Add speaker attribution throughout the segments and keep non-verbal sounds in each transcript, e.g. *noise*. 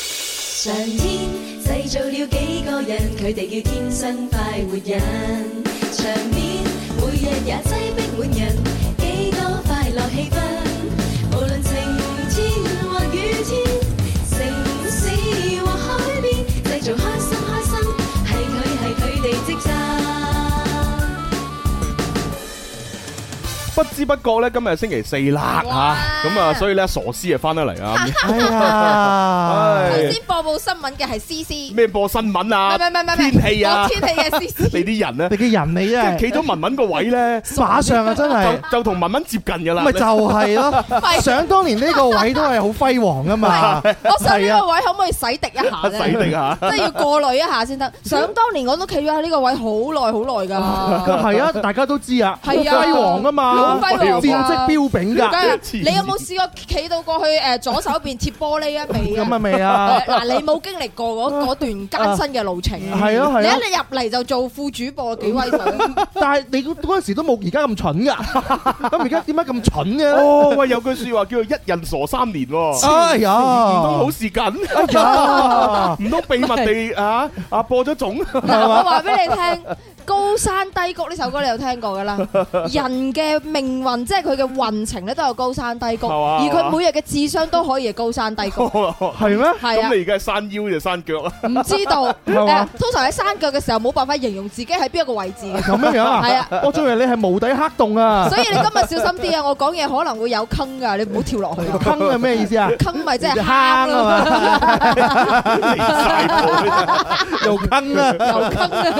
Speaker 1: 上天製造了幾個人，佢哋叫天生快活人。場面每日也擠逼滿人，幾多快樂氣氛。無論晴天或雨天，城市或海邊，製造開心開心，係佢係佢哋職責。
Speaker 2: 不知不覺咧，今日係星期四啦
Speaker 3: 哇
Speaker 2: 吓，咁啊，所以咧傻師啊翻得嚟啊，
Speaker 4: 哎呀，
Speaker 2: 唉
Speaker 3: 先播報新聞嘅係 C C，唔
Speaker 2: 咩播新聞啊，
Speaker 3: 係唔係唔係唔係哦
Speaker 2: 天氣啊
Speaker 3: 講，天氣嘅 C C，
Speaker 2: 你啲人咧，即
Speaker 4: 你嘅人你真係，
Speaker 2: 係企咗文文個位咧， *laughs*
Speaker 4: 馬上啊，真係，
Speaker 2: 就就同文文接近噶啦，
Speaker 4: 咪就係咯，
Speaker 3: 喂。 *laughs*
Speaker 4: 想當年呢個位都係好輝煌㗎嘛，
Speaker 3: 我想呢
Speaker 4: 係啊，
Speaker 3: 個位可唔可以洗滌一下咧？
Speaker 2: 洗啊滌下
Speaker 3: *laughs* 即係要過濾一下先得。想當年我都企咗喺呢個位好耐好耐
Speaker 4: *laughs*
Speaker 3: 㗎。
Speaker 4: 係啊，大家都知啊，
Speaker 3: 係啊，
Speaker 4: 好輝煌㗎嘛，
Speaker 3: 好輝煌㗎。
Speaker 4: 戰績彪炳㗎，
Speaker 3: 梗係
Speaker 2: 黐線
Speaker 3: 你有冇試過企到過去誒左手邊貼玻璃啊？未啊？ *laughs*
Speaker 4: 咁啊未啊，
Speaker 3: 嗱，你冇經歷過嗰嗰段艱辛嘅路程啊！
Speaker 4: 係啊，係啊，
Speaker 3: 你一你入嚟就做副主播，幾威水！
Speaker 4: 但係你嗰-嗰陣時都冇而家咁蠢㗎，咁而家點解咁蠢嘅咧？
Speaker 2: 哦，喂，有句说話叫做一人傻三年喎，
Speaker 4: 哎呀，
Speaker 2: 唔通好事緊，
Speaker 4: 哎呀，係嘛？
Speaker 2: *laughs* 唔通秘密地啊啊播咗種，
Speaker 3: 嗱，我話俾你聽，《高山低谷》呢首歌你有聽過
Speaker 2: *laughs*
Speaker 3: 噶啦。人嘅命運即係佢嘅運程咧，都有高山低谷，
Speaker 2: 係嘛
Speaker 3: 而佢每日嘅智商都可以係高
Speaker 2: *laughs*
Speaker 3: 山低谷。
Speaker 4: 係咩？
Speaker 3: 係啊
Speaker 2: 咁，你而家係山腰定山腳啊？ *laughs*
Speaker 3: 唔知道
Speaker 4: 係嘛
Speaker 3: 誒，通常喺山腳嘅時候冇辦法形容自己喺邊一個位置
Speaker 2: *laughs*
Speaker 3: 嘅，
Speaker 4: 咁樣樣啊？
Speaker 3: 係啊。
Speaker 4: 我仲以為你係無底黑洞啊。
Speaker 3: 所以你今日小心啲啊！我講嘢可能會有坑㗎，你唔好跳落去
Speaker 2: *laughs*
Speaker 3: 啊！
Speaker 4: *laughs* 坑係咩意思啊？
Speaker 3: 坑咪即係坑咯，
Speaker 4: 坑啊嘛，
Speaker 2: 離晒譜
Speaker 4: 又坑啊。
Speaker 3: 有坑啊！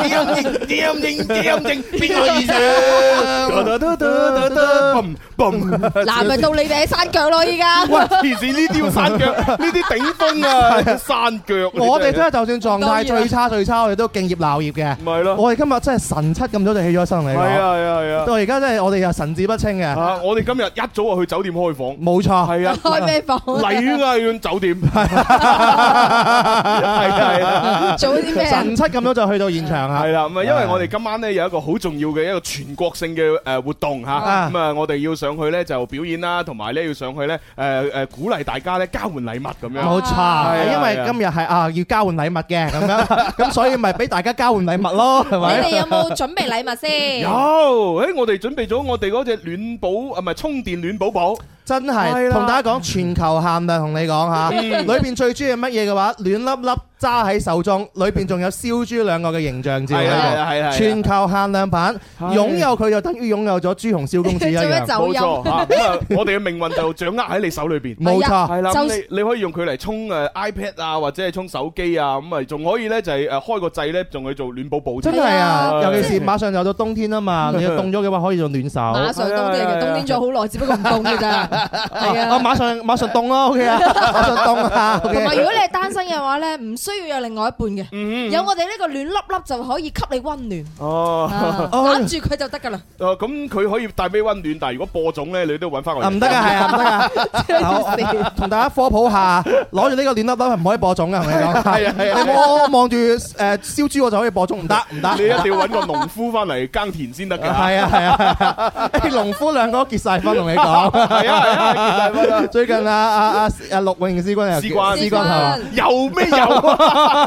Speaker 2: 點應點應邊個意
Speaker 4: 啊
Speaker 2: 想？嘣嘣！
Speaker 3: *laughs* 嗱，咪到你哋喺山腳咯，依家。 *laughs*
Speaker 2: 喂，其實呢啲要山腳，呢啲頂峰啊，山腳啊。
Speaker 4: *laughs* 我
Speaker 2: 真
Speaker 4: 哋真
Speaker 2: 係
Speaker 4: 係就算狀態最差最差，我哋都敬業鬧業嘅。
Speaker 2: 唔係咯？
Speaker 4: 我哋今日真係神七咁早就起咗身嚟
Speaker 2: 嗯係
Speaker 4: 講，
Speaker 2: 啊係啊係啊！
Speaker 4: 到而家真係我哋又神志不清嘅，
Speaker 2: 啊，我哋今日一早就去酒店開房，
Speaker 4: 冇錯。
Speaker 2: 係啊，
Speaker 3: 開咩房？
Speaker 2: 嚟啊要酒店，係啊係啊。
Speaker 3: 做
Speaker 2: *laughs*
Speaker 3: 啲咩啊？
Speaker 4: *laughs* 神七咁早就去到現場啊
Speaker 2: 系！啦，咁啊，因為我哋今晚咧有一個好重要嘅一個全國性嘅誒活動嚇，
Speaker 4: 啊
Speaker 2: 咁啊，我哋要上去咧就表演啦，同埋咧要上去咧誒誒鼓勵大家咧交換禮物咁樣。
Speaker 4: 冇
Speaker 2: 啊
Speaker 4: 錯，因為今日係啊要交換禮物嘅
Speaker 2: *laughs*
Speaker 4: 咁樣，咁所以咪俾大家交換禮物咯，係
Speaker 3: 你
Speaker 4: 咪？
Speaker 3: 哋有冇準備禮物先？
Speaker 2: 有，誒我哋準備咗我哋嗰只暖寶啊，唔係充電暖寶寶，
Speaker 4: 真
Speaker 2: 係
Speaker 4: 係
Speaker 2: 啦
Speaker 4: 同大家講全球限量，同你講吓，
Speaker 2: 嗯
Speaker 4: 裏邊最中意乜嘢嘅話，暖粒粒揸喺手中，裏邊仲有燒豬兩個嘅形象照喺度。
Speaker 2: 係啊
Speaker 4: 全球限量版，
Speaker 2: 係
Speaker 4: 擁有佢就等於擁有咗朱紅蕭公子一
Speaker 2: *laughs*
Speaker 3: 做咩
Speaker 4: 樣，
Speaker 3: 走
Speaker 2: 冇
Speaker 3: 音？
Speaker 2: 錯嚇，咁啊，我哋嘅命運就掌握喺你手裏
Speaker 4: *laughs*
Speaker 2: 邊。
Speaker 4: 冇錯，
Speaker 2: 係啦，咁
Speaker 3: 就
Speaker 2: 你你可以用佢嚟充誒 iPad 啊，或者係充手機啊，咁啊，仲可以咧就係誒開個掣咧，仲去做暖寶寶。
Speaker 4: 真係
Speaker 2: 係
Speaker 4: 啊！
Speaker 2: 啊
Speaker 4: 尤其是馬上就到冬天
Speaker 2: *laughs*
Speaker 4: 啊嘛，你要凍咗嘅話可以做暖手。
Speaker 3: 馬
Speaker 4: 啊，
Speaker 3: 上冬天嘅，冬天咗好耐，只不過唔凍
Speaker 4: *laughs*
Speaker 3: 嘅咋。係啊。
Speaker 4: 馬
Speaker 2: *laughs*
Speaker 4: 上馬上凍咯，OK 啊，馬上凍啊
Speaker 3: 同埋
Speaker 4: ，OK。
Speaker 3: 如果你係單身嘅話咧，唔需要有另外一半嘅，
Speaker 2: 嗯
Speaker 3: 有我哋呢個暖粒粒就可以給你温暖，
Speaker 2: 哦。 *laughs*
Speaker 3: 啊攬住佢就得㗎啦。
Speaker 2: 誒咁佢可以帶俾温暖，但係如果播種咧，你都要揾翻我
Speaker 4: 啊
Speaker 2: 人。
Speaker 4: 唔得噶，係啊，唔得
Speaker 3: *laughs*
Speaker 4: 噶。好同大家科普下，攞住呢個暖粒粒係唔可以播種嘅，係咪
Speaker 2: *laughs*
Speaker 4: 講？
Speaker 2: 係啊係啊
Speaker 4: 你我望住誒燒豬我就可以播種，唔得唔得。
Speaker 2: *laughs* 你一定要揾個農夫翻嚟耕田先得㗎。
Speaker 4: 係啊係啊
Speaker 2: *laughs*
Speaker 4: *laughs* 係啊！誒農夫兩個都結晒婚，同你講。 *laughs*
Speaker 2: 係啊 *laughs* 係啊，結晒婚啦
Speaker 4: 最近啊啊啊啊陸永思君又
Speaker 2: 思君
Speaker 4: 思君係嘛？
Speaker 2: 有咩有
Speaker 4: *laughs*
Speaker 2: 啊？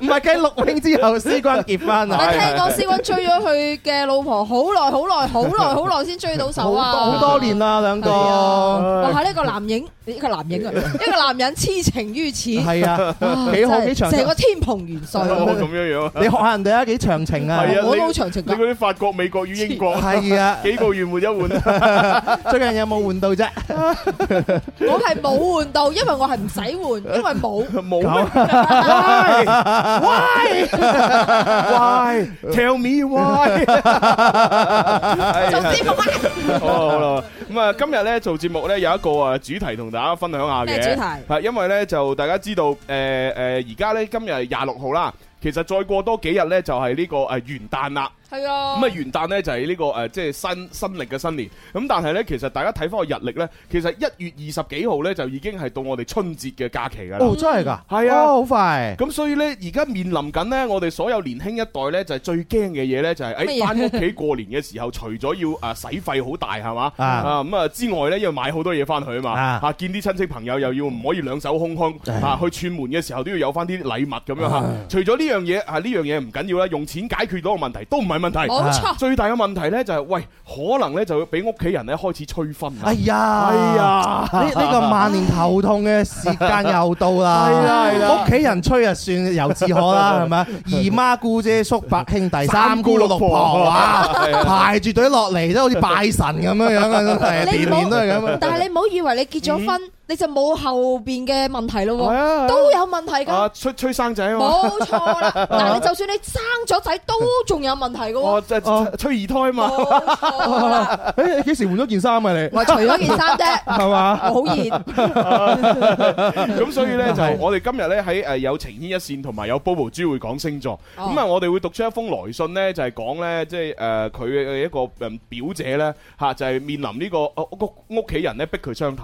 Speaker 4: 唔係計陸永之後，思君
Speaker 3: *laughs*
Speaker 4: 結婚啊！
Speaker 3: 但聽講思君追咗佢嘅老婆好耐好耐好耐好耐先追到手啊！
Speaker 4: 好多年啦，兩
Speaker 3: 係
Speaker 4: 個
Speaker 3: 啊。哇！呢個男影，呢個男影啊，一個男人痴情於此，
Speaker 4: 係啊，
Speaker 3: 哇
Speaker 4: 幾好
Speaker 3: 真係
Speaker 4: 幾長
Speaker 3: 成個天蓬元帥
Speaker 2: 哦
Speaker 3: 咁。
Speaker 2: 咁樣樣啊。
Speaker 4: 你學下人哋啊，幾長情啊！
Speaker 2: 係啊
Speaker 3: 我
Speaker 2: 你
Speaker 3: 都好長情
Speaker 2: 你
Speaker 3: 㗎，
Speaker 2: 嗰啲法國、美國與英國 *laughs*
Speaker 4: 係啊，
Speaker 2: 幾個月換一換。
Speaker 4: 最近有冇換到啫？
Speaker 3: 我係冇換到，因為我係唔使換，因為冇。
Speaker 2: 冇咩？Why? Why? Tell me why？
Speaker 3: 總之冇乜
Speaker 2: 好啦好啦，咁啊，今日咧做節目咧有一個啊主題同大家分享下嘅。
Speaker 3: 咩主題
Speaker 2: 係因為咧就大家知道，誒誒而家咧今日係廿六號啦，其實再過多幾日咧就係呢個誒元旦啦。
Speaker 3: 係啊，
Speaker 2: 咁啊元旦咧就係呢個誒即係新新歷嘅新年，咁但係咧其實大家睇翻個日曆咧，其實一月二十幾號咧就已經係到我哋春節嘅假期㗎啦。
Speaker 4: 哦，真係㗎，
Speaker 2: 係啊
Speaker 4: 哦好
Speaker 2: *laughs*
Speaker 4: 快。
Speaker 2: 咁所以呢，而家面臨緊呢，我哋所有年輕一代呢，就係、最驚嘅嘢呢，就係
Speaker 3: 乜
Speaker 2: 誒
Speaker 3: 嘢
Speaker 2: 翻屋企過年嘅時候，除咗要啊使費好大係嘛
Speaker 4: 啊
Speaker 2: 啊咁啊之外呢，要買好多嘢翻去啊嘛
Speaker 4: 啊
Speaker 2: 啊見啲親戚朋友又要唔可以兩手空空
Speaker 4: 唉
Speaker 2: 啊去串門嘅時候都要有翻啲禮物咁樣嚇。除咗呢樣嘢啊呢樣嘢唔緊要啦，用錢解決到個問題都唔係問題。
Speaker 3: 冇錯，
Speaker 2: 最大嘅問題呢，就係、喂，可能呢，就會俾屋企人呢開始催婚啊
Speaker 4: 哎呀，
Speaker 2: 哎呀
Speaker 4: 呢呢個萬年頭痛嘅時間又到啦。
Speaker 2: 係啦係啦
Speaker 4: 屋企人催啊，算有志可啦，係咪？姨媽姑姐叔伯兄弟三姑六婆啊，排住隊落嚟都好似拜神咁樣樣啊，真係
Speaker 3: 你
Speaker 4: 年
Speaker 3: 唔好
Speaker 4: 年都係咁
Speaker 3: *laughs*
Speaker 4: 啊。
Speaker 3: 但係你唔好以為你結咗婚，你就冇後邊嘅問題咯
Speaker 2: 係
Speaker 3: 喎，
Speaker 2: 啊係啊
Speaker 3: 都有問題㗎。
Speaker 2: 啊催催生仔啊嘛。
Speaker 3: 冇錯啦，但係就算你生咗仔都仲有問題嘅
Speaker 2: 哦，
Speaker 3: 喎。
Speaker 2: 即係
Speaker 4: 哦
Speaker 2: 催催二胎啊嘛。
Speaker 3: 冇錯啦，
Speaker 4: 誒，你幾時換咗件衫啊？你
Speaker 3: 咪除咗件衫啫，
Speaker 4: 係嘛？
Speaker 3: 我好
Speaker 2: *laughs*
Speaker 3: 熱。
Speaker 2: 咁所以
Speaker 3: *laughs*
Speaker 2: 呢，就
Speaker 4: 係
Speaker 2: 我哋今日呢，喺誒有情牽一線同埋有 Bobo 豬會講星座，
Speaker 3: 哦
Speaker 2: 咁啊我哋會讀出一封來信呢，就係講呢，即係誒佢嘅一個誒表姐呢，嚇，就係面臨呢個呃屋屋企人呢逼佢相睇，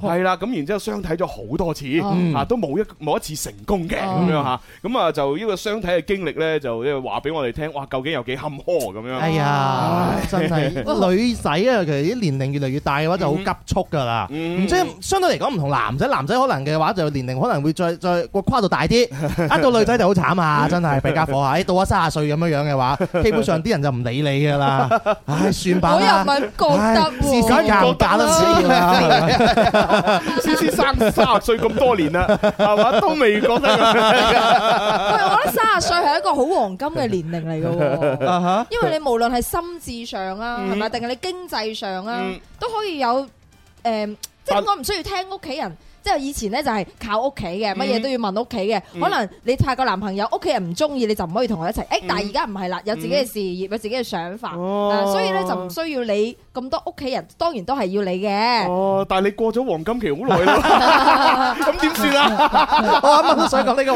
Speaker 2: 係啦，咁然之後相睇咗好多次
Speaker 3: 哦
Speaker 2: 嚇，都冇一冇一次成功嘅
Speaker 3: 哦
Speaker 2: 咁樣嚇，咁啊就呢個相睇嘅經歷呢，就即係話俾我哋聽，哇究竟有幾坎坷咁樣。
Speaker 4: 哎
Speaker 3: 啊
Speaker 4: 呀，真係
Speaker 3: 哇
Speaker 4: 女仔啊，其實啲年齡越嚟越大嘅話就好急促㗎啦。
Speaker 2: 嗯
Speaker 4: 唔即係相對嚟講唔同男仔，男仔可能嘅話就年齡可能會再再個跨
Speaker 3: *laughs*
Speaker 4: 度大啲，一到女仔就好慘啊！真係俾家伙啊！哎到咗三十歲咁樣樣嘅話，基本上啲人就唔理你㗎啦。唉，算吧
Speaker 3: 我又唔
Speaker 4: 啦。
Speaker 3: 係覺
Speaker 4: 試
Speaker 3: 得喎，
Speaker 4: 下尷
Speaker 3: *laughs*
Speaker 4: 尬都唔知啦。
Speaker 2: 思思生三十歲咁多年啦，係嘛都未覺得。
Speaker 3: *laughs* 喂，我覺得三十歲係一個好黃金嘅年齡嚟嘅喎。
Speaker 4: 啊哈
Speaker 3: 因為你無論係心智上啊，係咪，定係你經濟上啊
Speaker 2: 嗯，
Speaker 3: 都可以有誒，即
Speaker 2: 但
Speaker 3: 係我唔需要聽屋企人。即係以前咧就係靠屋企嘅，乜嘢
Speaker 2: 嗯
Speaker 3: 都要問屋企嘅。
Speaker 2: 嗯
Speaker 3: 可能你太個男朋友，屋企人唔中意，你就唔可以同佢一齊。誒，但係而家唔係啦，有自己嘅事業，有自己嘅想法，啊所以咧就唔需要你咁多屋企人，當然都係要你嘅。
Speaker 2: 哦，但係你過咗黃金期好耐啦，咁點算啊？
Speaker 4: 我啱啱都想講呢個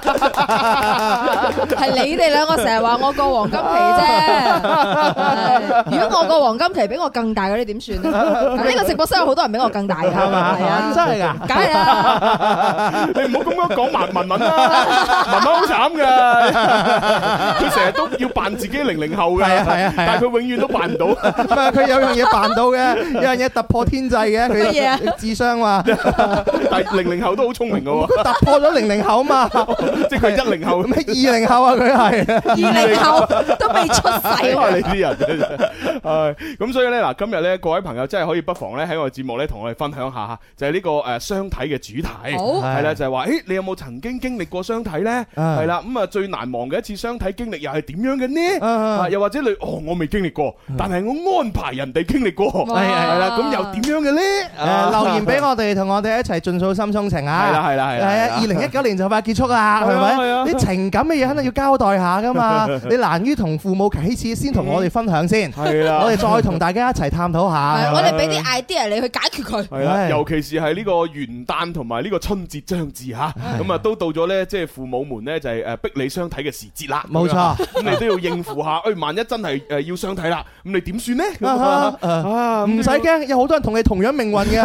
Speaker 3: *laughs*
Speaker 4: 題。
Speaker 3: 係你哋兩個成日話我過黃金期 *laughs* 啫。係如果我過黃金期比我更大嗰啲點算咧？ *laughs* 呢個直播室有好多人比我更大㗎，係
Speaker 4: 嘛
Speaker 3: 啊，
Speaker 4: 真係㗎
Speaker 3: 梗係啦，
Speaker 2: 你唔好咁樣講文文文啦，文文好慘噶，佢成日都要扮自己零零後噶，
Speaker 4: 係啊係啊係啊
Speaker 2: 但係佢永遠都扮唔到。
Speaker 4: 唔係佢有樣嘢辦到
Speaker 2: *laughs*
Speaker 4: 嘅，有樣嘢突破天際嘅，
Speaker 3: 乜嘢啊
Speaker 4: 佢智商嘛，
Speaker 2: 但係零零後都好聰明噶喎，
Speaker 4: 突破咗零零
Speaker 2: *laughs*
Speaker 4: 後嘛。
Speaker 2: 即係佢係一零後。
Speaker 4: 咩二零後啊？
Speaker 2: *laughs*
Speaker 4: 佢係
Speaker 3: *laughs* 二零後都未出世
Speaker 2: 啊！
Speaker 3: 喎
Speaker 2: 你。啲人真係唉咁，所以咧嗱，今日咧各位朋友真係可以不妨咧喺我哋節目咧同我哋分享下，就係呢個誒相睇嘅主題。
Speaker 3: 好
Speaker 2: 係啦，就係話，誒，你有冇曾經經歷過相睇呢？
Speaker 4: 啊
Speaker 2: 係啦，咁啊最難忘嘅一次相睇經歷又係點樣嘅呢？啊，
Speaker 4: 啊，嗯
Speaker 2: 又或者你，哦，我未經歷過，但係我安排人哋經歷過，係
Speaker 3: 哇
Speaker 2: 啦，咁又點樣嘅呢？啊
Speaker 4: 誒留言俾我哋，同我哋一齊盡訴心中情啊！
Speaker 2: *laughs* 係啦係啦係啦
Speaker 4: 係啊！二零一九年就快結束啦，
Speaker 2: 係啊
Speaker 4: 係
Speaker 2: 係啊
Speaker 4: 咪？啲情感嘅嘢肯定要交代下
Speaker 2: *laughs*
Speaker 4: 噶嘛，你難於同父母啟齒，先同我哋分享先，
Speaker 2: 係啦
Speaker 4: *laughs* 我哋再同大家一齊探討
Speaker 3: 係
Speaker 4: 下。
Speaker 3: 我哋俾啲 idea 你去解決佢。
Speaker 2: 係啦，
Speaker 4: 唉
Speaker 2: 尤其是係呢個元旦同埋呢個春節將至吓，咁啊都到咗呢，即係父母們呢，就係誒逼你相睇嘅時節啦。
Speaker 4: 冇錯
Speaker 2: 咁樣，啊咁你都要應付下，誒，萬一真係誒要相睇啦，咁你點算呢？咁
Speaker 4: 啊
Speaker 2: 啊
Speaker 4: 哈啊
Speaker 2: 啊
Speaker 4: 唔使驚，有好多人同你同樣命運
Speaker 2: *laughs*
Speaker 4: 嘅，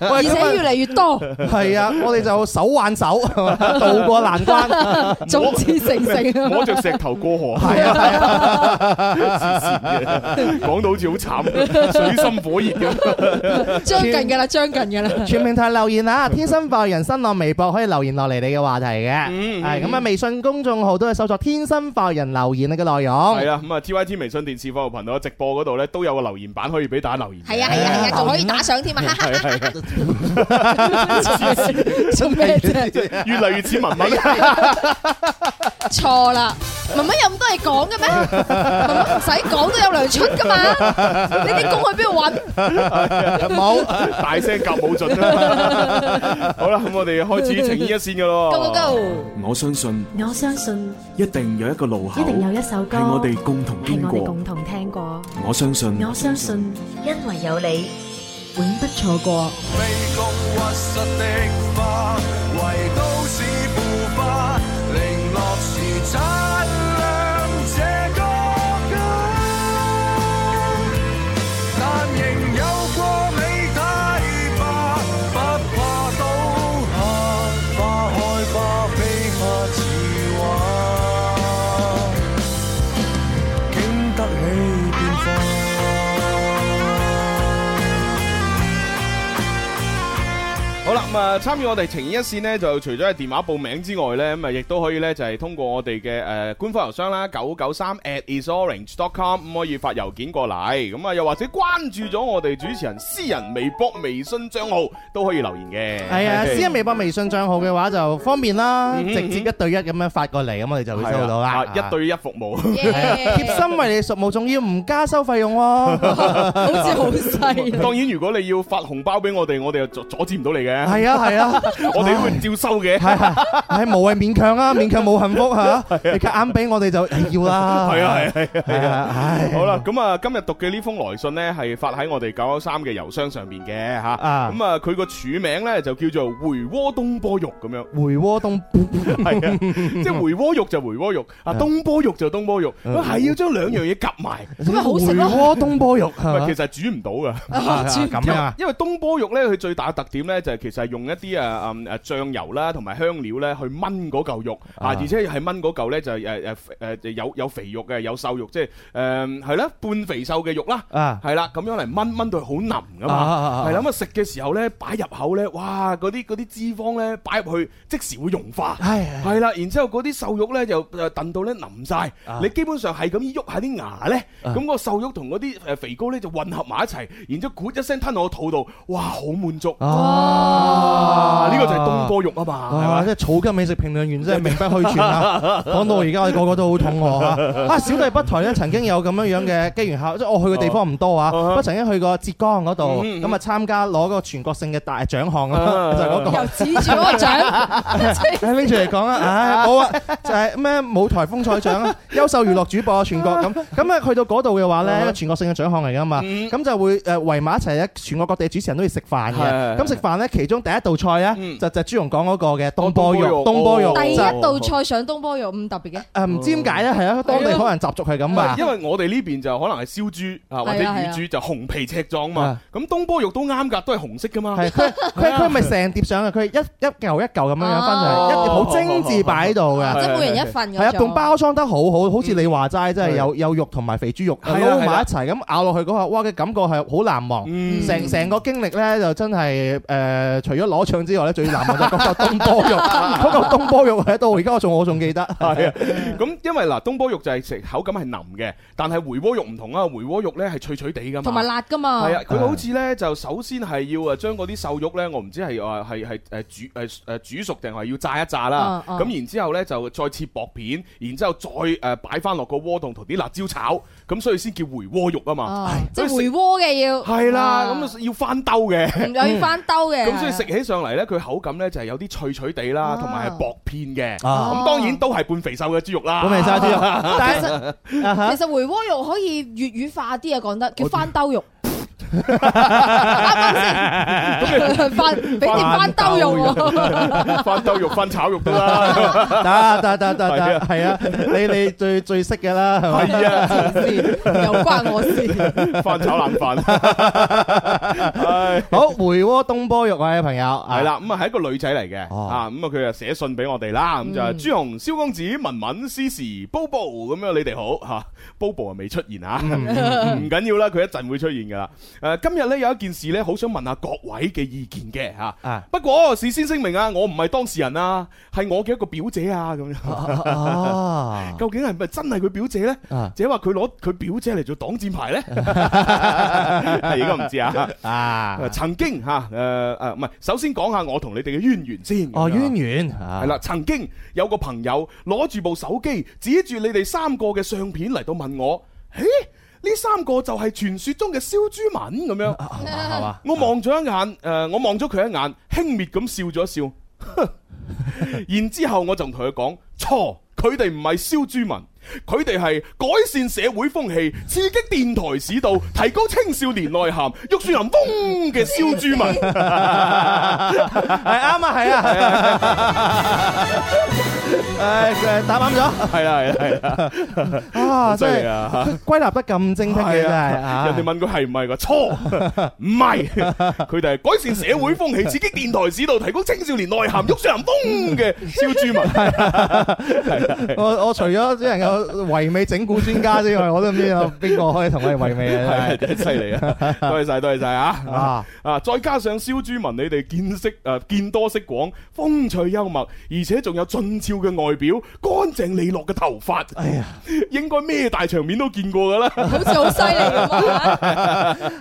Speaker 3: 而
Speaker 4: 而
Speaker 3: 且越嚟越多，
Speaker 4: 係啊！我哋就手挽手渡過難關，
Speaker 3: 眾志成城
Speaker 2: 摸着石頭過河，
Speaker 4: *laughs* 係啊係啊！
Speaker 2: 黐線嘅，講到好似好慘，水深火熱咁。
Speaker 3: 將近㗎啦，將近㗎 *laughs* 啦。
Speaker 4: 全平台留言啊！天生快活人新浪微博可以留言落嚟你嘅話題嘅，
Speaker 2: 嗯嗯
Speaker 4: 係咁啊！微信公眾號都係搜索天生快活人留言你嘅內容，
Speaker 2: 係啊，咁啊 T Y T 微信電視服務頻道直播嗰度咧都有個留言板可以俾大家留言。
Speaker 3: 係啊係啊係啊，仲可以打賞添啊！哈哈
Speaker 2: 係係係啊
Speaker 3: 做咩
Speaker 4: *laughs*
Speaker 3: 啫？
Speaker 2: 越嚟越似文文。啊
Speaker 3: 錯啦，文文有咁多嘢講嘅咩？文文唔使講都有糧出噶嘛？呢啲工去邊度揾？
Speaker 4: 冇
Speaker 2: 大聲夾冇盡
Speaker 4: *laughs*
Speaker 2: 啦。好啦，咁我哋開始情牽一線嘅咯。
Speaker 3: Go go go！
Speaker 5: 我相信
Speaker 6: 我相信
Speaker 5: 一定有一個路口，
Speaker 6: 一定有一首歌
Speaker 5: 係我哋共同
Speaker 6: 係
Speaker 5: 經
Speaker 6: 我哋
Speaker 5: 過嗯
Speaker 6: 共。同聽過，
Speaker 5: 我相信
Speaker 6: 我相信
Speaker 7: 因為有你，
Speaker 6: 永不錯過。
Speaker 8: 卑躬屈膝的花，為都市腐化，零落時擦亮這歌。
Speaker 2: 咁啊，參與我哋情意一線呢，就除咗係電話報名之外呢，咁啊，亦都可以呢，就係通過我哋嘅誒官方郵箱啦，九九三 at isorange.com，咁可以發郵件過嚟。咁啊，又或者關注咗我哋主持人私人微博、微信帳號都可以留言嘅。
Speaker 4: 係啊，
Speaker 2: 係
Speaker 4: 私人微博、微信帳號嘅話就方便啦，
Speaker 2: 嗯
Speaker 4: 直接一對一咁樣發過嚟，咁我哋就會收到
Speaker 2: 係
Speaker 4: 啦。
Speaker 2: 啊一對一服
Speaker 4: *laughs*
Speaker 3: *laughs*
Speaker 2: 務。
Speaker 4: 貼心為你服務，仲要唔加收費用
Speaker 2: *laughs*
Speaker 4: 喎。
Speaker 3: 好似好細。
Speaker 2: 當然，如果你要發紅包俾我哋，我哋又阻阻止唔到你嘅。
Speaker 4: 係啊係啊，
Speaker 2: 我哋都會照收嘅。
Speaker 4: 係啊係係無謂勉強啊，勉強冇幸福
Speaker 2: *laughs*
Speaker 4: 嚇。你夾硬俾我哋就唉要啦。
Speaker 2: 係啊係啊
Speaker 4: 係啊，唉
Speaker 2: 好啦，咁啊，今日讀嘅呢封來信呢，係發喺我哋九九三嘅郵箱上邊嘅吓。
Speaker 4: 啊
Speaker 2: 咁啊，佢個署名呢，就叫做回鍋東坡肉咁樣，
Speaker 4: *laughs* 回鍋東
Speaker 2: 係啊，即係回鍋肉就回鍋肉，啊東坡肉就東坡肉，
Speaker 4: 嗯
Speaker 2: 咁係要將兩樣嘢夾埋。
Speaker 4: 咁
Speaker 3: 咪好食咯
Speaker 4: 回鍋東坡肉係
Speaker 2: 喂
Speaker 4: 嘛
Speaker 2: 其實係煮唔到噶，
Speaker 4: 啊咁樣啊？
Speaker 2: 因為東坡肉呢，佢最大嘅特點呢，就係其實係用一啲啊嗯誒醬油啦，同埋香料呢去炆嗰嚿肉啊，
Speaker 4: 啊
Speaker 2: 而且係炆嗰嚿呢，就係誒誒誒有有肥肉嘅，有瘦肉，即係誒係啦，半肥瘦嘅肉啦。
Speaker 4: 啊
Speaker 2: 係啦，咁樣嚟炆炆到佢好腍噶
Speaker 4: 啊
Speaker 2: 嘛，
Speaker 4: 啊啊
Speaker 2: 係啦咁啊食嘅時候咧，擺入口咧，哇嗰啲嗰啲脂肪咧擺入去，即時會融化。
Speaker 4: 唉
Speaker 2: 係啦，然之後嗰啲瘦肉咧就誒燉到咧腍晒，
Speaker 4: 啊
Speaker 2: 你基本上係咁喐下啲牙咧，
Speaker 4: 啊
Speaker 2: 咁個瘦肉同嗰啲誒肥膏咧就混合埋一齊，然之後咕一聲吞落個肚度，哇好滿足！啊
Speaker 4: 啊
Speaker 2: 呢個就係東坡肉啊嘛，係 *laughs*
Speaker 4: 啊！
Speaker 2: 嘛？
Speaker 4: 即係草根美食評論員真係名不虛傳啊！講到而家我哋個個都好肚餓
Speaker 2: *laughs*
Speaker 4: 啊！啊，小弟北台咧曾經有咁樣樣嘅機緣巧，即係我去嘅地方唔多啊，
Speaker 2: 啊
Speaker 4: 我曾經去過浙江嗰度，
Speaker 2: 嗯嗯嗯
Speaker 4: 咁啊參加攞嗰個全國性嘅大獎項
Speaker 2: 啊
Speaker 4: 啊，就係嗰個
Speaker 3: 又指住嗰個獎，
Speaker 4: 唉拎出
Speaker 2: *laughs*
Speaker 4: 嚟講啊！唉，冇啊，就係咩舞台風采獎啊，優秀娛樂主播啊全國咁，咁啊去到嗰度嘅話
Speaker 2: 啊
Speaker 4: 咧，一個全國性嘅獎項嚟噶嘛，
Speaker 2: 嗯
Speaker 4: 咁就會誒圍埋一齊咧，全國各地主持人都要食飯
Speaker 2: 係係係
Speaker 4: 嘅，咁食飯咧其中第一道菜咧
Speaker 2: 嗯
Speaker 4: 就就係朱紅講嗰個嘅東
Speaker 2: 東
Speaker 4: 坡
Speaker 2: 坡肉
Speaker 4: 肉，東坡肉
Speaker 2: 哦
Speaker 3: 第一
Speaker 4: 就係
Speaker 3: 道菜上東坡肉咁特別嘅，
Speaker 4: 誒唔知點解咧，係啊，當地可能習俗係咁啊吧
Speaker 2: 因。為我哋呢邊就可能係燒豬啊，或者
Speaker 3: 係啊係
Speaker 2: 乳
Speaker 3: 啊
Speaker 2: 豬就紅皮赤壯嘛
Speaker 4: 啊，
Speaker 2: 咁東坡肉都啱㗎，都係紅色㗎嘛。
Speaker 4: 係佢佢佢咪成碟上嘅，佢一一嚿一嚿咁樣樣翻上
Speaker 2: 哦
Speaker 4: 嚟，一碟好精緻擺喺度
Speaker 2: 係
Speaker 4: 嘅。
Speaker 3: 即係每人一份咁。
Speaker 4: 係啊，仲包裝得好好，好似你話齋，真係有有肉同埋肥豬肉
Speaker 2: 係啊
Speaker 4: 撈埋一齊咁咬落去嗰下，哇嘅感覺係好難忘。
Speaker 2: 嗯
Speaker 4: 成成個經歷咧就真係誒，除咗攞獎之外咧，最難忘就係嗰嚿東坡
Speaker 2: *laughs*
Speaker 4: 肉，嗰嚿東坡肉喺度，而家我仲我仲記得。
Speaker 2: 系
Speaker 4: *laughs*
Speaker 2: 啊，咁因為嗱，東坡肉就係食口感係腍嘅，但係回鍋肉唔同啊，回鍋肉咧係脆脆地噶嘛，
Speaker 3: 同埋辣噶嘛
Speaker 2: 係，啊，佢好似咧就首先係要啊將嗰啲瘦肉咧，我唔知係啊係係誒煮誒誒煮熟定係要炸一炸啦，
Speaker 3: 嗯嗯
Speaker 2: 咁然之後咧就再切薄片，然之後再誒擺翻落個鍋度同啲辣椒炒，咁所以先叫回鍋肉啊嘛
Speaker 3: 啊，即係
Speaker 2: 所
Speaker 3: 回
Speaker 2: 以食
Speaker 3: 鍋嘅要。
Speaker 2: 係啦，
Speaker 3: 啊
Speaker 2: 咁啊要翻兜嘅。
Speaker 3: 唔又要翻兜嘅。
Speaker 2: 咁所以食起上嚟咧，佢口感咧就係有啲脆脆地啦，
Speaker 3: 啊
Speaker 2: 同埋係薄片嘅。
Speaker 4: 啊
Speaker 2: 咁當然都係半肥瘦嘅豬肉啦。
Speaker 4: 咁
Speaker 2: *laughs*
Speaker 4: 咪晒豬肉，但係
Speaker 3: 係啊。
Speaker 4: 啊
Speaker 3: 其實
Speaker 4: 哈
Speaker 3: 其實回鍋肉可以粵語化啲啊，講得叫翻
Speaker 2: *laughs*
Speaker 3: 兜肉。啱唔啱先？翻俾碟翻兜肉喎，
Speaker 2: 翻兜肉、翻炒肉都啦。 *laughs*
Speaker 4: 得得得得
Speaker 2: 係
Speaker 4: 得
Speaker 2: 啊，
Speaker 4: 係啊，你你最最識嘅啦，
Speaker 2: *laughs*
Speaker 4: 係咪？
Speaker 2: *laughs* 係啊，
Speaker 3: 又關
Speaker 2: *laughs*
Speaker 3: 我事。
Speaker 2: 翻炒冷飯。 *laughs* 唉
Speaker 4: 好，回鍋東坡肉啊，嘅朋友，
Speaker 2: 係，啦，咁啊係一個女仔嚟嘅，
Speaker 4: 哦
Speaker 2: 啊咁啊佢就寫信俾我哋啦，咁就係朱紅、蕭公子、文文、思時、Bobo 咁樣，你哋好吓，Bobo 啊未出現啊，
Speaker 4: 嗯
Speaker 2: 唔緊要啦，佢一陣會出現噶啦。誒，今日呢，有一件事呢，好想問下各位嘅意見嘅吓，
Speaker 4: 啊
Speaker 2: *laughs* 不過事先聲明啊，我唔係當事人啊，係我嘅一個表姐啊，咁樣 *laughs*
Speaker 4: 哦，
Speaker 2: 究竟係咪真係佢表姐呢？
Speaker 4: *laughs* 啊
Speaker 2: 即係話佢攞佢表姐嚟做擋箭
Speaker 4: *laughs*
Speaker 2: 牌呢？而家唔知啊。
Speaker 4: 啊，
Speaker 2: 曾經嚇誒誒，唔係，首先講下我同你哋嘅淵源先。
Speaker 4: 哦，
Speaker 2: 咁樣
Speaker 4: 淵源啊
Speaker 2: 係啦，曾經有個朋友攞住部手機，指住你哋三個嘅相片嚟到問我：，誒呢三個就係傳説中嘅燒豬文咁
Speaker 4: 啊
Speaker 2: 樣。
Speaker 4: 係嘛？
Speaker 2: 我望咗一眼，誒、我望咗佢一眼，輕蔑咁笑咗一笑， *laughs* 然之後我就同佢講：錯，佢哋唔係燒豬民，佢哋係改善社會風氣、刺激電台市道、提高青少年內涵、玉樹臨風嘅燒豬民。
Speaker 4: *laughs* *laughs* 係啱啊，係 *laughs* 啊，誒，答
Speaker 2: *laughs*
Speaker 4: 啱咗
Speaker 2: 係啦，係啦，啊係啦，
Speaker 4: 啊，
Speaker 2: 犀利
Speaker 4: 真係
Speaker 2: 啊！
Speaker 4: 佢歸納得咁精闢嘅
Speaker 2: 係
Speaker 4: 真係
Speaker 2: 啊，
Speaker 4: 啊
Speaker 2: 人哋。問佢係唔係個錯，唔係，佢哋係改善社會 *laughs* 風氣、刺激電台市道、提高青少 *laughs* 年內涵、玉樹臨風嘅燒豬民。
Speaker 4: *laughs* 我我除咗只能夠有唯美整蠱專家之外，我都唔知有邊個可以同我哋唯美
Speaker 2: 係
Speaker 4: 啊！
Speaker 2: 真係犀利 *laughs* 啊！多謝晒，多謝晒
Speaker 4: 真係
Speaker 2: 啊！
Speaker 4: 啊，
Speaker 2: 啊，再加上蕭朱文，你哋見識誒見多識廣，風趣幽默，而且仲有俊俏嘅外表，乾淨利落嘅頭髮，
Speaker 4: 哎呀，
Speaker 2: *laughs* 應該咩大場面都見過 *laughs* 㗎啦。
Speaker 3: 好似好犀利咁啊！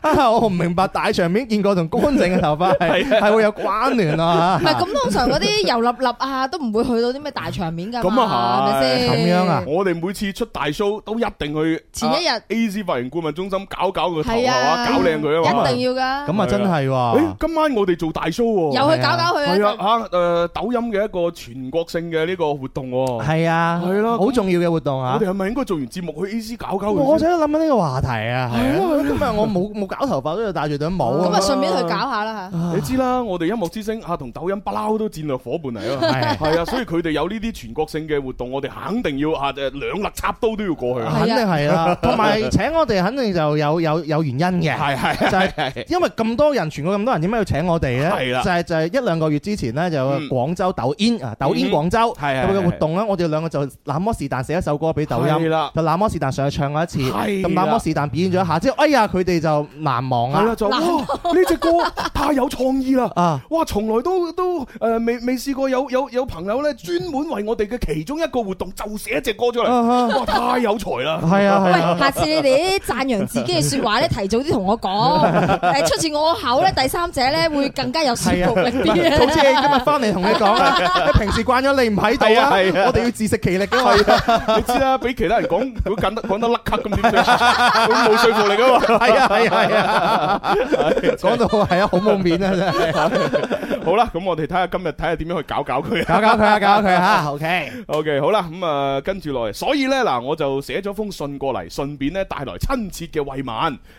Speaker 4: 啊我唔明白大場面見過同乾淨嘅頭髮 *laughs* 係係會有關聯啊
Speaker 3: 唔！係咁，通常嗰啲油立立啊，都唔會去到啲咩大場面㗎嘛，
Speaker 2: 咁啊係
Speaker 3: 係咪先？
Speaker 4: 咁樣啊
Speaker 2: 我哋每次出大 show 都一定去
Speaker 3: 前一日
Speaker 2: A C 髮型顧問中心搞搞個頭
Speaker 3: 係
Speaker 2: 啊，
Speaker 3: 啊
Speaker 2: 搞靚佢啊嘛。
Speaker 3: 一定要㗎，
Speaker 4: 咁啊，真
Speaker 2: 誒
Speaker 4: 係喎，
Speaker 2: 今晚我哋做大 show 喎。
Speaker 3: 又去搞搞佢啊
Speaker 2: 係
Speaker 3: 真
Speaker 2: 啊，
Speaker 3: 係！
Speaker 2: 吓誒抖音嘅一個全國性嘅呢個活動喎。
Speaker 4: 係啊，
Speaker 2: 係咯咁
Speaker 4: 好重要嘅活動
Speaker 2: 我
Speaker 4: 啊！
Speaker 2: 哋係咪應該做完節目去 A C 搞搞
Speaker 4: 我
Speaker 2: 佢先？
Speaker 4: 想諗緊呢個話題啊，係啊，今日我冇冇搞頭髮，都要戴住頂帽
Speaker 3: 咁啊，
Speaker 4: 啊，
Speaker 3: 順便去搞下啦嚇。
Speaker 2: 你知啦，我哋音樂之星啊同抖音不嬲都戰略伙伴嚟啊。
Speaker 4: 係
Speaker 2: 係啊，所以佢哋有呢啲全國性嘅活動，我哋肯定要啊誒兩肋插刀都要過去啊。
Speaker 4: 肯定係啦，同埋請我哋肯定就有有有原因嘅，
Speaker 2: 係係
Speaker 4: 就係因為咁多人，全國咁多人，點解要請我哋咧？
Speaker 2: 係啦
Speaker 4: 就係就係一兩個月之前咧，就有
Speaker 2: 嗯
Speaker 4: 廣州抖音啊，抖音
Speaker 2: 嗯
Speaker 4: 廣州
Speaker 2: 係係
Speaker 4: 有個
Speaker 2: 係
Speaker 4: 活動咧，我哋兩個就那麼是但寫一首歌俾抖音
Speaker 2: 係啦，
Speaker 4: 就那麼是但上去唱過一次，
Speaker 2: 係啦
Speaker 4: 咁那麼是但表演咗一下之後，哎呀，佢哋就難忘啊
Speaker 2: 係啦，
Speaker 4: 啦，
Speaker 2: 就哇呢只歌太有創意啦！
Speaker 4: 啊，
Speaker 2: 哇，從來都都誒未未試過有有有朋友咧專門為我哋嘅其中一個活動就寫一隻歌出嚟，
Speaker 4: 啊
Speaker 2: 哇，太有才啦！
Speaker 4: 係啊
Speaker 3: 喂，
Speaker 4: 係啊。
Speaker 3: 下次你哋啲讚揚自己嘅説話咧，提早啲同我
Speaker 4: *laughs*
Speaker 3: 講，誒出自我口咧，第三者咧會更加有說
Speaker 4: 係啊，
Speaker 3: 服力啲嘅。
Speaker 4: 好似你今日翻嚟同你
Speaker 2: *laughs*
Speaker 4: 講啦，你平時慣咗你唔喺度
Speaker 2: 係
Speaker 4: 啊
Speaker 2: 啊係啊，
Speaker 4: 我哋要自食其力噶嘛，
Speaker 2: 你知啦，俾其他人講，佢講得講得甩咳咁點算？佢冇說服力啊嘛！
Speaker 4: 係啊係啊係 *laughs* 啊，講到係啊好冇面啊真係，
Speaker 2: 好啦，咁我哋睇下今日睇下點樣去搞搞佢。
Speaker 4: 搞搞佢啊搞搞佢吓，OK。
Speaker 2: OK，好啦，咁、啊，跟住落嚟，所以呢，嗱，我就寫咗封信過嚟，順便呢帶來親切嘅慰問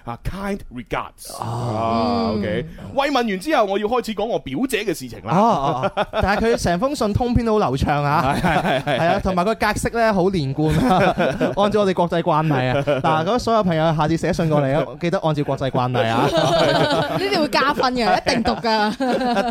Speaker 2: 啊，kind regards 啊，OK，慰問完之後，我要開始講我表姐嘅事情啦。
Speaker 4: 哦，哦 *laughs* 但係佢成封信通篇都好流暢啊，係啊，同埋個格式咧好連貫 *laughs* 啊，按照我哋國際慣例啊，嗱，咁所有朋友下次寫信過嚟啊，記得按照國際慣例 *laughs* 啊，
Speaker 3: 呢啲會加
Speaker 4: *laughs*
Speaker 3: 分嘅，一定讀㗎。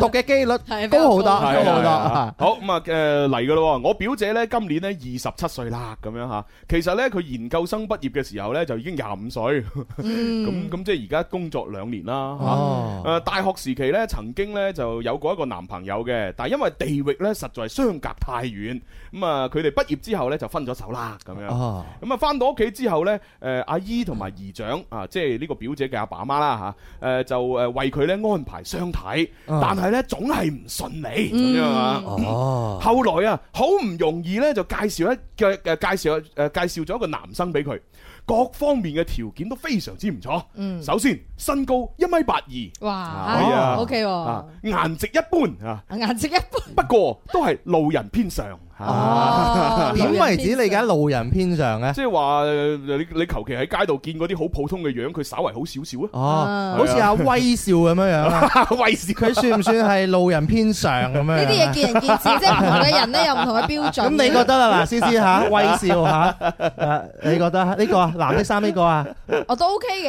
Speaker 4: 讀嘅機率
Speaker 3: 係
Speaker 4: 高好
Speaker 2: 係
Speaker 4: 多，
Speaker 2: 啊
Speaker 4: 高好
Speaker 2: 係
Speaker 4: 多
Speaker 2: 啊
Speaker 4: 啊，
Speaker 2: 好咁啊，誒嚟噶咯，我表姐呢，今年呢，二十七歲啦，咁樣吓。其實呢，佢研究生畢業嘅時候呢，就已經廿五歲， *laughs* 咁咁即係而家工作兩年啦，吓。
Speaker 4: 嗯哦
Speaker 2: 誒、，
Speaker 4: *laughs*
Speaker 2: 大學時期咧，曾經咧就有過一個男朋友嘅，但係因為地域咧實在相隔太遠，咁、啊佢哋畢業之後咧就分咗手啦，咁樣。
Speaker 4: 哦，
Speaker 2: 咁啊，翻到屋企之後呢，誒、阿姨同埋姨丈啊，即係呢個表姐嘅阿爸媽啦嚇，誒、就誒為佢呢安排相睇，
Speaker 4: 啊
Speaker 2: 但係呢總係唔順利咁樣啊。
Speaker 4: 哦，
Speaker 2: 後來啊，好唔容易呢，就介紹一嘅嘅介紹誒、介紹咗一個男生俾佢，各方面嘅條件都非常之唔錯。
Speaker 3: 嗯
Speaker 2: 首先身高一米八二。哎呀
Speaker 3: 哇，OK
Speaker 2: 啊
Speaker 3: 喎，，
Speaker 2: 顏值一般啊，
Speaker 3: 顏值一般。
Speaker 2: 不過都係路人偏上啊。
Speaker 3: 哦，
Speaker 4: 點為止你而家路人偏上咧？
Speaker 2: 即係話呃你你求其喺街度見嗰啲好普通嘅樣，佢稍為好少少
Speaker 4: 哦，
Speaker 3: 啊
Speaker 4: 好似阿威少咁樣樣 *laughs* 啊，
Speaker 2: 啊，為少
Speaker 4: 佢算唔算係路人偏上咁樣？啊
Speaker 3: 呢啲嘢。見仁
Speaker 4: *laughs*
Speaker 3: 見智，即係唔同嘅人咧有唔同嘅標準。
Speaker 4: 咁你覺得啦，嗱，思思嚇，威少嚇，誒，你覺得呢個啊，藍色衫呢個啊？
Speaker 3: 我都 OK
Speaker 4: *laughs*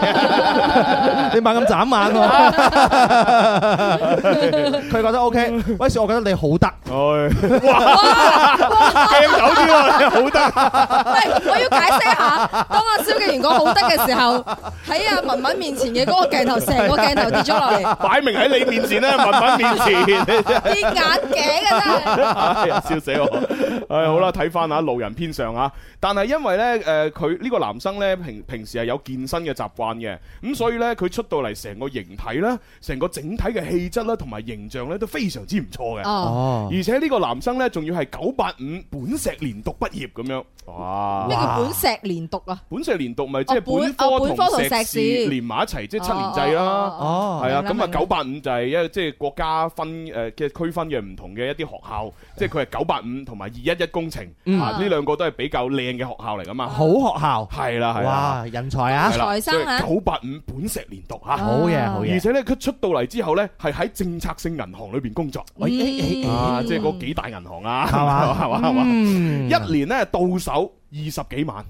Speaker 2: *laughs* 哎
Speaker 4: 你猛咁眨眼喎，佢覺得
Speaker 2: *laughs*
Speaker 4: OK。威少，我覺得你好得，
Speaker 2: 唉哇，鏡頭啲啊，你好得，
Speaker 3: 喂，我要解釋一下，當阿蕭敬元講好得嘅時候，喺阿文文面前嘅嗰個鏡頭，成個鏡頭跌咗落嚟，
Speaker 2: 擺明喺你面前咧，文文面前， *laughs* 你真係
Speaker 3: 跌眼鏡嘅
Speaker 2: *laughs*
Speaker 3: 真係。
Speaker 2: 哎呀笑死我！唉，好啦，睇翻下路人偏上啊，但係因為呢，誒佢呢個男生呢，平平時係有健身嘅習慣嘅，咁所以呢，佢出到嚟成個形體啦，成個整體嘅氣質啦，同埋形象呢，都非常之唔錯嘅。
Speaker 3: 哦，
Speaker 4: 哦，
Speaker 2: 而且呢個男生呢，仲要係九八五本石連讀畢業咁樣，
Speaker 3: 咩
Speaker 2: 哇！
Speaker 3: 叫本石連讀啊？
Speaker 2: 本石連讀咪即係
Speaker 3: 哦本
Speaker 2: 本科
Speaker 3: 哦本科
Speaker 2: 同
Speaker 3: 同
Speaker 2: 碩
Speaker 3: 碩
Speaker 2: 士
Speaker 3: 士
Speaker 2: 連埋一齊，即係
Speaker 3: Ờ,
Speaker 2: 七年制
Speaker 3: 哦
Speaker 2: 啦。
Speaker 4: 哦
Speaker 2: 係啊，
Speaker 3: 明
Speaker 2: 咁
Speaker 3: 啦
Speaker 2: 啊九八五就係一即係國家分誒嘅區分嘅唔同嘅一啲學校，即係佢係九八五同埋二一一工程
Speaker 4: 嗯
Speaker 2: 啊，呢兩個都係比較靚嘅學校嚟噶嘛。
Speaker 4: 好學校，
Speaker 2: 係啦，係啦，
Speaker 4: 哇，人才啊
Speaker 2: 係，啦
Speaker 3: 財生啊
Speaker 2: 九八五本石連讀嚇。
Speaker 4: 好嘢，好
Speaker 2: 而
Speaker 4: 嘢。
Speaker 2: 且咧，佢出到嚟之後咧，係喺政策性銀行裏邊工作，
Speaker 3: Ừ.
Speaker 4: 喂誒誒誒
Speaker 2: 啊，即係嗰幾大銀行啊， *laughs*
Speaker 4: 係嘛
Speaker 2: 係嘛，係嘛，
Speaker 4: 嗯
Speaker 2: 一年咧到手二十幾萬，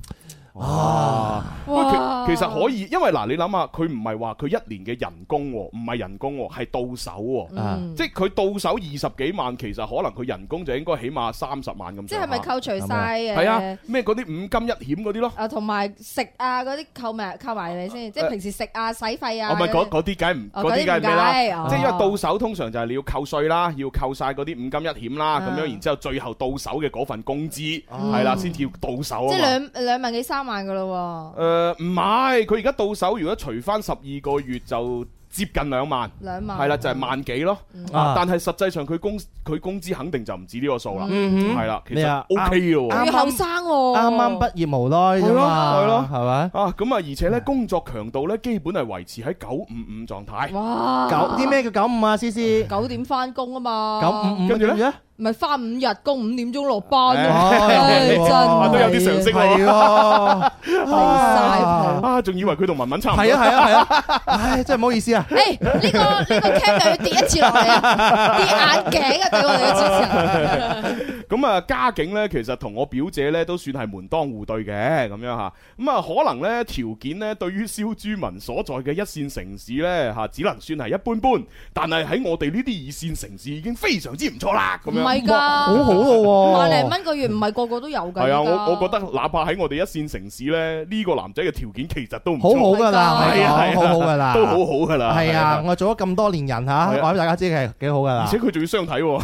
Speaker 4: 哦，
Speaker 2: 喂其
Speaker 3: 哇
Speaker 2: 其實可以，因為嗱，你諗下，佢唔係話佢一年嘅人工喎，唔係人工喎，係到手喎。
Speaker 3: 嗯
Speaker 2: 即係佢到手二十幾萬，其實可能佢人工就應該起碼三十萬咁上下。
Speaker 3: 即係咪扣除晒誒？
Speaker 2: 係啊，咩嗰啲五金一險嗰啲咯。
Speaker 3: 啊，同埋食啊嗰啲扣埋扣埋你先，即係平時食啊、使費啊。
Speaker 2: 我咪嗰
Speaker 3: 嗰
Speaker 2: 嗰啲梗係唔
Speaker 3: 哦
Speaker 2: 嗰啲梗係咩啦？
Speaker 3: 嗰啲唔計哦
Speaker 2: 即係因為到手通常就係你要扣稅啦，要扣晒嗰啲五金一險啦，咁樣
Speaker 3: 嗯
Speaker 2: 然之後最後到手嘅嗰份工資
Speaker 4: 嗯
Speaker 2: 係啦，先至要到手
Speaker 3: 即
Speaker 2: 啊嘛。
Speaker 3: 係兩兩萬幾三萬噶咯
Speaker 2: 誒唔係，佢而家到手如果除翻十二個月就接近兩萬。
Speaker 3: 喎，兩萬。
Speaker 2: 係啦，就係萬幾咯，啊
Speaker 4: 啊
Speaker 2: 但係實際上佢工佢工資肯定就唔止呢個數啦，
Speaker 4: 嗯
Speaker 2: 係啦，其
Speaker 4: 你
Speaker 2: 實
Speaker 4: 啊
Speaker 2: OK 嘅喎
Speaker 4: 啱
Speaker 3: 佢後生喎，
Speaker 4: 啱啱畢業無耐啫嘛，
Speaker 2: 係咯係咯
Speaker 4: 係咪？
Speaker 2: 啊，咁啊，而且咧
Speaker 4: 嗯
Speaker 2: 工作強度咧基本係維持喺九五五狀態，
Speaker 3: 哇！
Speaker 4: 九啲咩叫九五啊？思思
Speaker 3: 九點翻工啊嘛，
Speaker 4: 九五五
Speaker 2: 跟住呢
Speaker 4: 點啫
Speaker 3: 唔係翻五日工，五點鐘落班
Speaker 2: *laughs*
Speaker 4: À.
Speaker 2: 唉
Speaker 3: 啊，唉真
Speaker 2: 啊都有
Speaker 3: 係
Speaker 2: 啲常識喎 *laughs*
Speaker 4: 係咯，
Speaker 3: 離晒譜。
Speaker 2: 啊，仲以為佢同文文差唔多，
Speaker 4: 係啊係啊係啊，唉，真係唔好意思啊。
Speaker 3: 誒呢個呢個 cam 又要跌一次落嚟啊，跌眼鏡啊，對我哋嘅主持人。
Speaker 2: 咁啊，家境咧其實同我表姐咧都算係門當戶對嘅咁樣嚇，咁啊可能咧條件咧對於蕭朱文所在嘅一線城市咧嚇，只能算係一般般，但係喺我哋呢啲二線城市已經非常之唔錯啦，咁
Speaker 3: 唔
Speaker 2: 樣。
Speaker 3: 係
Speaker 4: 哇好好
Speaker 3: 㗎，
Speaker 4: 咯
Speaker 3: 萬
Speaker 4: 喎
Speaker 3: 零。蚊個月唔係個個都有㗎。
Speaker 2: 係啊，
Speaker 3: 而家
Speaker 2: 我我覺得哪怕喺我哋一線城市咧，呢、個男仔嘅條件其實都唔
Speaker 4: 好
Speaker 2: 錯
Speaker 4: 好噶啦，
Speaker 3: 係
Speaker 2: 啊
Speaker 4: 係
Speaker 2: 係啊
Speaker 4: 好好噶啦，
Speaker 2: 都好好噶啦。
Speaker 4: 係啊，，我做咗咁多年人吓，
Speaker 2: 係啊
Speaker 4: 話俾大家知係幾好噶
Speaker 2: 而
Speaker 4: 啦
Speaker 2: 且，佢仲要相睇喎。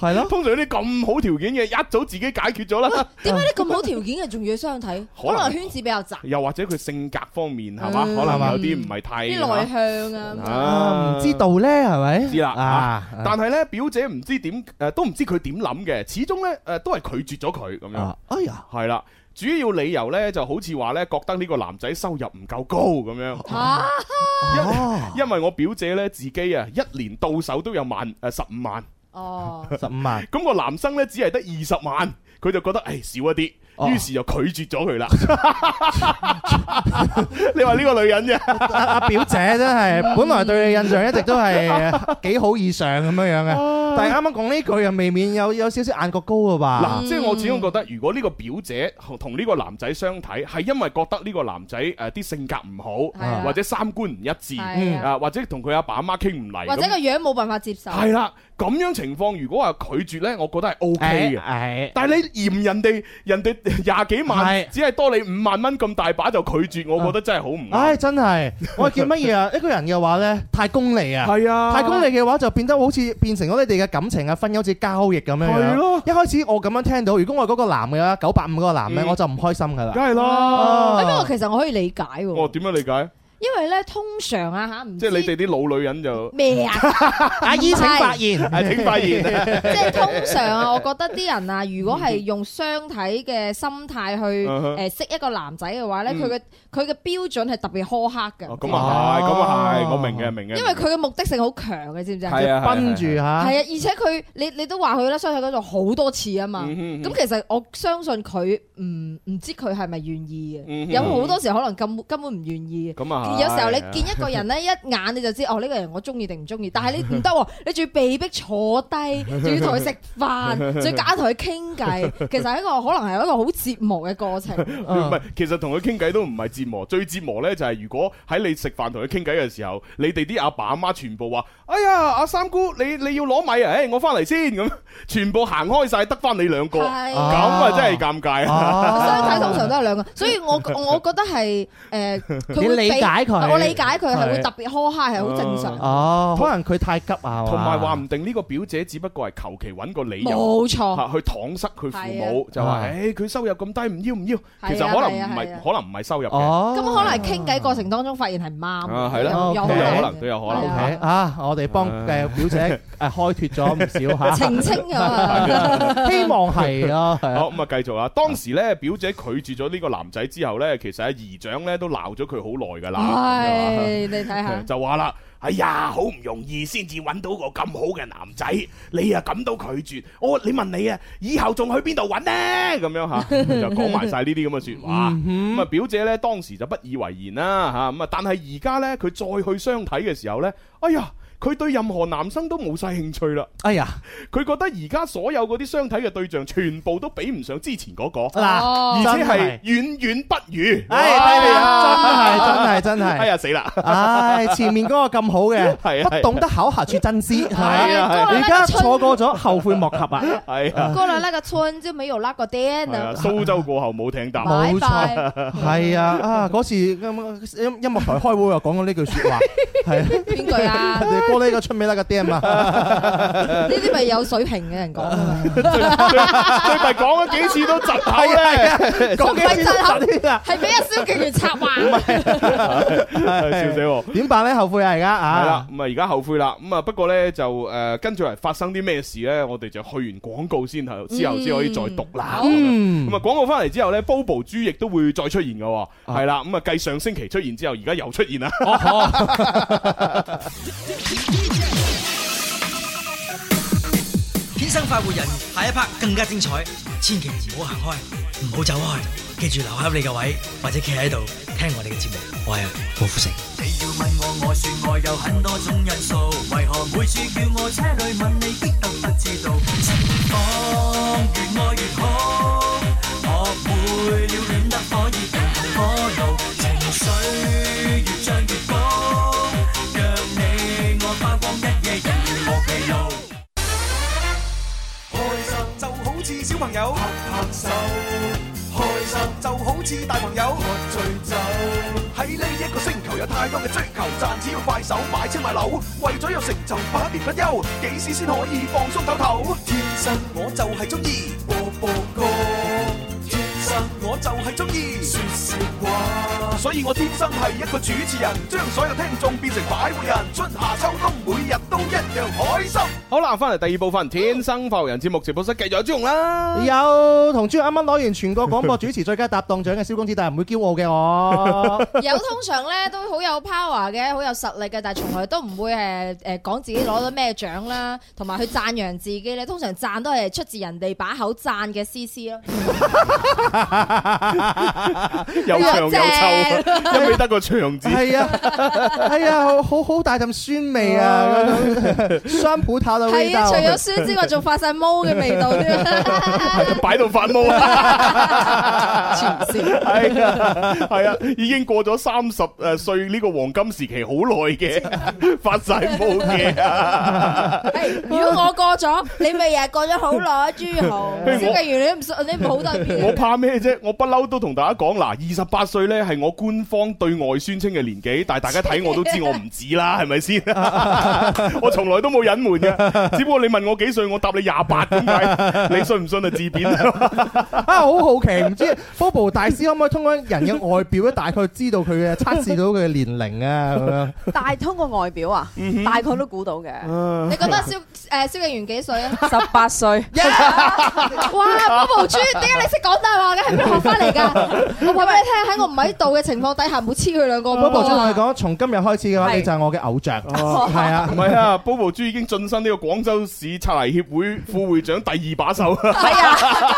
Speaker 4: 係咯，
Speaker 2: 通常呢啲咁好條件嘅，一早自己解決咗啦。
Speaker 3: 點解你咁好條件嘅仲要相睇？
Speaker 2: 可能
Speaker 3: 可能圈子比較窄，
Speaker 2: 又或者佢性格方面係嘛，
Speaker 3: 嗯
Speaker 2: 可能有啲唔係太
Speaker 3: 啲內向啊。
Speaker 4: 啊唔知。道咧，係咪？
Speaker 2: 知啦
Speaker 4: 啊，
Speaker 2: 但係咧，表姐唔知點誒，都唔知佢點諗嘅，始終咧誒都係拒絕咗佢咁樣。
Speaker 4: 啊，哎呀，
Speaker 2: 係啦，主要理由咧就好似話咧，覺得呢個男仔收入唔夠高咁樣。
Speaker 4: 啊
Speaker 3: 嚇！
Speaker 4: 哦，
Speaker 2: 因為我表姐咧自己啊，一年到手都有萬誒十五萬，
Speaker 3: 哦，
Speaker 4: 十五萬，
Speaker 2: 咁個男生咧只係得二十萬，佢就覺得誒少一啲。
Speaker 4: 哦
Speaker 2: 於是就拒絕咗
Speaker 4: *laughs*
Speaker 2: 佢啦。 *laughs* 你話呢個女人啫，
Speaker 4: 阿阿表姐真
Speaker 2: *laughs*
Speaker 4: 係，本來對你印象一直都係幾好以上咁樣樣嘅，但係啱啱講呢句又未免有有少少眼角高啊吧
Speaker 2: 嗱，？即係我始終覺得，如果呢個表姐同同呢個男仔相睇，係因為覺得呢個男仔誒啲性格唔
Speaker 3: 係
Speaker 2: 好，
Speaker 3: 啊
Speaker 2: 或者三觀唔一致，
Speaker 3: 係啊
Speaker 2: 啊或者同佢阿爸阿媽傾唔嚟，
Speaker 3: 或者個
Speaker 2: 咁
Speaker 3: 樣冇辦法接受。
Speaker 2: 係啊啦。咁樣情況如果話拒絕呢，我覺得係 O K 嘅。
Speaker 4: 係
Speaker 2: 但係你嫌人哋人哋廿幾萬
Speaker 4: 係，
Speaker 2: 只係多你五萬蚊咁大把就拒絕，我覺得真係好唔
Speaker 4: 唉，
Speaker 2: 啱。
Speaker 4: 真係，我叫乜
Speaker 2: *laughs*
Speaker 4: 嘢啊？一個人嘅話咧，太功利啊！
Speaker 2: 係啊，
Speaker 4: 太功利嘅話就變得好似變成咗你哋嘅感情嘅婚姻好似交易咁樣樣。
Speaker 2: 係啊咯
Speaker 4: 一開始我咁樣聽到，如果我係嗰個男嘅話，九百五嗰個男咧，
Speaker 2: 嗯
Speaker 4: 我就唔開心噶啦
Speaker 2: 梗。係啦。
Speaker 3: 不
Speaker 4: 啊
Speaker 3: 過其實我可以理解
Speaker 2: 我
Speaker 3: 喎，
Speaker 2: 哦點樣理解？
Speaker 3: 因為咧通常啊嚇，唔
Speaker 2: 即係
Speaker 3: 知
Speaker 2: 你哋啲老女人就 *laughs*
Speaker 3: 咩啊？
Speaker 4: 阿姨請發言，
Speaker 2: 係請發言。 *laughs*
Speaker 3: 即係通常啊，我覺得啲人啊，如果係用相睇嘅心態去
Speaker 2: 嗯哼
Speaker 3: 誒呃識一個男仔嘅話咧，
Speaker 2: 嗯
Speaker 3: 佢嘅佢嘅標準係特別苛刻
Speaker 2: 哦
Speaker 3: 嘅，
Speaker 2: 咁啊係，咁啊係，我明嘅，明嘅。
Speaker 3: 因為佢嘅目的性好強嘅，知唔知啊？
Speaker 2: 係啊
Speaker 4: 奔住嚇
Speaker 3: 係。啊，而且佢你你都話佢啦，相睇嗰度好多次啊嘛。
Speaker 2: 嗯哼
Speaker 3: 咁其實我相信佢唔唔知佢係咪願意
Speaker 2: 嗯
Speaker 3: 嘅，
Speaker 2: 哼
Speaker 3: 有好多時候可能根根本唔願意嘅。
Speaker 2: 咁啊係，
Speaker 3: 有時候你見一個人咧，一眼你就知哦，呢個人我中意定唔中意。但
Speaker 2: *laughs*
Speaker 3: 係你唔得喎，你仲要被逼坐低，仲要同佢食
Speaker 2: *laughs*
Speaker 3: 飯，仲要搞同佢傾偈。其實係一個可能係一個好折磨嘅過程。
Speaker 2: 嗯唔係，其實同佢傾偈都唔係折磨，最折磨呢就係如果喺你食飯同佢傾偈嘅時候，你哋啲阿爸阿媽全部話：哎呀，阿三姑，你你要攞米啊！誒，我翻嚟先咁， *laughs* 全部行開晒，得翻你 *laughs* 兩個，咁
Speaker 3: 係
Speaker 4: 啊
Speaker 2: 啊真係尷尬啊！
Speaker 3: 相睇
Speaker 4: 哦
Speaker 3: 通常都係
Speaker 2: *laughs*
Speaker 3: 兩個，所以我我覺得係誒，佢
Speaker 4: 你
Speaker 3: 會
Speaker 4: 理
Speaker 3: 俾啊
Speaker 4: 解佢
Speaker 3: 我理解佢係會
Speaker 4: 係
Speaker 3: 特別苛刻，係好正常。
Speaker 4: 哦，可能佢太急啊，
Speaker 2: 同埋話唔定呢個表姐只不過係求其揾個理由。
Speaker 3: 冇錯，
Speaker 4: 哦
Speaker 2: 嚇去搪塞佢父母，就話：，
Speaker 4: 啊
Speaker 2: 誒佢收入咁低，唔要唔要。其實
Speaker 3: 係啊
Speaker 2: 可能
Speaker 3: 係
Speaker 2: 唔
Speaker 3: 啊
Speaker 2: 係
Speaker 3: 係啊，
Speaker 2: 可能唔係收入嘅，
Speaker 4: 哦，
Speaker 3: 咁可能係傾偈過程當中發現係唔啱
Speaker 2: 啊係
Speaker 3: 嘅，
Speaker 2: 啦
Speaker 3: 有有
Speaker 4: 哦
Speaker 2: 都有可能，
Speaker 3: 嘅
Speaker 2: 都有可能
Speaker 3: 係。
Speaker 4: OK 啊，我哋幫誒表姐誒開脱咗唔
Speaker 3: *laughs*
Speaker 4: 少嚇，
Speaker 3: 澄清
Speaker 2: *laughs*
Speaker 3: 咗啊！
Speaker 4: 希望係咯，係啊
Speaker 2: 好咁啊，繼續啊！當時咧，表姐拒絕咗呢個男仔之後咧，其實阿姨丈咧都鬧咗佢好耐噶啦，啊
Speaker 3: 唉，你睇
Speaker 4: 啊
Speaker 3: 下，
Speaker 2: 就話啦：，哎呀，好唔容易先至揾到個咁好嘅男仔，你啊咁都拒絕，我你問你啊，以後仲去邊度揾呢？咁樣吓，
Speaker 4: *laughs*
Speaker 2: 就講埋晒呢啲咁嘅説話。
Speaker 4: 嗯
Speaker 2: 咁啊，表姐咧當時就不以為然啦嚇，咁啊，但係而家咧佢再去相睇嘅時候咧，哎呀！佢對任何男生都冇晒興趣啦。
Speaker 4: 哎呀，
Speaker 2: 佢覺得而家所有嗰啲相睇嘅對象，全部都比唔上之前嗰、 *laughs* 個，
Speaker 3: 哦
Speaker 4: 嗱，
Speaker 2: 而且
Speaker 4: 啊
Speaker 2: 係
Speaker 4: 真係，
Speaker 2: 遠遠不如。
Speaker 4: 哎，睇你啊，真係真係真
Speaker 2: 哎
Speaker 4: 係，
Speaker 2: 呀死啦！
Speaker 4: 唉，前面嗰個咁好
Speaker 2: *laughs* 係
Speaker 4: 嘅，
Speaker 2: 啊
Speaker 4: 不懂得巧合處珍惜，係
Speaker 2: 啊
Speaker 3: 哎
Speaker 2: 係啊
Speaker 3: 过了
Speaker 4: 而
Speaker 3: 那
Speaker 4: 家
Speaker 3: 个村
Speaker 4: 錯過咗後悔莫及啊！
Speaker 2: 係啊，
Speaker 3: 过了那个村就沒有那個店
Speaker 2: 係啊，
Speaker 3: 啦。
Speaker 2: 蘇州過後冇艇搭。
Speaker 4: 冇
Speaker 3: 拜
Speaker 4: 錯
Speaker 3: 拜，
Speaker 4: 係啊，啊嗰時音音樂台開會又講過呢句説話，係啊
Speaker 3: 邊句
Speaker 2: *laughs*
Speaker 3: 啊？
Speaker 4: 人哋玻璃個出名得個 damn 啊！
Speaker 3: 呢啲咪有水平嘅人講啊嘛，
Speaker 2: 最最最弊講咗幾次都窒口咧，
Speaker 4: 啊講幾次都窒啲啊！
Speaker 3: 係俾阿蕭敬元插話。
Speaker 2: 笑死我！
Speaker 4: 點辦咧？後悔啊！而家
Speaker 2: 係啦
Speaker 4: 啊，，
Speaker 2: 咁啊而家後悔啦，咁啊不過呢，就誒跟住嚟發生啲咩事呢？我哋就去完廣告先後之後先可以再讀啦。咁
Speaker 3: 嗯
Speaker 2: 樣
Speaker 4: 嗯
Speaker 2: 咁啊，廣告翻嚟之後呢 b o b o 豬亦都會再出現嘅喎，係啦，咁啊繼上星期出現之後，而家又出現啦。
Speaker 4: 哦 *laughs*
Speaker 7: 天生快活人，下一 part 更加精彩，千祈唔好行開，唔好走開，記住留喺你嘅位，或者企喺度聽我哋嘅節目。我係郭富城。
Speaker 9: 你要問我，我說我有很多種因素，為何每次叫我車裏問你，必得不知道？情況越愛越好，學會了戀得可以更可怒，情緒越漲越高，讓你我花光一夜，人無疲勞。
Speaker 8: 開心就好似小朋友拍拍手，開心就好似大朋友喝醉酒。喺呢一個星球有太多嘅追求，賺錢要快手買車買樓，為咗有成就百變不休，幾時先可以放鬆唞唞？天生我就係中意播播歌，天生我就係中意説笑話，所以我天生係一個主持人，將所有聽眾變成擺活人，春夏秋冬每日都一樣開心。
Speaker 2: *laughs* 好啦，翻嚟第二部分《天生浮人》節目直播室，繼續有朱紅啦。
Speaker 4: 哎有同朱啱啱攞完全國廣播主持最佳搭檔獎嘅蕭公子，但係唔會驕傲嘅我。
Speaker 3: 有通常咧都好有 power 嘅，好有實力嘅，但係從來都唔會誒誒講自己攞咗咩獎啦，同埋去讚揚自己咧，通常讚都係出自人哋把口讚嘅 C C 咯。
Speaker 2: 又長又臭， *laughs* 一味得個長字。
Speaker 4: 係啊，係啊，好好大陣酸味啊，嗰種酸葡萄嘅味
Speaker 3: 係
Speaker 4: 道
Speaker 3: 啊，。除咗酸之外，仲發晒毛嘅味道添。 *laughs*
Speaker 2: 擺到發毛啊！
Speaker 3: 黐線
Speaker 2: 係啊，係啊，已經過咗三十誒歲呢個黃金時期好耐嘅，發晒毛嘅啊！
Speaker 3: *laughs* 係哎如果我過咗，你咪日日過咗好耐，朱 *laughs* 豪。
Speaker 2: 嘿我
Speaker 3: 蕭敬元，你唔信，你唔好啊代表。 *laughs*
Speaker 2: 我怕咩啫？我不嬲都同大家講嗱，二十八歲呢係我官方對外宣稱嘅年紀，但係大家睇我都知我唔止啦，係咪先？ *laughs* 我從來都冇隱瞞嘅，只不過你問我幾歲，我答你廿八點解？你信唔信啊？自貶。
Speaker 4: 啊，好好奇，唔知 Bobo 大師可唔可以通過人嘅外表咧，大概知道佢嘅測試到佢嘅年齡啊咁樣？
Speaker 10: 但係通過外表啊，
Speaker 2: 嗯
Speaker 10: 大概都估到嘅，
Speaker 2: 啊
Speaker 3: 你覺得蕭誒蕭敬元幾歲啊？
Speaker 10: 十八 *laughs* 歲。
Speaker 3: 哇！寶寶豬，點解你識講大話嘅？係邊度學翻嚟㗎？我話俾你聽，喺我唔喺度嘅情況底下，唔好黐佢兩個。寶
Speaker 4: Bobo
Speaker 3: 寶
Speaker 4: 先同你
Speaker 3: 豬，
Speaker 4: 講，從今日開始嘅話，
Speaker 10: 係
Speaker 4: 你就係我嘅偶像，係啊
Speaker 2: 唔。係啊，Bobo 豬已經晉身呢個廣州市拆泥協會副會長第二把手啊
Speaker 3: *laughs*
Speaker 2: 啦，
Speaker 3: 啊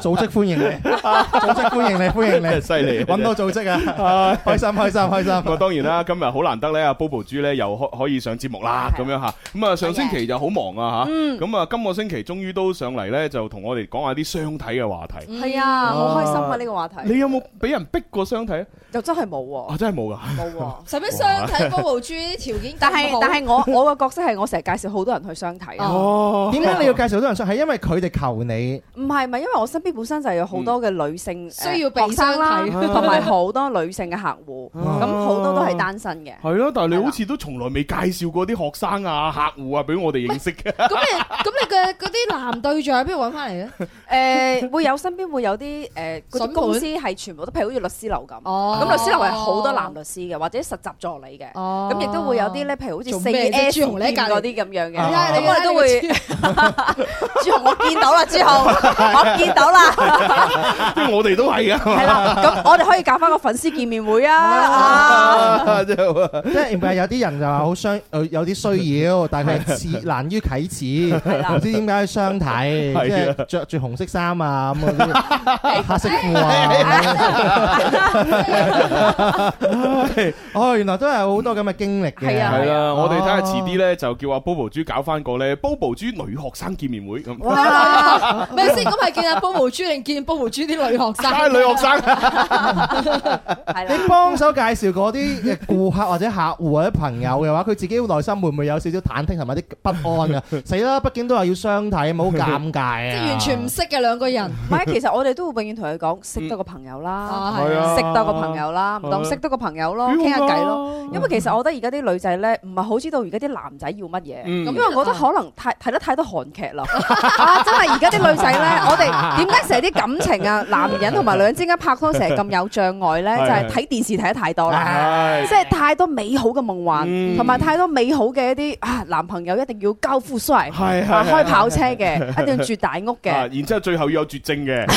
Speaker 4: 組織歡迎你，組織歡
Speaker 2: *laughs*
Speaker 4: 迎你，歡迎
Speaker 2: 真係
Speaker 4: 你，
Speaker 2: 犀利
Speaker 4: 揾到組織啊！開心，開
Speaker 2: *laughs*
Speaker 4: 心，開心。
Speaker 2: 咁啊，當然啦，今日好難得咧，阿 Bobo 豬咧又可可以上節目啦，咁樣吓。咁啊，上星期就好忙啊吓，咁啊，今個星期終於都上嚟咧，就同我哋講下啲相睇嘅話題。
Speaker 10: 係啊，好開心啊！呢個話題
Speaker 2: 你有冇俾人逼過相睇啊？
Speaker 10: 又真係冇喎
Speaker 2: 啊，，真係冇噶。
Speaker 10: 冇喎。
Speaker 3: 使乜相睇寶寶豬啲條件咁好？
Speaker 10: 但係但係我我個角色係我成日介紹好多人去相睇啊，
Speaker 2: 哦，
Speaker 4: 點解你要介紹多人上？係因為佢哋
Speaker 2: *laughs*
Speaker 4: 求你，
Speaker 10: 唔係唔係，因為我身邊本身就有好多嘅女性
Speaker 3: 嗯需要
Speaker 10: 誒
Speaker 3: 被
Speaker 10: 學生啦，
Speaker 3: 相睇
Speaker 10: 同埋好多女性嘅客戶，
Speaker 2: 啊
Speaker 10: 咁好多都係單身
Speaker 3: 哦
Speaker 10: 嘅。
Speaker 2: 係咯，但係你好似都從來未介紹過啲學生啊、客戶啊俾我哋認識嘅。
Speaker 3: 咁你咁你嘅嗰啲男對象喺邊度揾翻嚟咧？
Speaker 10: 誒呃會有身邊會有啲誒嗰
Speaker 3: 筍
Speaker 10: 啲
Speaker 3: 盤
Speaker 10: 公司係全部都譬如好似律師樓咁，
Speaker 3: 哦
Speaker 10: 咁律師樓係好多男律師嘅，或者實習助理嘅，
Speaker 3: 哦
Speaker 10: 咁亦都會有啲咧，譬如好似
Speaker 3: 做
Speaker 10: 四
Speaker 3: 咩啫
Speaker 10: S
Speaker 3: 朱紅
Speaker 10: 店
Speaker 3: 你喺隔離
Speaker 10: 嗰
Speaker 3: 啊
Speaker 10: 啲咁樣嘅，
Speaker 3: 你睇下你
Speaker 10: 咁我哋都會
Speaker 3: 你睇下你個 *laughs*
Speaker 10: 朱紅，我見到啦，朱紅，我見到啦，
Speaker 2: 因為我哋都係噶。
Speaker 10: 係啦，咁我哋可以搞翻個粉絲見面會
Speaker 3: *laughs*
Speaker 10: 啊！啊
Speaker 2: *laughs* 啊真係好啊
Speaker 4: 即係唔係有啲人就話好相誒有
Speaker 2: *laughs*
Speaker 4: 啲需要，但係佢似難於啟齒，唔知點解相睇，
Speaker 2: 係
Speaker 4: 即
Speaker 2: 啊
Speaker 4: 係着住紅色衫啊咁
Speaker 2: *laughs*
Speaker 4: 嗰啲黑色褲啊。哦，原來都係好多咁嘅經歷嘅。
Speaker 10: 係啊
Speaker 2: 係啦，
Speaker 10: 啊
Speaker 2: 我哋睇下遲啲咧，就叫阿 Bobo 豬搞翻個咧 Bobo 豬女學生見面會咁。
Speaker 3: 哇！咪先咁係見阿 Bobo 豬定見 Bobo 豬啲女學
Speaker 2: 梗係
Speaker 3: 生？
Speaker 2: 女學生，啊
Speaker 10: 係
Speaker 4: 你
Speaker 10: 啦，
Speaker 4: 幫手介紹嗰啲嘅顧客或者客戶或者朋友嘅話，佢自己內心會唔會有少少忐忑同埋啲不安 *laughs* 啊？死啦，畢竟都係要相睇，冇尷尬啊！
Speaker 3: 即係完全唔識嘅兩個人。
Speaker 10: 唔係，其實我哋都會永遠同佢講識多個朋友啦
Speaker 3: 啊，係啊
Speaker 10: 識多個朋友啦，唔當識多個朋友
Speaker 2: 啊
Speaker 10: 咯，傾下偈咯。因
Speaker 2: 嗯
Speaker 10: 為其實我覺得而家啲女仔咧，唔係好知道而家啲男仔要乜嘢，
Speaker 2: 嗯
Speaker 10: 因為我覺得可能太睇得太多韓劇
Speaker 2: *laughs*
Speaker 10: 啦。啊，真係而家啲女仔咧，我哋點解成日啲感情啊，男人同埋女人之間拍拖成日咁有障礙咧，
Speaker 2: 係
Speaker 10: 就係睇電視睇得太多啦。
Speaker 2: 係
Speaker 10: 即係太多美好嘅夢幻，
Speaker 2: 嗯
Speaker 10: 同埋太多美好嘅一啲啊，男朋友一定要高富帥，
Speaker 2: 係
Speaker 10: 啊
Speaker 2: 係
Speaker 10: 開跑車嘅，一定要住大屋
Speaker 2: *laughs* 啊
Speaker 10: 嘅，
Speaker 2: 然之後最後要有絕症嘅，
Speaker 10: 係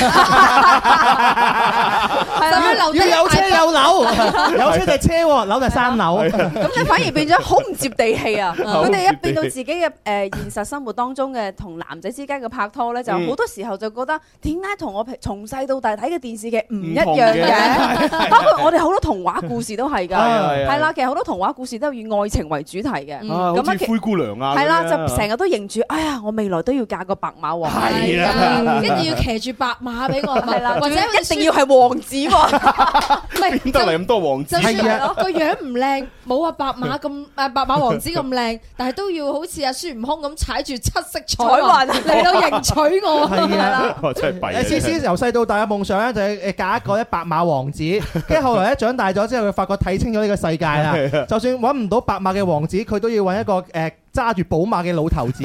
Speaker 3: 使唔
Speaker 10: 啦
Speaker 3: 使。留低
Speaker 4: 要有車
Speaker 3: 大 *laughs*
Speaker 4: 有樓，有車就係車喎，樓就係啊三樓。
Speaker 10: 咁你反而變咗好唔接地氣啊！
Speaker 2: *laughs* 好唔
Speaker 10: 佢
Speaker 2: 接地氣
Speaker 10: 哋一變到自己嘅誒現實生活當中嘅同男仔之間嘅拍拖咧，就
Speaker 2: 嗯
Speaker 10: 好多時候就覺得點解同我平從細到大睇嘅電視劇唔一
Speaker 2: 同
Speaker 10: 樣
Speaker 2: *laughs*
Speaker 10: 嘅？ *laughs* 包括我哋好多童話故事都係㗎，
Speaker 2: 係係
Speaker 10: 係啦，其實好多童話故事都係以愛情為主題嘅。
Speaker 3: 嗯
Speaker 2: 啊啊，好
Speaker 10: 咁啊
Speaker 2: 似
Speaker 10: 其
Speaker 2: 灰姑娘啊，
Speaker 10: 係啦，
Speaker 2: 咁樣
Speaker 10: 就成日都認住，哎呀，我未來都要嫁個白
Speaker 2: *laughs*
Speaker 10: 馬王，
Speaker 2: 係啦
Speaker 3: 啊跟住要騎住白馬俾我，
Speaker 10: 係啦，
Speaker 3: 或者
Speaker 10: 一定要係王子喎，
Speaker 3: 唔係
Speaker 2: 邊得嚟咁多王子
Speaker 3: 就？算
Speaker 4: 係啊
Speaker 3: 個樣唔靚，冇阿白馬咁誒白馬王子咁靚，但係都要好似阿孫悟空咁踩住七色彩雲
Speaker 10: 彩雲
Speaker 3: 嚟到迎娶我。
Speaker 4: 係啊。
Speaker 2: *laughs* 哇真係弊啊
Speaker 4: 誒思思由細到大嘅夢想咧，就係誒嫁一個咧白馬王 *laughs* 子。跟住後來咧長大咗之後，佢發覺睇清咗呢個世界啦。就算揾唔到白馬嘅王子，佢都要揾一個誒揸住寶馬嘅老頭子。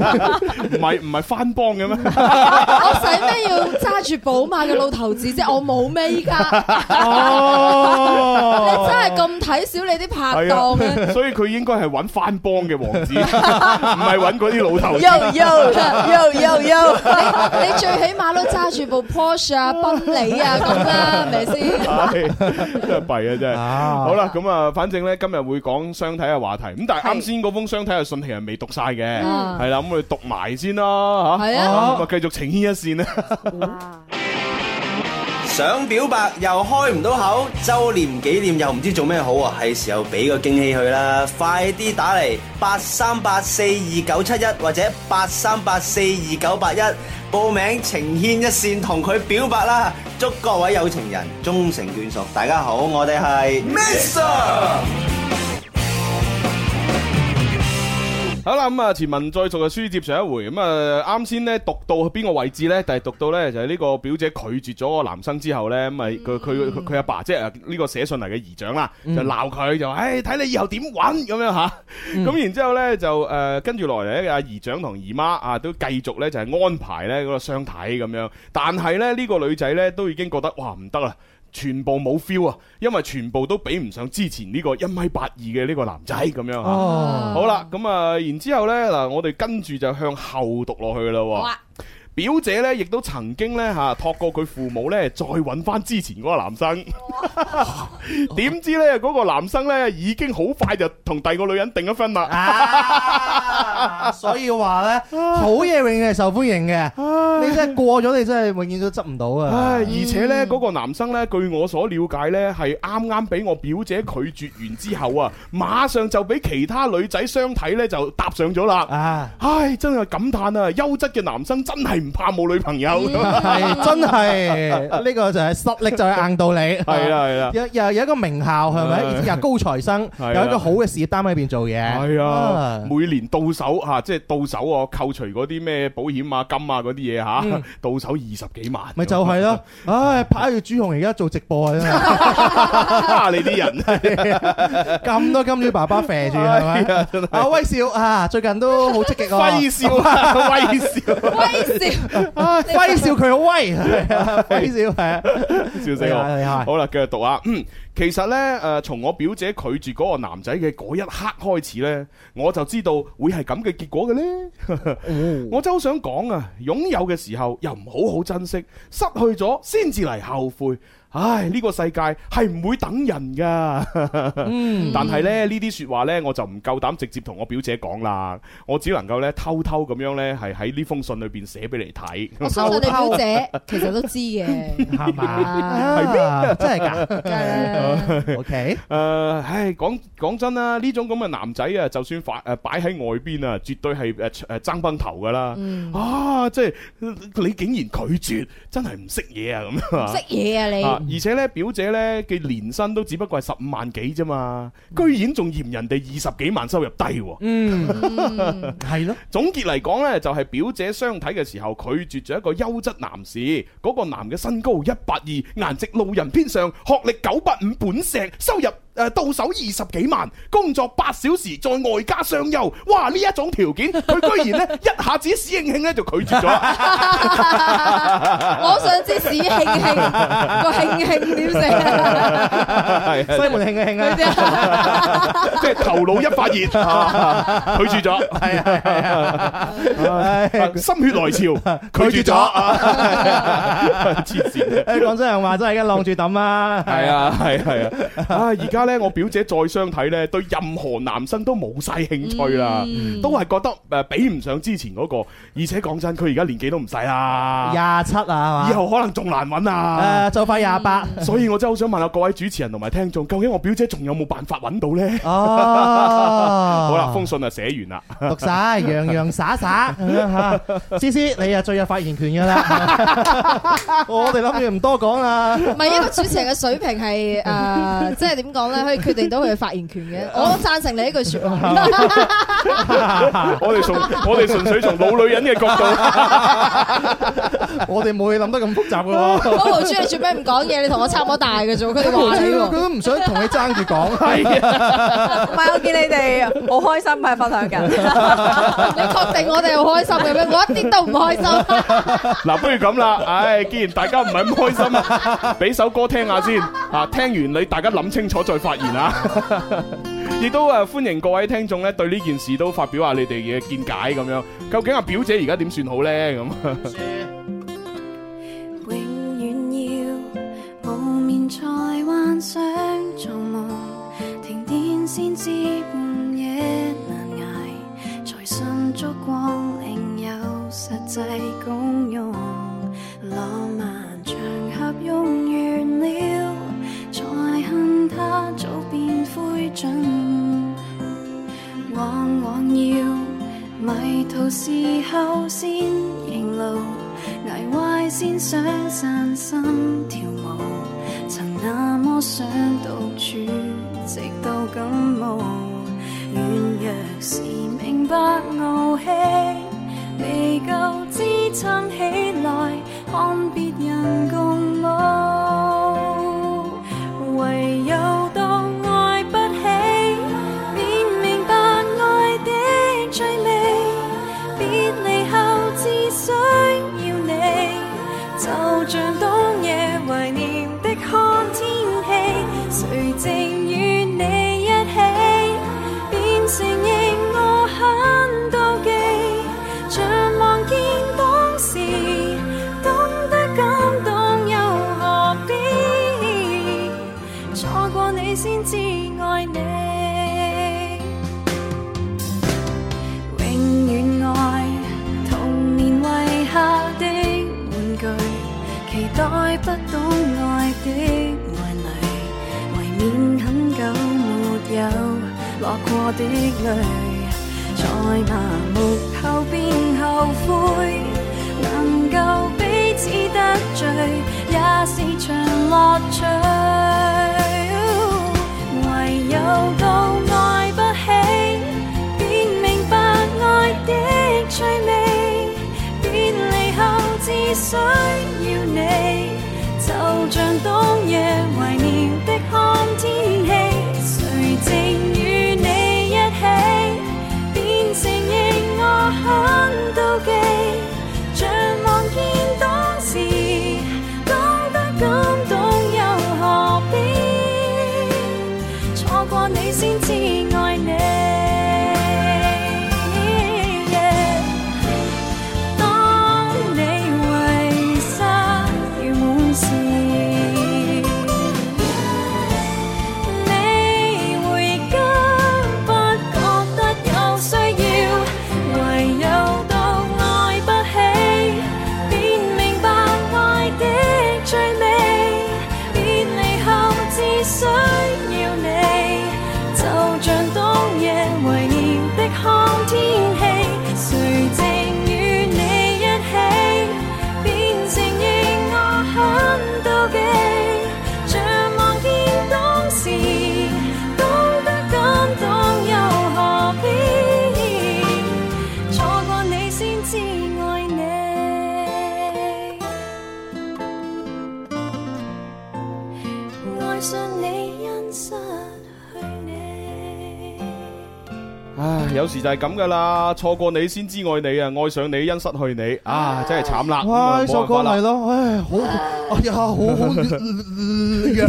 Speaker 2: 唔係唔係翻幫嘅
Speaker 10: *laughs*
Speaker 2: 咩？
Speaker 3: 我使咩要揸住寶馬嘅老頭子啫？我冇咩噶，你
Speaker 2: 哦
Speaker 3: 真係咁睇小你啲拍檔嘅。
Speaker 2: 所以佢應該係揾翻幫嘅王
Speaker 10: *laughs*
Speaker 2: 子，唔係揾嗰啲老頭子。
Speaker 10: 又又又又又。
Speaker 3: 你你最起碼都揸住部 Porsche à, 啊、賓利啊咁啦，係咪先？
Speaker 2: 係真係弊啊！真係。
Speaker 4: *laughs* 啊
Speaker 2: 好啦，咁啊，反正咧今日會講相睇嘅話題，咁但係啱
Speaker 10: 係
Speaker 2: 先嗰封相睇嘅信其實未讀晒嘅，
Speaker 3: 嗯
Speaker 2: 係啦，咁我哋讀埋先啦吓，
Speaker 3: 係啊
Speaker 2: 咁啊繼續情牽一線啊啦。
Speaker 9: 想表白又開唔到口，周年紀念又唔知做咩好啊！係時候俾個驚喜佢啦，快啲打嚟八三八四二九七一或者八三八四二九八一報名情牽一線同佢表白啦！祝各位有情人終成眷屬！大家好，我哋係 Mr。
Speaker 2: 好啦，咁啊，前文再續嘅書接上一回，咁啊，啱先咧讀到邊個位置咧？就係讀到咧，就係呢個表姐拒絕咗個男生之後咧，咁啊，佢佢佢佢阿爸即係啊呢個寫信嚟嘅姨丈啦，就鬧佢，就話：，唉，睇你以後點揾咁樣吓。咁然之後咧就誒跟住落嚟咧，阿姨丈同姨媽啊都繼續咧就係安排咧嗰個相睇咁樣，但係咧呢個女仔咧都已經覺得哇唔得啦。全部冇 feel 啊，因為全部都比唔上之前呢個一米八二嘅呢個男仔咁樣啊。
Speaker 4: 哦，
Speaker 2: 好啦，咁啊，然之後呢，嗱，我哋跟住就向後讀落去啦
Speaker 3: 好
Speaker 2: 喎。
Speaker 3: 啊，
Speaker 2: 表姐呢，亦都曾經呢，吓託過佢父母呢，再揾翻之前嗰個男生。點知呢，嗰個男生呢，已經好快就同第二個女人訂咗婚啦。
Speaker 4: 啊，所以話咧，好嘢永遠係受歡迎嘅。你真係過咗，你真係永遠都執唔到
Speaker 2: 唉，
Speaker 4: 啊！
Speaker 2: 而且呢，嗰個男生呢，據我所了解呢，係啱啱俾我表姐拒絕完之後啊，馬上就俾其他女仔相睇呢，就搭上咗啦。
Speaker 4: 啊，
Speaker 2: 唉，真係感嘆啊！優質嘅男生真係唔怕冇女朋友。
Speaker 4: 嗯
Speaker 2: *laughs*
Speaker 4: 係真係呢個就係實力就係硬道理。
Speaker 2: 係啦係啦
Speaker 4: 有有有一個名校係咪？
Speaker 2: 係
Speaker 4: 又高材生，
Speaker 2: 係啊
Speaker 4: 有一個好嘅事業單位裏邊做嘢。
Speaker 2: 係啊，每年到手嚇，即係到手我扣除嗰啲咩保險啊、金啊嗰啲嘢嚇，到手二十幾萬。
Speaker 4: 嗯咪就係咯，唉，拍住朱紅而家做直播啊，真係
Speaker 2: *laughs* 啊！你啲
Speaker 4: *laughs*
Speaker 2: 人 *laughs*
Speaker 4: 咁多金魚爸爸肥住係
Speaker 2: *laughs*
Speaker 4: 咪？阿威少啊，最近都好積極
Speaker 2: 揮
Speaker 4: 喎，
Speaker 2: 笑啊，威笑，
Speaker 3: 威少。
Speaker 4: *laughs*
Speaker 2: *laughs*
Speaker 4: 啊 *laughs* 威少佢好威，係啊威少係啊，
Speaker 2: 笑死
Speaker 4: *laughs* 係啊係
Speaker 2: 我！
Speaker 4: 啊
Speaker 2: 好啦，繼續讀啊。嗯，其實呢，誒、從我表姐拒絕嗰個男仔嘅嗰一刻開始呢，我就知道會係咁嘅結果嘅呢。 *laughs* 我真係好想講啊，擁有嘅時候又唔好好珍惜，失去咗先至嚟後悔。唉，呢、個世界係唔會等人噶。 *laughs* 但係咧呢啲説話呢，我就唔夠膽直接同我表姐講啦，我只能夠呢，偷偷咁樣呢，係喺呢封信裏邊寫俾你睇。
Speaker 3: 我相信你表姐其實都知嘅，
Speaker 4: 係嘛？
Speaker 3: 係
Speaker 4: 啊真係㗎
Speaker 3: 梗係啦
Speaker 2: 誒、
Speaker 4: ？OK，
Speaker 2: 呃唉，講講真啦，呢種咁嘅男仔啊，就算擺誒擺喺外邊啊，絕對係誒誒爭崩頭噶啦。
Speaker 3: 嗯
Speaker 2: 啊，即係你竟然拒絕，真係唔識嘢啊咁啊！
Speaker 3: 識嘢啊你。
Speaker 2: 啊！而且咧，表姐咧嘅年薪都只不過係十五萬幾啫嘛，居然仲嫌人哋二十幾萬收入低喎、
Speaker 4: 係咯，
Speaker 2: 總結嚟講呢，就係、表姐相睇嘅時候拒絕咗一個優質男士，嗰、個男嘅身高一百二，顏值路人偏上，學歷九八五本石，收入誒、呃到手二十幾萬，工作八小時，再外加雙休，哇！呢一種條件，佢居然呢一下子史慶慶呢就拒絕 *laughs* 咗，
Speaker 3: *laughs* 我想知史慶慶個慶慶點寫
Speaker 2: *laughs*
Speaker 3: 啊？
Speaker 2: 係
Speaker 4: 西門慶嘅慶啊！
Speaker 2: 即係頭腦一發熱，啊拒絕咗，係
Speaker 4: 唉
Speaker 2: 心血來潮， *laughs* 拒絕咗，啊黐線嘅。
Speaker 4: 誒講真人話，真係而家晾住抌啊！
Speaker 2: 系 *laughs* 啊，系係啊，啊！而家呢，我表姐再相睇呢，對任何男生都冇晒興趣啦，都係覺得诶比唔上之前嗰、個，而且講真，佢而家年紀都唔細啦，
Speaker 4: 廿七啊，係嘛
Speaker 2: 以後可能仲難揾啊！ *laughs*
Speaker 4: 誒就快廿八。
Speaker 2: 所以我真係好想問下各位主持人同埋聽眾，究竟我表姐仲有冇辦法揾到呢？啊
Speaker 4: 哦，
Speaker 2: 好啦，封信啊就寫完 *laughs* 啦。
Speaker 4: 讀晒，洋洋灑灑咁樣嚇。思思，你啊最有發言權㗎啦。我哋諗住唔多講啦。
Speaker 3: 唔係一個主持人嘅水平係誒，即係點講咧？可以決定到佢嘅發言權嘅。我贊成你呢句説
Speaker 2: *laughs*
Speaker 3: 話。
Speaker 2: 我哋從我哋純粹從老女人嘅角度，
Speaker 4: 我哋冇嘢諗得咁複雜㗎喎。
Speaker 3: 我豪豬，你做咩唔講嘢？你同我差唔多大嘅啫喎，佢
Speaker 2: *laughs*
Speaker 3: 哋話你
Speaker 4: 佢
Speaker 3: 喎。
Speaker 4: 都唔想同你爭住
Speaker 2: *laughs*
Speaker 4: 講。
Speaker 2: 係啊
Speaker 11: 唔係，我見你哋好開心喺分享緊。
Speaker 2: *laughs*
Speaker 3: 你確定我哋好開心嘅咩？我一啲都唔開心。
Speaker 2: 嗱，不如咁啦，唉，既然大家唔係咁開心啊，俾首歌聽下先，啊，聽完你大家諗清楚再發言 *laughs* 啊。亦都誒歡迎各位聽眾咧，對呢件事都發表下你哋嘅見解咁樣。究竟阿表姐而家點算好咧？咁
Speaker 10: 永遠要無眠在幻想做夢，停電先知半夜難捱，才信燭光另有實際功用。浪漫場合用完了，才恨它早變灰燼，往往要迷途時候先認路。捱壞先想散心跳舞，曾那麼想獨處，直到感冒。軟弱時明白傲氣，未夠支撐起來，看別人共舞。唯有當愛不起，便明白愛的趣味。別離後只需要你，就像當夜懷念的看天氣，誰靜與你一起，便承認我很妒忌，像望見當時懂得感動又何必，錯過你先知愛你。永遠愛童年遺下的玩具，期待不懂愛的愛侶，為免很久沒有落過的淚，在麻木後便後悔，能夠彼此得罪，也是場樂趣。唯有到愛不起。便明白愛的趣味，別離後只需要你，就像當夜懷念的看天氣，誰靜與你一起，便承認我很妒忌，像望見當時懂得感動又何必。
Speaker 2: 有時就係咁噶啦，錯過你先知愛你啊，愛上你因失去你啊，真係慘啦！
Speaker 4: 哇，
Speaker 2: 咁啊
Speaker 4: 首歌
Speaker 2: 冇辦法
Speaker 4: 嚟
Speaker 2: 啦
Speaker 4: 咯，唉，好，哎呀，好好呃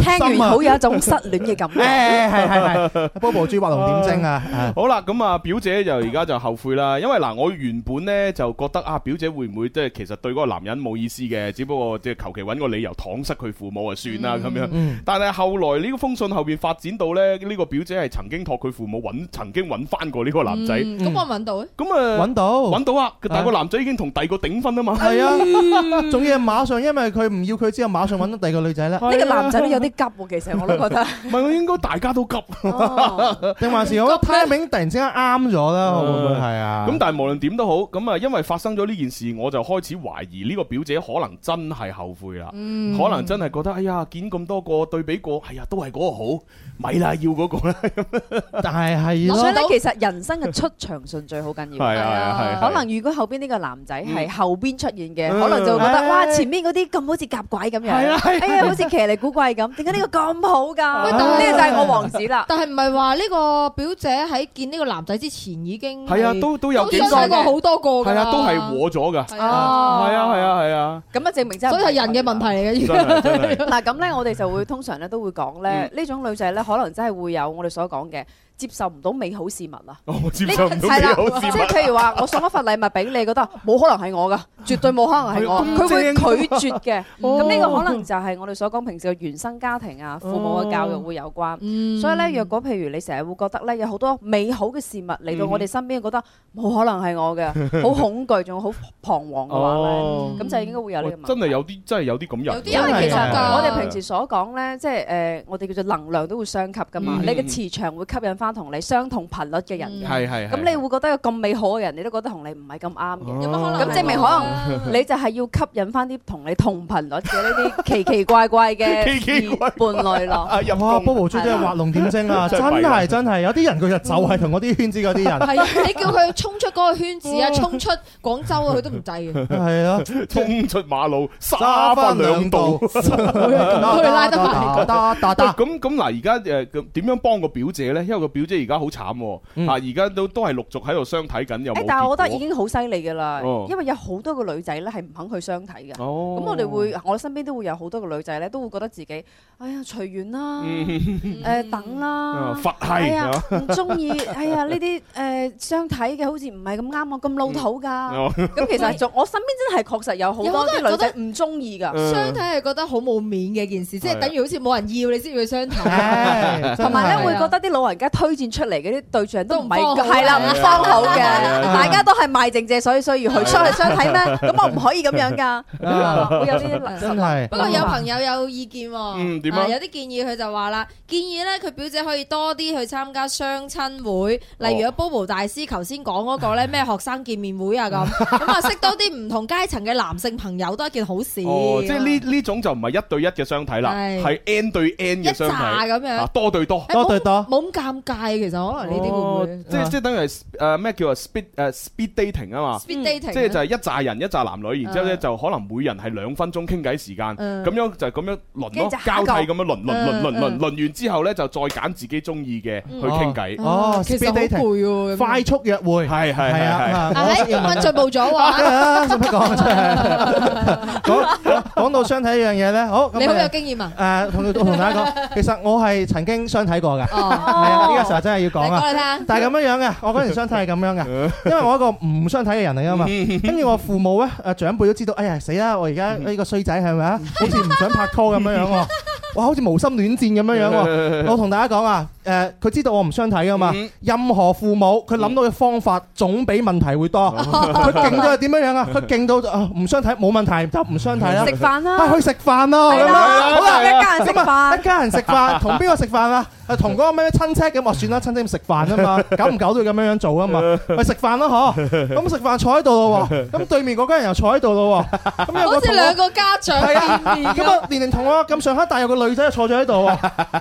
Speaker 2: *laughs*
Speaker 10: 聽
Speaker 4: 啊
Speaker 2: 啊
Speaker 10: 完好有一種失戀嘅感
Speaker 2: 哎
Speaker 4: 誒
Speaker 10: 覺。
Speaker 4: 係係係，Bobo 豬畫龍點睛啊！啊
Speaker 2: 好啦，咁啊表姐就而家就後悔啦，因為嗱我原本呢就覺得啊表姐會唔會即係其實對嗰個男人冇意思嘅，只不過即係求其揾個理由搪塞佢父母啊算啦咁樣。但係後來呢個封信後邊發展到呢，呢個表姐係曾經託佢父母揾，曾經揾翻過呢個男仔。
Speaker 3: 嗯咁我問到咧，
Speaker 2: 咁啊
Speaker 4: 揾到，
Speaker 2: 揾到啊，但係個男仔已經同第二個頂婚啊嘛。
Speaker 4: 係
Speaker 10: 哎
Speaker 4: 啊，仲要係馬上，因為佢唔要佢之後，馬上揾到第二個女仔啦。
Speaker 10: 呢個男仔都有啲急喎，其實我都
Speaker 2: *laughs*
Speaker 10: 覺得。哦
Speaker 2: 唔係，我應該大家都急。
Speaker 10: 啊
Speaker 4: 定還是我覺得 timing 突然之間啱咗啦，會唔會係啊？
Speaker 2: 嗯咁但係無論點都好，咁啊，因為發生咗呢件事，我就開始懷疑呢個表姐可能真係後悔啦，
Speaker 3: 嗯
Speaker 2: 可能真係覺得哎呀，見咁多個對比過，哎呀，都係嗰個好，咪啦，要嗰個啦，
Speaker 4: 但係係
Speaker 10: 所以
Speaker 4: 咯，
Speaker 10: 咧，其實人生嘅出場順序好緊要。
Speaker 2: 哦係啊係啊係
Speaker 10: 可
Speaker 2: 啊，
Speaker 10: 能如果後邊呢個男仔係後邊出現嘅，
Speaker 2: 嗯
Speaker 10: 可能就會覺
Speaker 4: 唉
Speaker 10: 得哇，前面嗰啲咁好似夾鬼咁樣，
Speaker 2: 係啊係啊啊
Speaker 10: 哎呀，好似騎呢古怪咁，點解呢個咁好㗎？
Speaker 3: 喂
Speaker 10: 呢
Speaker 3: 但係
Speaker 10: 個就係我王子啦。
Speaker 3: 但係唔係話呢個表姐喺見呢個男仔之前已經
Speaker 2: 係啊，都都有幾
Speaker 3: 相
Speaker 2: 個，
Speaker 3: 睇過好多個㗎
Speaker 2: 係
Speaker 3: 啦
Speaker 2: 啊，都係和咗㗎，
Speaker 3: 係啊
Speaker 10: 哦，
Speaker 2: 係啊係，啊係啊，
Speaker 10: 咁啊證明真係唔
Speaker 3: 所以係人嘅問題嚟嘅。
Speaker 2: 真係真 *laughs* 係，
Speaker 10: 嗱咁咧，我哋就會通常咧都會講咧，呢種女仔咧可能真係會有我哋所講嘅接受唔到美好事
Speaker 2: *laughs*
Speaker 10: 物啊。
Speaker 2: 我接受唔到
Speaker 10: 係
Speaker 2: 你
Speaker 10: 啦，
Speaker 2: 好
Speaker 10: 即係
Speaker 2: 事
Speaker 10: 譬如話，我送一份禮物俾你，覺得冇可能係我噶，絕對冇可能係我，佢會
Speaker 2: *laughs*
Speaker 10: 拒絕嘅。咁呢個可能就係我哋所講平時嘅原生家庭啊、父母嘅教育會有關。
Speaker 3: 嗯
Speaker 10: 所以咧，若果譬如你成日會覺得咧，有好多美好嘅事物嚟到我哋身邊，覺得冇可能係我嘅，好恐懼，仲好彷徨嘅話咧，
Speaker 2: 哦
Speaker 10: 咁就應該會有呢個問
Speaker 2: 哇真
Speaker 10: 題。
Speaker 2: 係有啲真係有啊啲咁人，
Speaker 3: 有啲
Speaker 10: 因
Speaker 3: 人
Speaker 10: 為其實
Speaker 4: 真係㗎
Speaker 10: 啊我哋平時所講咧，即係誒，我哋叫做能量都會相吸噶嘛，
Speaker 2: 嗯
Speaker 10: 你嘅磁場會吸引翻同你相同頻率嘅人嘅。
Speaker 2: 係係
Speaker 10: 咁你會覺得有咁美好嘅人，你都覺得同你唔係咁啱嘅。
Speaker 3: 有乜
Speaker 2: 哦
Speaker 3: 可能係我啊？
Speaker 10: 咁證明可
Speaker 2: 嗯
Speaker 10: 能你就係要吸引翻啲同你同頻率嘅呢啲奇奇怪怪
Speaker 2: *laughs*
Speaker 10: 嘅
Speaker 2: 奇奇怪
Speaker 10: 伴侶咯。
Speaker 2: *laughs* 啊入
Speaker 4: 哇
Speaker 2: 宮
Speaker 4: ，Bobo 豬真係畫龍點睛啊！真
Speaker 2: *laughs* 真係弊啊
Speaker 4: 係真係，有啲人佢就就係同嗰啲圈子嗰
Speaker 2: *laughs*
Speaker 4: 啲人
Speaker 3: 係啊你叫佢衝出嗰個圈子
Speaker 10: 哦
Speaker 3: 啊，衝出廣州啊，佢都唔制
Speaker 10: *laughs*
Speaker 3: 嘅，
Speaker 4: 係咯，
Speaker 2: *laughs* 衝出馬路，沙翻兩度。
Speaker 10: *laughs*
Speaker 4: 佢
Speaker 3: 拉得埋
Speaker 4: 埋，得
Speaker 2: 喂 *laughs*
Speaker 4: 得
Speaker 2: 咁咁嗱，而家誒咁點樣幫個表姐咧？因為個表姐而家好慘喎，
Speaker 4: 嗯
Speaker 2: 啊而家都都係陸續喺度相睇緊，又冇
Speaker 10: 誒，但係我覺得
Speaker 2: 結果
Speaker 10: 已經好犀利㗎啦
Speaker 2: 哦，
Speaker 10: 因為有好多個女仔咧係唔肯去相睇嘅。咁
Speaker 2: 哦，
Speaker 10: 我哋會，我身邊都會有好多個女仔咧，都會覺得自己，哎呀隨緣啦，
Speaker 2: 嗯
Speaker 10: 誒等
Speaker 2: 啊
Speaker 10: 啦。
Speaker 2: 佛系
Speaker 10: 哎呀
Speaker 2: 啊，
Speaker 10: 唔中意，哎呀呢啲誒相睇嘅好似唔係咁啱我，咁老土㗎。
Speaker 2: 哦
Speaker 10: 咁其實仲我身邊真係確實有好
Speaker 3: 有好
Speaker 10: 多
Speaker 3: 多人
Speaker 10: 啲女
Speaker 3: 覺
Speaker 10: 仔
Speaker 3: 得
Speaker 10: 唔中意㗎。
Speaker 3: 相睇係覺得好冇面嘅一件事，即
Speaker 2: 係啊
Speaker 3: 係等於好似冇人要你先要去相
Speaker 10: *laughs*
Speaker 3: 睇。
Speaker 4: 唉
Speaker 10: 同埋咧，
Speaker 4: 真係
Speaker 10: 會覺得啲老人家推薦出嚟嗰啲對象都唔係
Speaker 3: 啊都唔方好
Speaker 10: 係啦，
Speaker 3: 係
Speaker 10: 唔
Speaker 3: 啊
Speaker 10: 方好嘅，
Speaker 2: 係啊係啊
Speaker 10: 大家都係賣剩借，所以需要去出去相睇咩？咁我唔可以咁樣㗎，會有呢啲
Speaker 4: 真係
Speaker 3: 不過有朋友有意見喎，
Speaker 2: 嗯點啊
Speaker 3: 有啲建議佢就話啦，建議咧佢表姐可以多啲去參加相親會，
Speaker 2: 哦
Speaker 3: 例如阿 Bobo 大師頭先講
Speaker 2: *laughs*
Speaker 3: 嗰個咧咩學生見面會啊咁，咁啊識多啲唔同階層嘅男性朋友都係一件好事。
Speaker 2: 哦，即係呢呢種就唔係一對一嘅相睇啦，
Speaker 3: 係
Speaker 2: 係 N 對 N
Speaker 3: 一
Speaker 2: 嘅相
Speaker 3: 紮
Speaker 2: 睇，
Speaker 3: 咁樣
Speaker 2: 啊，多對多。
Speaker 4: 多對多
Speaker 3: 冇咁尷尬，其實可能呢啲會唔會
Speaker 2: 哦即係即係等於係誒咩叫啊 speed 誒 speed dating 啊嘛。
Speaker 3: speed dating？
Speaker 2: 即係就係一紮人一紮男女，然之後咧
Speaker 3: 嗯
Speaker 2: 就可能每人係兩分鐘傾偈時間，
Speaker 3: 嗯
Speaker 2: 咁樣就咁樣輪
Speaker 10: 跟
Speaker 2: 咯
Speaker 10: 住就，下
Speaker 2: 交
Speaker 10: 一個
Speaker 2: 替咁樣輪輪輪輪
Speaker 3: 嗯
Speaker 2: 輪
Speaker 3: 嗯
Speaker 2: 輪完之後咧就再揀自己中意嘅去傾偈。
Speaker 4: 哦
Speaker 3: 其實好
Speaker 4: Ờ, speed dating
Speaker 3: 攰喎。咁樣 *laughs*
Speaker 4: 快速約會
Speaker 2: 係係係
Speaker 4: 係啊，
Speaker 3: 啊，
Speaker 4: 我
Speaker 3: 喺英文進步咗喎，
Speaker 4: 啊，使乜講真 *laughs* 係講講講到相睇一樣嘢咧，好咁
Speaker 3: 你好有
Speaker 4: 誒
Speaker 3: 經驗啊！
Speaker 4: 誒，同同大家講，其實我係曾經相睇過嘅，係
Speaker 3: 哦，
Speaker 4: 啊，呢個時候真係要講
Speaker 3: 你
Speaker 4: 啊。
Speaker 3: 講嚟聽。
Speaker 4: 但係咁樣樣嘅，我嗰陣相睇係咁樣嘅，因
Speaker 10: *laughs*
Speaker 4: 為我一個唔相睇嘅人嚟噶嘛。
Speaker 10: 嗯
Speaker 4: 跟住我父母咧，誒長輩都知道，哎呀死啦！我而家呢個衰仔係咪啊？好似唔想拍拖咁樣樣
Speaker 10: *laughs*
Speaker 4: 喎，哇！好似無心戀戰咁樣樣喎。我同大家講啊，誒佢知道我唔相睇噶嘛。
Speaker 10: 嗯
Speaker 4: 任何父母佢諗到嘅方法總比問題會多。
Speaker 10: 哦
Speaker 4: 佢勁到係點樣樣啊？佢勁到啊唔相睇冇問題，就唔相睇啦
Speaker 10: *laughs* 食。飯啦
Speaker 4: 啊，，去食飯咯
Speaker 10: 係
Speaker 4: 咁樣。
Speaker 10: 啦，好啦，一家人食
Speaker 4: 咁啊，一
Speaker 10: 飯，
Speaker 4: 家人食飯，同邊個食飯啊？啊同嗰個咩親戚咁，我算啦，親戚咁食飯啊嘛，久唔久都要咁樣樣做啊嘛，咪食飯咯嗬。咁食飯坐喺度咯喎，咁對面嗰家人又坐喺度咯喎，咁有個
Speaker 3: 好似
Speaker 4: 同
Speaker 3: 兩
Speaker 4: 我。
Speaker 3: 個家長
Speaker 4: 係啊，
Speaker 3: 見面
Speaker 4: 咁啊，年齡同我咁上下，但有個女仔就坐咗喺度喎。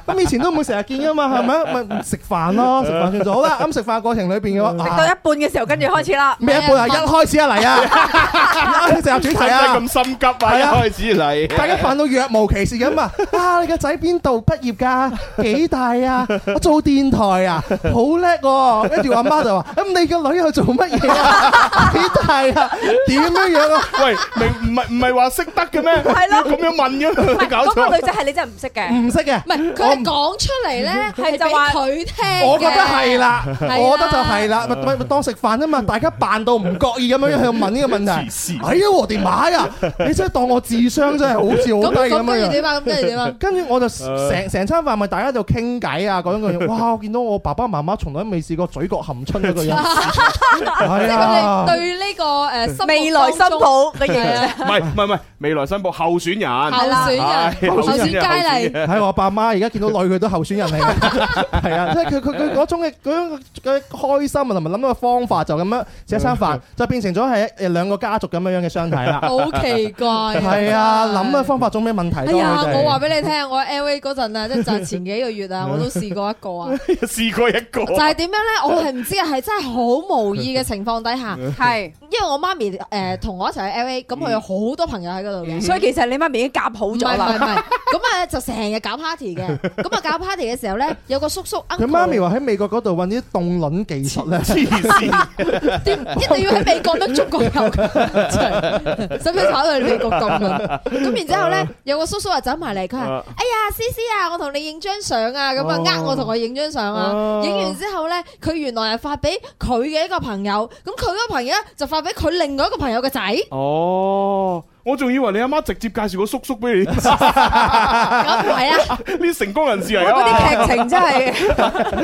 Speaker 4: 咁以前都唔會成日見噶嘛，係咪？咪食飯咯，食飯算數好啦。咁食飯過程裏邊嘅話，
Speaker 10: 到一
Speaker 4: 啊
Speaker 10: 半嘅時候，跟住開始啦。
Speaker 4: 咩一半啊？一開始啊嚟啊！成日轉題啊。
Speaker 2: 使唔使咁心急啊？
Speaker 4: 係啊。
Speaker 2: 一開始嚟。
Speaker 4: 啊啊大家煩到若無其事咁啊，啊，你個仔邊度畢業㗎？幾大啊？我做電台啊？好叻喎。跟住我媽就話，咁你個女去做乜嘢啊？幾大啊？點樣樣啊？
Speaker 2: 喂，明-唔係-唔係話識得嘅咩？
Speaker 10: 係咯。
Speaker 2: 你咁樣問嘅，搞錯。
Speaker 10: 嗰個女仔係你真係唔識嘅。
Speaker 3: 嗯
Speaker 4: 唔識嘅。
Speaker 3: 唔係，佢係講出嚟呢，
Speaker 10: 係就話-
Speaker 3: 係俾佢聽嘅。
Speaker 4: 我覺得係啦，
Speaker 3: 係啦。
Speaker 4: 我覺得就係啦，咪-咪-咪當食飯啊嘛，大家扮到唔覺意咁樣去問呢個問題。
Speaker 2: 黐線。
Speaker 4: 哎呀，我的媽呀，你真係當我智商真係好似好
Speaker 3: 咁-
Speaker 4: 低咁樣樣。
Speaker 3: 咁跟住點啊？咁跟住點啊？ *laughs*
Speaker 4: 跟住我就成成餐飯咪大家就傾偈啊，講
Speaker 3: *laughs*
Speaker 4: 緊樣嘢。哇！我見到我爸爸媽媽從來都未試過嘴角含春嗰
Speaker 3: *laughs*
Speaker 4: 個人，係啊，Dạ.
Speaker 3: 即係佢哋對呢個，誒，心目
Speaker 10: 未來新抱嘅形象。
Speaker 2: 唔係-唔係-唔係，未來新報候選人。
Speaker 4: Dạ.
Speaker 3: 當中，係啦。候選
Speaker 2: 係，
Speaker 3: 人，候選
Speaker 2: 候選人，
Speaker 3: 佳麗。
Speaker 2: 候選人。
Speaker 4: 係啊我爸媽而家見到女佢都候
Speaker 3: *laughs*
Speaker 4: 選人嚟，係啊，即係佢佢佢嗰種嘅嗰種嘅開心啊，同埋諗到嘅方法就咁樣食一
Speaker 3: 嗯
Speaker 4: 餐飯，就變成咗係誒兩個家族咁樣樣嘅相睇
Speaker 3: *laughs*
Speaker 4: 啦。
Speaker 3: 好奇怪。
Speaker 4: 係啊，諗嘅方法總比問題
Speaker 3: 哎
Speaker 4: 多
Speaker 3: 呀，
Speaker 4: 佢
Speaker 3: 我話
Speaker 4: 哋。
Speaker 3: 俾你聽，我喺 LA 嗰
Speaker 4: *laughs*
Speaker 3: 陣啊，即係就係前幾個月啊，我都試過一個啊，
Speaker 2: 試過一個。
Speaker 3: 就係點樣咧？我係唔知啊，係真係好無意嘅情況底
Speaker 4: *laughs*
Speaker 3: 下，
Speaker 10: 係，所以
Speaker 3: 因為我媽咪誒同我一齊去 LA，咁
Speaker 4: 嗯
Speaker 3: 佢有好多朋友喺嗰度嘅。唔係唔
Speaker 10: 其實你媽咪已經夾好咗啦。
Speaker 3: 係唔係，
Speaker 4: *laughs*
Speaker 3: 咁啊就成日搞 party 嘅，咁啊搞 party 嘅時候咧，有個叔叔
Speaker 4: 佢媽咪
Speaker 3: uncle，
Speaker 4: 話喺美國嗰度揾啲凍卵技術咧，
Speaker 2: *laughs*
Speaker 3: 點一定要喺美國咩？中國有
Speaker 4: *laughs*
Speaker 3: 㗎真 *laughs* 係使唔使跑去美國咁啊？咁然之
Speaker 4: *laughs*
Speaker 3: 後
Speaker 4: 哦
Speaker 3: 咧，有個叔叔啊走埋嚟，佢話：
Speaker 2: 啊
Speaker 3: 哎呀，思思啊，我同你影張相啊，咁啊
Speaker 4: 哦
Speaker 3: 呃我同佢影張相
Speaker 4: 哦 *laughs*
Speaker 3: 啊，影完之後咧，佢原來係發俾佢嘅一個朋友，咁佢嗰個朋友咧就發俾佢另外一個朋友嘅仔，
Speaker 2: 哦，我仲以為你阿媽直接介紹個叔叔俾你，呢 *laughs*
Speaker 3: 咁唔係啊。
Speaker 2: 啲成功人士嚟啊嘛！
Speaker 10: *laughs* 哇，嗰啲劇情真係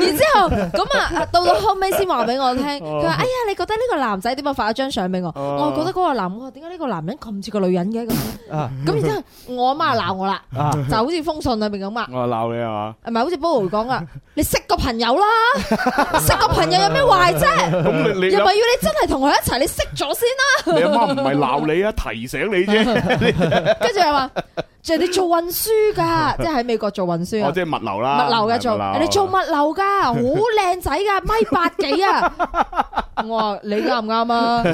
Speaker 10: -
Speaker 3: 然之後咁啊，到到後尾先話俾我聽，佢話：哎呀，你覺得呢個男仔點解發咗張相俾我？
Speaker 2: 哦
Speaker 3: 我覺得嗰個男，我話點解呢個男人咁似個女人嘅咁？
Speaker 4: *laughs* 啊
Speaker 3: 咁然之後我阿媽鬧我啦，
Speaker 4: *laughs* 啊
Speaker 3: 就好似封信裏面
Speaker 4: *laughs*
Speaker 3: 咁啊，
Speaker 2: 我鬧你啊
Speaker 3: 唔係好似 Bobo 講啊，你識個朋友啦，識個朋友有咩壞啫？
Speaker 2: 嘛！咁你你
Speaker 3: 又咪要你真係同佢一齊，你識咗先啦。
Speaker 2: 你阿媽唔係鬧你啊，提醒你啫，
Speaker 3: 跟住又話，就係你做運輸㗎，即係喺美國做運輸
Speaker 2: 我
Speaker 3: 啊。
Speaker 2: 哦即係物流啦，
Speaker 3: 物流嘅
Speaker 2: 係
Speaker 3: 做，你做物流噶，好靚仔噶，米八幾啊！ *laughs* 我話你啱唔啱啊？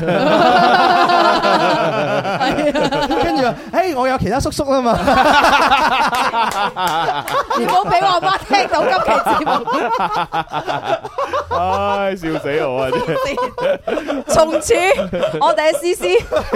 Speaker 3: *laughs*
Speaker 4: 跟住話，誒我有其他叔叔啊嘛。
Speaker 3: 唔好俾我阿媽聽到今期節目。
Speaker 2: *laughs* 唉，笑死我啊！真係
Speaker 10: 從此，我哋嘅思思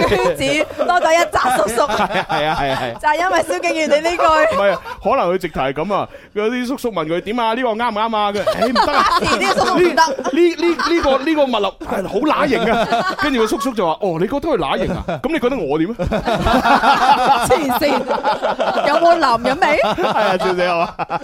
Speaker 10: 圈子多咗一紮叔叔。
Speaker 2: 係啊係啊係啊。
Speaker 10: 就係因為蕭敬元你呢句。
Speaker 2: 唔係啊，可能佢直頭係咁啊！嗰啲叔叔問佢點啊？呢個啱唔啱啊？佢誒唔得啊！
Speaker 10: 遲啲個叔叔唔得。
Speaker 2: 呢呢呢個呢個物流係好乸型啊！跟住個叔叔就話：哦，你覺得佢乸型啊？咁你覺得我點啊？
Speaker 10: 黐線，有冇男人味？
Speaker 2: 係啊，笑死我啊！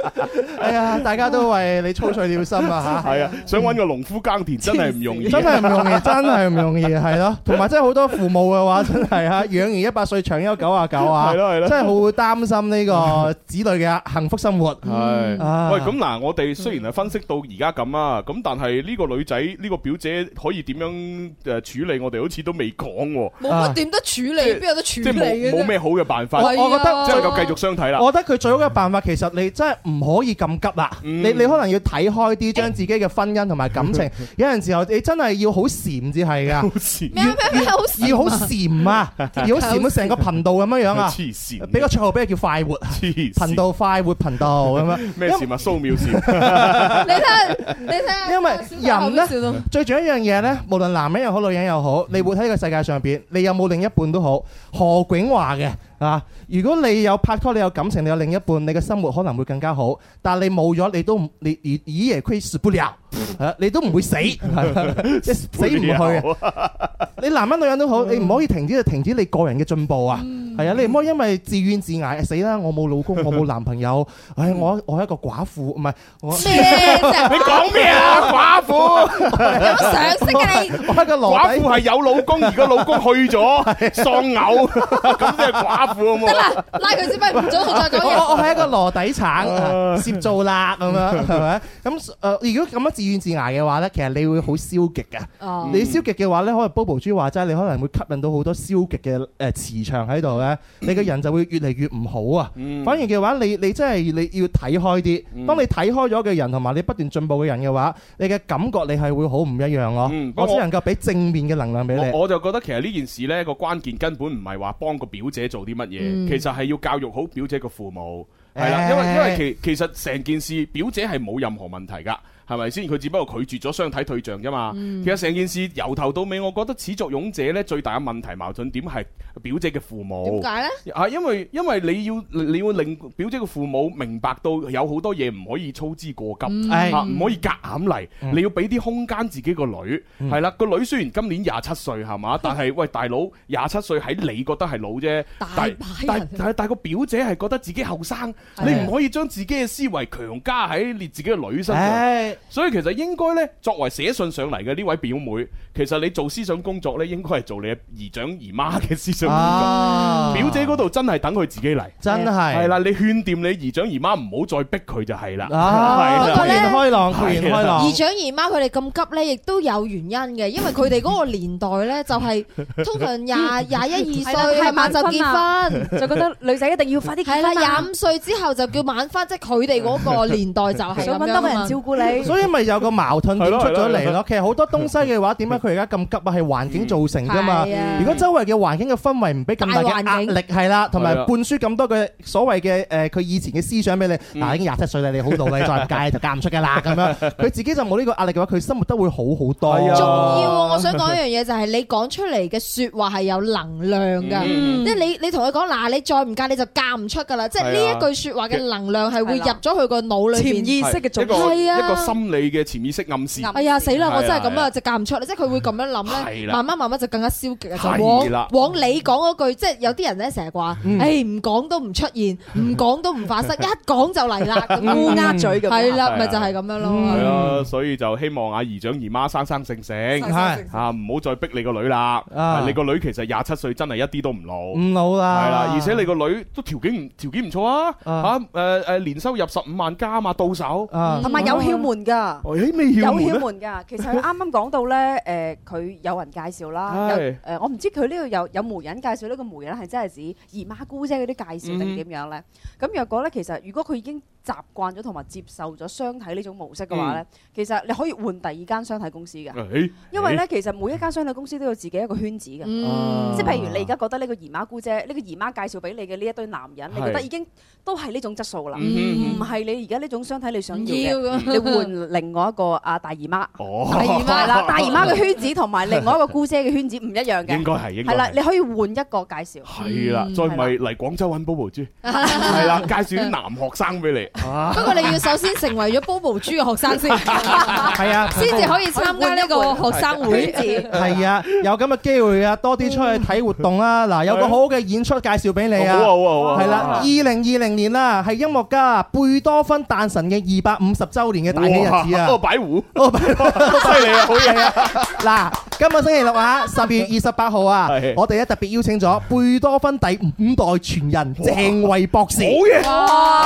Speaker 4: 哎呀，大家都為你操碎了心
Speaker 2: *laughs*
Speaker 4: 啊吓！
Speaker 2: 係啊，想揾個農夫耕田真係唔容易。啊
Speaker 4: *laughs* 真係
Speaker 2: *laughs*
Speaker 4: 唔容易，真係唔容易，係咯。同埋真係好多父母嘅話，真係啊，養兒一百歲，長憂九啊九啊，
Speaker 2: 係咯係咯
Speaker 4: 真係好會擔心呢個 *laughs* 子女嘅幸福生活。
Speaker 2: 係，
Speaker 4: 啊
Speaker 2: 喂，咁嗱，我哋雖然係分析到而家咁啊，咁但係呢個女仔呢個表姐可以點樣诶处理，我哋好似都未講喎，
Speaker 3: 冇乜點得處理，邊有得處
Speaker 2: 即
Speaker 3: 理
Speaker 2: 係
Speaker 3: 嘅
Speaker 2: 冇冇
Speaker 3: 啫？
Speaker 2: 咩好嘅辦法，
Speaker 3: 係啊
Speaker 4: 我覺得
Speaker 2: 即係夠繼續相睇啦。 *laughs*
Speaker 4: 我覺得佢最好嘅辦法，其實你真係唔可以咁急啦。
Speaker 2: 嗯
Speaker 4: 你你可能要睇開啲，將自己嘅婚姻同埋感情，
Speaker 2: 嗯
Speaker 4: *laughs* 有陣時候你真係要好禪至
Speaker 2: *laughs*
Speaker 4: 係㗎，
Speaker 2: 好似
Speaker 3: 咩咩咩好事
Speaker 4: 要好
Speaker 2: *laughs*
Speaker 4: 禪啊，要好禪到成個頻道咁樣樣啊。
Speaker 2: 黐線，
Speaker 4: 俾個绰號俾佢叫快活
Speaker 2: 黐線
Speaker 4: 頻道，快活頻道咁樣。
Speaker 2: 咩事啊嘛？蘇妙事，
Speaker 3: 你睇下，你睇下，
Speaker 4: 因為人呢
Speaker 3: 小朋友都笑
Speaker 4: 最重要一樣嘢呢，無論男人又好，女人又好，你活喺呢個世界上邊，你有冇另一半都好。何炅話嘅啊，如果你有拍拖，你有感情，你有另一半，你嘅生活可能會更加好。但係你冇咗，你都唔你你以也虧死不了，係啊你都唔會死， *laughs* 即
Speaker 2: *laughs*
Speaker 4: 係死唔去啊！你男人女人都
Speaker 2: 嗯
Speaker 4: 好，你唔可以停止就停止你個人嘅進步啊！係啊，你唔可以因為自怨自艾，死啦！我冇老公，我冇男朋友，唉，我我係一個寡婦，唔係
Speaker 2: *laughs*
Speaker 3: *laughs*
Speaker 4: 我
Speaker 3: 咩啫？
Speaker 2: 你講咩啊？寡婦，
Speaker 3: 有乜常識
Speaker 2: *laughs*
Speaker 3: 嘅你？
Speaker 4: 我係一個 *laughs* 羅
Speaker 2: 寡婦啊
Speaker 4: 底。啊
Speaker 2: 係有老公，而個老公去
Speaker 4: *laughs*
Speaker 2: 咗喪偶，咁即係寡婦啊好
Speaker 3: 得
Speaker 2: 冇？
Speaker 3: 啦，拉佢支筆，唔准佢再講
Speaker 4: 我
Speaker 3: 嘢。
Speaker 4: 我我係一個羅底橙，啊攝做啦咁樣，係咪？咁誒，如果咁樣自怨自艾嘅話咧，其實你會好消極嘅。
Speaker 3: 哦
Speaker 4: 你消極嘅話咧，可能 Bobo 豬話齋，你可能會吸引到好多消極嘅誒磁場喺度呢，你個人就會越嚟越唔好啊。反而嘅話，你你真係你要睇開啲。當你睇開咗嘅人，同埋你不斷進步嘅人嘅話，你嘅感覺你係會好唔一樣咯
Speaker 2: 嗯。不過
Speaker 4: 我只
Speaker 2: 我
Speaker 4: 能夠俾正面嘅能量俾
Speaker 2: 我
Speaker 4: 你。
Speaker 2: 我就覺得其實呢件事呢個關鍵根本唔係話幫個表姐做啲乜嘢，
Speaker 4: 嗯
Speaker 2: 其實係要教育好表姐個父母。係啦，
Speaker 4: 誒
Speaker 2: 因為因為其其實成件事表姐係冇任何問題㗎，係咪先？佢只不過拒絕咗相睇對象啫嘛。
Speaker 4: 嗯
Speaker 2: 其實成件事由頭到尾，我覺得始作俑者呢最大嘅問題矛盾點係表姐嘅父母。
Speaker 3: 點解呢？
Speaker 2: 啊，因為因為你要你要令表姐嘅父母明白到有好多嘢唔可以操之過急，
Speaker 4: 嗯
Speaker 2: 啊
Speaker 4: 嗯
Speaker 2: 唔可以夾硬嚟，你要俾啲空間自己個女，係啦，個女雖然今年廿七歲係
Speaker 4: *laughs*
Speaker 2: 嘛，但係喂大佬廿七歲喺你覺得係老啫，但係但係但係但係個表姐係覺得自己後生，你唔可以將自己嘅思維強加喺你自己嘅女身上
Speaker 4: 唉，
Speaker 2: 所以其實應該呢，作為寫信上嚟嘅呢位表妹，其實你做思想工作呢，應該係做你嘅姨丈姨媽嘅思想工
Speaker 4: 啊
Speaker 2: 作，表姐嗰度真係等佢自己嚟，
Speaker 4: 真係
Speaker 2: 係啦，你勸掂你姨丈姨媽唔好再逼佢就 *laughs* 係啦，
Speaker 4: 啊
Speaker 2: 係啦
Speaker 4: 豁然開
Speaker 2: 係
Speaker 4: 朗
Speaker 2: 啦
Speaker 4: 豁然開朗
Speaker 3: 姨丈姨媽佢哋咁急呢，亦都有原因嘅，因為佢哋嗰個年代呢，就係通常
Speaker 2: *laughs*
Speaker 3: 廿廿一二
Speaker 10: 係啦
Speaker 3: 歲
Speaker 10: 太
Speaker 3: 係晚就
Speaker 10: 晚婚
Speaker 3: 結
Speaker 10: 啦
Speaker 3: 婚，
Speaker 10: 就覺得女仔一定要快啲結
Speaker 3: 係啦，
Speaker 10: 婚啊
Speaker 3: 廿五歲之後就叫晚婚，即係佢哋嗰個年代就係
Speaker 10: 想搵多個人照顧你
Speaker 4: 所以咪有個矛盾點
Speaker 10: 係咯
Speaker 4: 出咗
Speaker 10: 係
Speaker 4: 嚟
Speaker 10: 咯
Speaker 4: 咯。其實好多東西嘅話，點解佢而家咁急啊？係環境造成㗎嘛
Speaker 10: 嗯係啊。
Speaker 4: 如果周圍嘅環境嘅氛圍唔俾咁大
Speaker 10: 大
Speaker 4: 嘅
Speaker 10: 環
Speaker 4: 壓
Speaker 10: 境
Speaker 4: 力，係啦，同埋
Speaker 10: 係啊
Speaker 4: 灌輸咁多嘅所謂嘅誒，佢以前嘅思想俾你，嗱已經廿七歲啦，你好老啦，你再唔戒就嫁唔出㗎啦咁樣。佢自己就冇呢個壓力嘅話，佢生活得會好好
Speaker 2: 係
Speaker 4: 多。
Speaker 2: 啊
Speaker 3: 重要啊！我想講一樣嘢就係你講出嚟嘅説話係有能量㗎，
Speaker 2: 嗯
Speaker 3: 即係你你同佢講嗱，你再唔嫁你就嫁唔出㗎啦，即係呢
Speaker 2: 係啊
Speaker 3: 一句説話嘅能量係會入咗佢個腦裏邊，
Speaker 2: 一個
Speaker 3: 係
Speaker 2: 一個
Speaker 3: 啊。
Speaker 2: 心理嘅潛意識暗示。
Speaker 3: 哎呀死啦！我真係咁
Speaker 2: 係
Speaker 3: 啊，就嫁唔出啦，即係佢會咁樣諗
Speaker 2: 係
Speaker 3: 咧，
Speaker 2: 啦
Speaker 3: 慢慢慢慢就更加消極啊，就
Speaker 2: 係啦
Speaker 3: 往往你講嗰句，即係有啲人咧成日話，誒唔講都唔出
Speaker 2: *laughs*
Speaker 3: 現，唔講都唔發生，一講就嚟啦，咁樣
Speaker 10: 烏鴉嘴咁樣
Speaker 3: 係啦，咪
Speaker 2: 係啊
Speaker 3: 就係咁樣
Speaker 2: 係
Speaker 3: 咯。
Speaker 2: 咯，所以就希望阿姨丈姨媽生生性性，
Speaker 4: 係
Speaker 2: 啊，唔好再逼你個女啦。
Speaker 4: 啊
Speaker 2: 你個女其實廿七歲，真係一啲都唔老，
Speaker 4: 唔老啦
Speaker 2: 係啦，而且你個女都條件唔條件唔錯啊，吓誒誒，年收入十五萬加啊嘛，到手，
Speaker 10: 同埋有竅門㗎。
Speaker 2: 哦，誒咩竅
Speaker 10: 有
Speaker 2: 門
Speaker 10: 竅
Speaker 2: 咧
Speaker 10: 門㗎，其實佢啱啱
Speaker 2: *laughs*
Speaker 10: 講到咧，誒佢有人介紹啦，有
Speaker 2: 係
Speaker 10: 誒我唔知佢呢度有有媒人介紹，呢個媒人係真係指姨媽姑姐嗰啲介紹定點樣咧？
Speaker 2: 嗯
Speaker 10: 咁若果咧，其實如果佢已經習慣咗同埋接受咗相睇呢種模式嘅話咧
Speaker 2: 嗯，
Speaker 10: 其實你可以換第二間相睇公司㗎。
Speaker 2: 誒
Speaker 10: 因為咧，其實每一間相睇公司都有自己一個圈子嘅，
Speaker 2: 嗯
Speaker 10: 即係譬如你而家覺得呢個姨媽姑姐，呢個姨媽介紹俾你嘅呢一堆男人，你
Speaker 2: 係
Speaker 10: 覺得已經都係呢種質素啦，
Speaker 2: 嗯
Speaker 10: 唔係你而家呢種相睇你想要
Speaker 3: 唔要
Speaker 10: 嘅，
Speaker 3: 㗎
Speaker 10: 你換另外一個啊大姨
Speaker 2: *laughs*
Speaker 10: 媽，
Speaker 2: 哦
Speaker 10: 大姨媽啦，大姨媽嘅圈子同埋另外一個姑姐嘅圈子唔一樣嘅，
Speaker 2: 應該係應該係
Speaker 10: 係啦，你可以換一個介紹，
Speaker 2: 係啦，
Speaker 4: 嗯
Speaker 2: 再咪嚟廣州揾 Bobo
Speaker 4: *laughs*
Speaker 2: 豬，係啦，介紹啲男學生俾你。
Speaker 3: 不過你要首先成為咗 Bobo 豬嘅
Speaker 2: *laughs*
Speaker 3: 學生先，係
Speaker 4: 啊
Speaker 3: 先至可以參加呢個學生會。
Speaker 4: 係啊，有咁嘅機會啊，多啲出去睇活動
Speaker 2: *laughs*
Speaker 4: 啦。嗱，有個好好嘅演出介紹俾你啊。
Speaker 2: 好啊好啊好啊
Speaker 4: *laughs* 係啦，
Speaker 2: 好啊
Speaker 4: 二零二零年啦，係音樂家貝多芬誕辰嘅二百五十周年嘅大喜日子啊！
Speaker 2: 哇哦擺胡，
Speaker 4: *laughs* 哦擺胡，
Speaker 2: *laughs* 犀利啊，好嘢啊！
Speaker 4: 嗱，今個星期六啊，十
Speaker 2: *laughs*
Speaker 4: 月二十八號啊
Speaker 2: 係，
Speaker 4: 我哋咧特別邀請咗貝多芬第五代傳人鄭慧博士，
Speaker 2: 好嘢哇
Speaker 3: 啊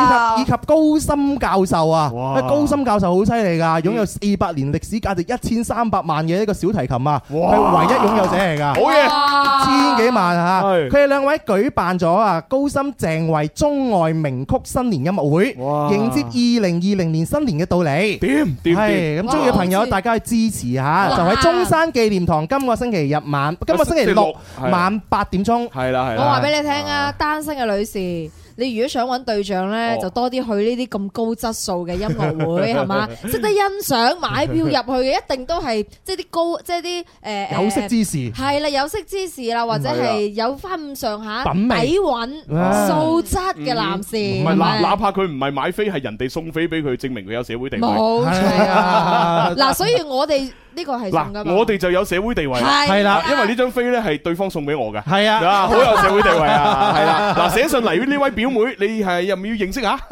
Speaker 4: 以及以及高深教授啊，
Speaker 2: 哇
Speaker 4: 高深教授好犀利㗎，擁有四百年歷史，價值一千三百萬嘅一個小提琴啊，
Speaker 2: 哇
Speaker 4: 係唯一擁有者嚟㗎，
Speaker 2: 好嘢
Speaker 4: 千幾萬啊！佢哋兩位舉辦咗啊高深鄭慧中外名曲新年音樂會，迎接二零二零年新年嘅到嚟。
Speaker 2: 點點
Speaker 4: 係
Speaker 2: 點
Speaker 4: 咁，中意嘅朋友大家去支持下，
Speaker 2: 哇
Speaker 4: 就喺中山紀念堂今個星期日晚，今個星期六
Speaker 2: 係
Speaker 4: 晚八點鐘。
Speaker 2: 係啦係
Speaker 3: 我
Speaker 2: 啦。
Speaker 3: 話俾你聽啊，單身嘅女士，你如果想揾對象呢，
Speaker 2: 哦
Speaker 3: 就多啲去呢啲咁高質素嘅音
Speaker 2: *laughs*
Speaker 3: 樂會，係嘛？識得欣賞、買票入去嘅，一定都係即係啲高，即係啲
Speaker 2: *laughs*
Speaker 3: 誒
Speaker 4: 有識之士
Speaker 3: 係啦，有識之士啦，或者係有翻咁上下
Speaker 2: 嗯品味
Speaker 3: 底韻、
Speaker 2: 啊
Speaker 3: 素質嘅男士，
Speaker 2: 唔係，
Speaker 4: 啊
Speaker 2: 哪哪怕佢唔係買飛，係人哋送飛俾佢，證明佢有社會地位。
Speaker 3: 冇
Speaker 2: *laughs*
Speaker 3: 錯啊！嗱，所以我哋呢個係送噶
Speaker 2: 嗱，
Speaker 3: 嘛。
Speaker 2: 我哋就有社會地位啦，
Speaker 3: 係啦
Speaker 2: 因為呢張飛咧係對方送俾我嘅，
Speaker 4: 係啊 *laughs*
Speaker 2: 好有社會地位啊，係啦，嗱，寫信嚟呢位表妹，你係又唔要認識下？ *laughs*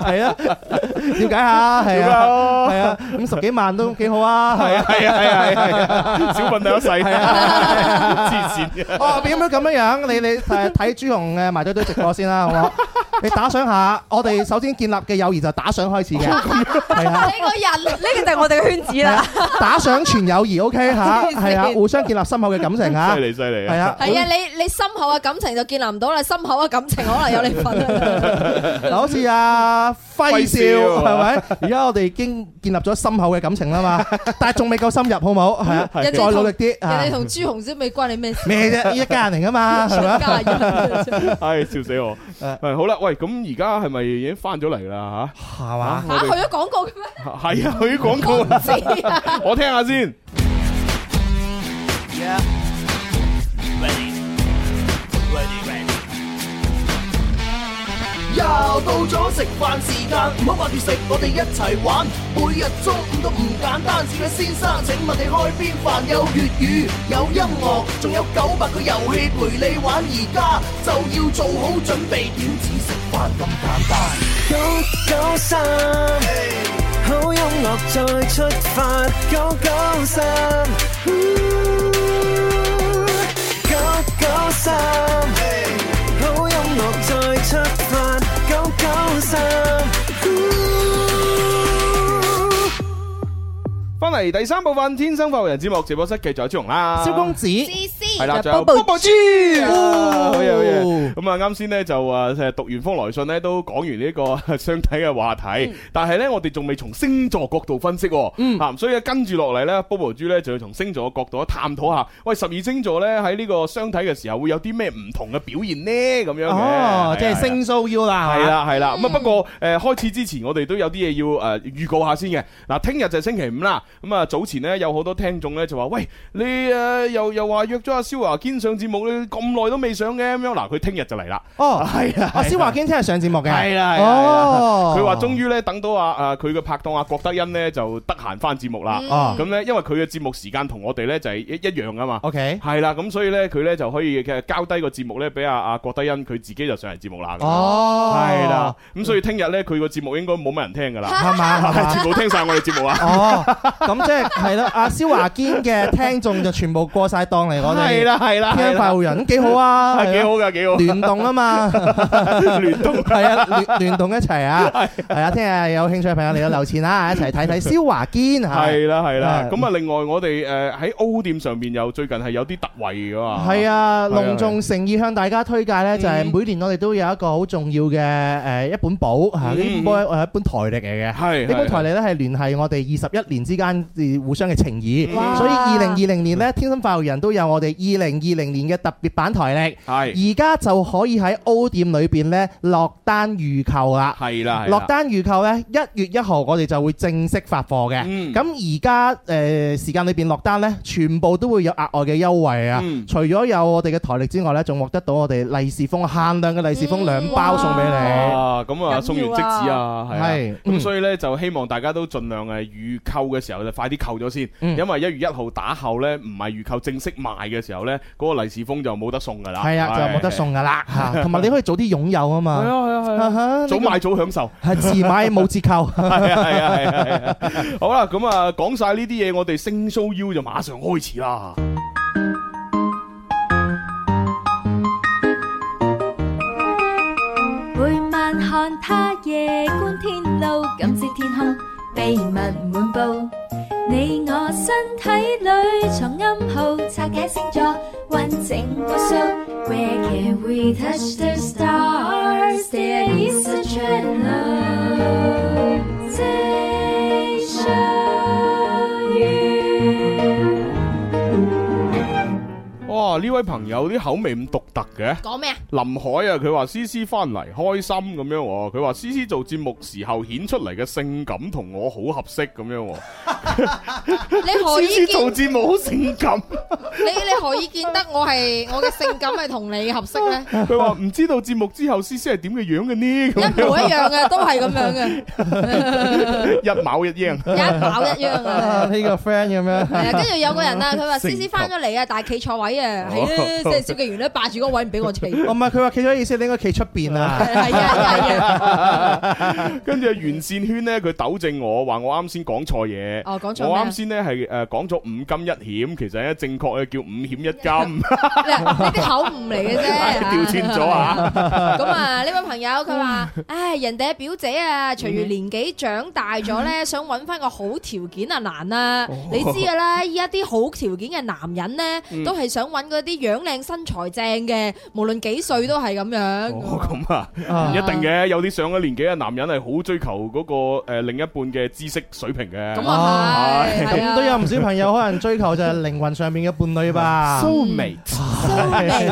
Speaker 4: 係啊，了解下，係啊，係啊，咁十幾萬都幾好啊，係啊，
Speaker 2: 係啊係啊係 *laughs* 啊，小笨蛋一世，黐線嘅。 *laughs*
Speaker 4: 哦，表妹咁樣樣，你你誒睇朱紅嘅埋堆堆直播先啦，好唔好？你打賞下，我哋首先建立嘅友誼就打賞開始嘅，係啊。
Speaker 10: 呢個就係我哋嘅圈子啦。
Speaker 4: 打賞全友誼 OK 吓，係啊，互相建立深厚嘅感情吓。
Speaker 2: 犀利犀利
Speaker 4: 係
Speaker 2: 啊！ *laughs*
Speaker 4: 啊，
Speaker 3: 係啊，你你深厚嘅感情就建立唔到啦，深厚嘅感情可能有你
Speaker 2: *laughs*
Speaker 3: 份。啊
Speaker 4: 嗱，好似阿輝
Speaker 2: 輝
Speaker 4: 少
Speaker 2: 少
Speaker 4: 係咪？而家我哋已經建立咗深厚嘅感情啦嘛，但係仲未夠深入，好唔好？係啊，
Speaker 3: 人哋
Speaker 4: 再
Speaker 3: 同
Speaker 4: 努力啲
Speaker 3: 人哋
Speaker 4: 啊！
Speaker 3: 同朱紅先未關你咩事，
Speaker 4: 咩啫？一家人嚟噶
Speaker 2: 啊
Speaker 3: *laughs*
Speaker 4: 嘛，係咪？
Speaker 3: 家人。
Speaker 2: 唉，笑死我！
Speaker 4: 誒
Speaker 2: 誒好啦，喂，咁而家係咪已經翻咗嚟啦
Speaker 4: 係嘛？
Speaker 3: 嚇去咗廣告嘅咩？
Speaker 2: 吓？係啊，佢啲廣告啦，
Speaker 3: 知啊，
Speaker 2: 我聽下先。
Speaker 8: 又到咗食飯時間，唔好掛住食，我哋一齊玩。每日中午都唔簡單，小嘅先生，請問你開邊飯？有粵語，有音樂，仲有九百個遊戲陪你玩。而家就要做好準備，點止食飯咁簡單？
Speaker 9: 九九三，好音樂再出發，九九三，九九三，好音樂再出發，九九三。
Speaker 2: 翻嚟第三部分《天生發育人》節目直播室，繼續有朱紅啦，
Speaker 4: 蕭公子，
Speaker 3: 知
Speaker 2: 係
Speaker 3: 知。
Speaker 2: 啦，仲有
Speaker 10: Bobo
Speaker 2: 豬，好嘢好嘢。
Speaker 4: 哦
Speaker 2: 咁啊，啱先咧就啊，誒讀完封來信咧都講完呢個呃相睇嘅話
Speaker 4: 嗯
Speaker 2: 題，但係咧我哋仲未從星座角度分析喎，啊，所以咧跟住落嚟咧，Bobo 豬咧就要從星座嘅角度探討下，喂，十二星座咧喺呢個相睇嘅時候會有啲咩唔同嘅表現呢？咁樣嘅，
Speaker 4: 哦，即
Speaker 2: 係
Speaker 4: 係
Speaker 2: 啊
Speaker 4: 星騷擾啦，
Speaker 2: 係
Speaker 4: 係嘛，
Speaker 2: 啦，係啦。咁啊，不過誒開始之前，我哋都有啲嘢要誒預告下先嘅。嗱，聽日就係星期五啦。咁啊，早前呢，有好多聽眾咧就話：喂，你誒又又話約咗阿蕭華堅上節目咧，咁耐都未上嘅咁樣。嗱，佢聽日就嚟啦。
Speaker 4: 哦，
Speaker 2: 係啊
Speaker 4: 阿蕭華堅聽日上節目嘅，
Speaker 2: 係啦係啦
Speaker 4: 哦，
Speaker 2: 佢話終於咧等到阿誒佢嘅拍檔啊阿郭德欣呢，就得閒翻節目啦。
Speaker 4: 哦
Speaker 2: 咁咧，因為佢嘅節目時間同我哋咧就係一一樣噶嘛。
Speaker 4: ，OK，
Speaker 2: 係啦，咁所以咧佢咧就可以嘅交低個節目咧俾阿阿郭德欣，佢自己就上嚟節目啦。咁樣
Speaker 4: 哦，
Speaker 2: 係啦，，咁所以聽日咧佢個節目應該冇乜人聽噶啦，
Speaker 4: 係嘛，係嘛
Speaker 2: 全部聽晒我哋節目啦。
Speaker 4: 哦，咁即係係啦，阿蕭華堅嘅聽眾就全部過晒檔嚟我哋，
Speaker 2: 係啦係啦，
Speaker 4: 天
Speaker 2: 係
Speaker 4: 生快
Speaker 2: 啦，
Speaker 4: 活人，咁幾好啊，
Speaker 2: 係幾好噶幾好，
Speaker 4: 聯動啊嘛，
Speaker 2: *laughs* 聯動
Speaker 4: 係啊，聯聯動一齊啊，係啊，聽日有興趣嘅朋友嚟到留錢啦，一齊睇睇蕭華堅係，
Speaker 2: 係啦係啦。
Speaker 4: 係
Speaker 2: 咁啊，另外我哋誒喺 O 店上邊又最近係有啲特惠噶嘛。係
Speaker 4: 係啊，
Speaker 2: 啊
Speaker 4: 隆重誠意向大家推介呢，就係每年我哋都有一個好重要嘅誒一本簿嚇，呢本簿係一本台歷嚟嘅。
Speaker 2: 係，係啊
Speaker 4: 呢本台歷咧係聯繫我哋二十一年之間呃互相嘅情誼，
Speaker 3: 哇
Speaker 4: 所以二零二零年呢，天生快活人都有我哋二零二零年嘅特別版台
Speaker 2: 係
Speaker 4: 歷，而家就可以喺 O 店裏邊呢落單預購啦。
Speaker 2: 係啦係啊
Speaker 4: 落
Speaker 2: 啦。
Speaker 4: 單預購呢，一月一號我哋就會正式發貨嘅。
Speaker 2: 嗯
Speaker 4: 咁而家誒時間裏邊落單呢，全部都會有額外嘅優惠啊！
Speaker 2: 嗯
Speaker 4: 除咗有我哋嘅台歷之外呢，仲獲得到我哋利是封限量嘅利是
Speaker 2: 嗯
Speaker 4: 封兩包送俾你。
Speaker 2: 啊，咁啊，送完即止啊，係啊。
Speaker 4: 係
Speaker 2: 咁
Speaker 4: 嗯
Speaker 2: 所以咧就希望大家都盡量誒預購嘅時候就快啲購咗先，
Speaker 4: 嗯
Speaker 2: 因為一月一號打後咧唔係預購正式賣嘅時候咧，嗰個利是封就冇得送噶啦。
Speaker 4: 係啊，就冇得送噶啦嚇，同埋你可以早啲擁有啊
Speaker 2: 係啊
Speaker 4: 嘛。
Speaker 2: 係啊係啊
Speaker 4: 啊。哈
Speaker 2: 早
Speaker 4: 呢個
Speaker 2: 買早享
Speaker 4: *laughs*
Speaker 2: 受，
Speaker 4: 係自買冇折扣。
Speaker 2: 係啊係啊係啊係啊！好啦，咁啊講晒呢啲嘢，我哋星 show U 就馬上開始啦。
Speaker 1: 每晚看他夜觀天路，感知天空秘密滿布。你我身體裏藏暗號，拆解星座完整無數。Where can we touch the stars? There is a channel.
Speaker 2: 哇！呢位朋友啲口味咁獨特嘅，
Speaker 3: 講咩啊？
Speaker 2: 林海啊，佢話思思翻嚟開心咁樣喎，佢話思思做節目時候顯出嚟嘅性感同我好合適咁樣
Speaker 3: 你何
Speaker 2: 喎，思思
Speaker 3: 以
Speaker 2: 做
Speaker 3: 見
Speaker 2: 節目好性感，
Speaker 3: 你你何以見得我係我嘅性感係同你合適咧？
Speaker 2: 佢話唔知道節目之後思思係點嘅樣嘅呢？咁
Speaker 3: 一模一樣嘅，都係咁樣
Speaker 2: *laughs*
Speaker 3: 嘅，
Speaker 2: 樣一卯一英，
Speaker 3: 一模一樣
Speaker 4: 啊
Speaker 3: 啊！
Speaker 4: 呢個 friend 咁
Speaker 2: *laughs*
Speaker 4: 樣
Speaker 3: 係啊，跟住有個人啊，佢話思思翻咗嚟啊，但係企錯位啊，
Speaker 2: 哦
Speaker 3: 係咧，即係小敬員咧霸住嗰個位唔俾
Speaker 2: *laughs*
Speaker 3: 我企。
Speaker 4: 哦，唔係佢話企咗意思，你應該企出邊啊！
Speaker 3: 係啊係啊，
Speaker 2: 跟住袁善圈呢，佢糾正我話我啱先講錯嘢。
Speaker 3: 哦講錯咩
Speaker 2: 我啱先呢係誒講咗五金一險，其實咧正確嘅叫五險一金，
Speaker 3: 呢啲口誤嚟嘅
Speaker 2: *laughs*
Speaker 3: 啫。
Speaker 2: 調轉咗啊！
Speaker 3: 咁啊，呢位朋友佢話：，唉，人哋嘅表姐啊，隨住年紀長大咗咧，想揾翻個好條件啊難啦。
Speaker 2: 哦
Speaker 3: 你知噶啦，依家啲好條件嘅男人
Speaker 2: 嗯
Speaker 3: 咧，都係想揾嗰啲樣靚身材正嘅，無論幾歲都係咁
Speaker 2: 哦，
Speaker 3: 樣。
Speaker 2: 咁啊，唔一定嘅，有啲上咗年紀嘅男人係好追求嗰個誒另一半嘅知識水平嘅。
Speaker 3: 咁啊係，係
Speaker 4: 咁
Speaker 3: 啊
Speaker 4: 都有唔少朋友可能追求就係靈魂上面嘅伴
Speaker 2: *laughs*
Speaker 4: 侶吧。
Speaker 2: 味，
Speaker 3: 蘇眉，知咩意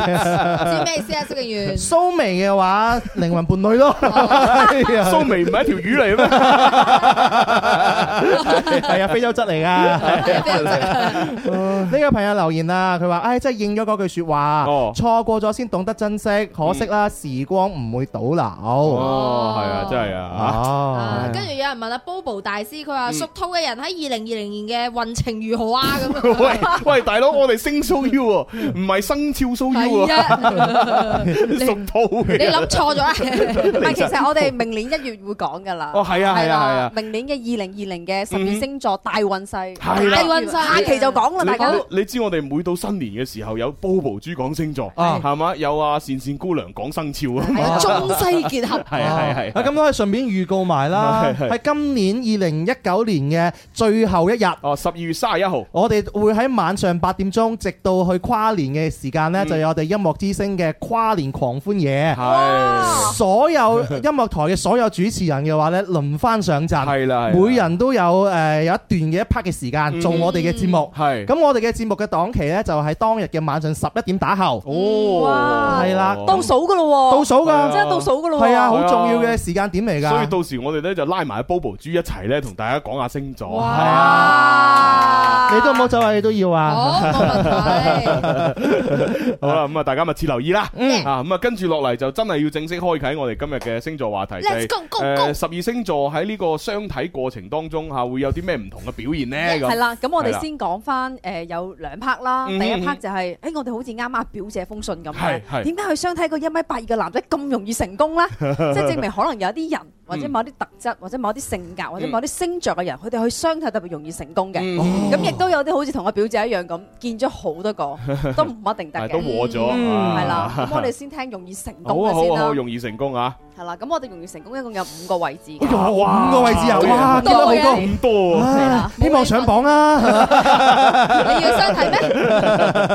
Speaker 3: 思啊？蕭
Speaker 2: *laughs*
Speaker 3: 敬元，
Speaker 4: 蘇眉嘅話，靈魂伴侶咯。啊
Speaker 2: 蘇眉唔係一條魚嚟咩？
Speaker 4: 係啊，非洲質
Speaker 3: *laughs*
Speaker 4: 嚟㗎。
Speaker 3: 係
Speaker 4: 呢個朋友留言啊，佢話：，唉，真係應咗嗰句説話
Speaker 2: 哦，
Speaker 4: 錯過咗先懂得珍惜，可惜啦，時光唔會倒流。
Speaker 2: 哦，係啊，真係啊，嗯
Speaker 4: 哦
Speaker 3: 啊，跟住有人問啊，Bobo 大師，佢話屬兔嘅人喺二零二零年嘅運程如何啊？咁
Speaker 2: *laughs*
Speaker 3: 樣
Speaker 2: 喂喂，大佬，我哋升 show U 喎，唔係生肖 show U
Speaker 3: 係
Speaker 2: 啊，
Speaker 3: 啊，
Speaker 2: 屬兔
Speaker 3: 你
Speaker 2: 嘅。
Speaker 3: 諗錯咗啊！
Speaker 10: *laughs* 唔係，其實我哋明年一月會講㗎啦。
Speaker 2: 哦，係啊，
Speaker 10: 係
Speaker 2: 係啊，係
Speaker 10: 啦
Speaker 2: 啊，。
Speaker 10: 明年嘅二零二零嘅十二星座大運勢，
Speaker 2: 係啦
Speaker 3: 大運勢
Speaker 10: 下期就講啦，大家。
Speaker 2: 你你知我哋每到新年嘅時候有 Bobo 豬講星座，
Speaker 4: 啊
Speaker 2: 係嘛？有啊，善善姑娘講生肖啊，
Speaker 3: 係啊中西結合，
Speaker 2: 係啊係啊係
Speaker 4: 啊
Speaker 2: 啊。
Speaker 4: 咁都可以順便預告埋
Speaker 2: *laughs*
Speaker 4: 啦，
Speaker 2: 係係
Speaker 4: 喺今年二零一九年嘅最後一日。
Speaker 2: 哦，十二月三十一號，
Speaker 4: 我哋會喺晚上八點鐘，直到去跨年嘅時間
Speaker 2: 嗯
Speaker 4: 呢，就有我哋音樂之聲嘅跨年狂歡夜。
Speaker 2: 係
Speaker 4: 所
Speaker 2: *laughs*
Speaker 4: 有音樂台嘅所有主持人嘅話呢，輪番上陣，
Speaker 2: 係啦，嗯係啦
Speaker 4: 每人都有誒、呃有一段嘅一 part 嘅時間做我哋嘅節目。
Speaker 2: 係
Speaker 10: 嗯
Speaker 4: 咁我哋嘅節目嘅檔期呢，就係當日嘅晚上十一點打後，
Speaker 2: 哦，
Speaker 4: 係啦
Speaker 10: 倒數㗎咯喎，
Speaker 4: 倒數㗎，
Speaker 10: 啊真係倒數㗎咯喎。
Speaker 4: 係啊，好
Speaker 2: 係啊
Speaker 4: 重要嘅時間點嚟㗎。
Speaker 2: 啊所以到時我哋咧就拉埋 Bobo 豬一齊咧，同大家講下星座。
Speaker 4: 係啊，你都唔好走啊，你都要啊。
Speaker 3: 好冇問
Speaker 2: 好啦，咁啊，大家密切留意啦。
Speaker 3: 嗯
Speaker 2: 啊，咁啊，跟住落嚟就真係要正式開啟我哋今日嘅星座話題。
Speaker 3: Let's go, go,
Speaker 2: 誒，十二星座喺呢個相睇過程當中嚇，會有啲咩唔同嘅表現呢？
Speaker 10: 係
Speaker 2: 咁
Speaker 10: 啦，咁我
Speaker 2: 係啦
Speaker 10: 哋先講翻誒有兩 part 啦。第
Speaker 2: 嗯
Speaker 10: 一 part 就係誒我哋好似啱啱表姐封信咁
Speaker 2: 係係
Speaker 10: 嘅，點解佢相睇個一米八二嘅男仔咁容易成
Speaker 2: *laughs*
Speaker 10: 功咧？即係證明可能有啲人或者
Speaker 2: 嗯
Speaker 10: 某啲特質或者某啲性格或者
Speaker 2: 嗯
Speaker 10: 某啲星座嘅人，佢哋去相睇特別容易成功嘅。
Speaker 2: 嗯
Speaker 10: 咁亦都有啲好似同我表姐一樣咁，見咗好
Speaker 2: *laughs*
Speaker 10: 多個都唔一定得
Speaker 2: 係都
Speaker 10: 嘅。
Speaker 2: 和咗，
Speaker 10: 係
Speaker 2: 係
Speaker 10: 啦，咁我哋先聽容易成
Speaker 2: 好
Speaker 10: 功
Speaker 2: 啊
Speaker 10: 嘅
Speaker 2: 好啊好啊，
Speaker 10: 先啦。
Speaker 2: 容易成功啊！
Speaker 10: 係啦，咁我哋容易成功一共有五個位置嘅。
Speaker 4: 哇五個位置啊，
Speaker 2: 哇
Speaker 4: 哇，見到好
Speaker 3: 多
Speaker 4: 多
Speaker 3: 嘅。
Speaker 2: 咁多啊，
Speaker 4: 唉希望上 *laughs* 榜啊！
Speaker 3: 題，你要
Speaker 2: *laughs*
Speaker 3: 相睇咩？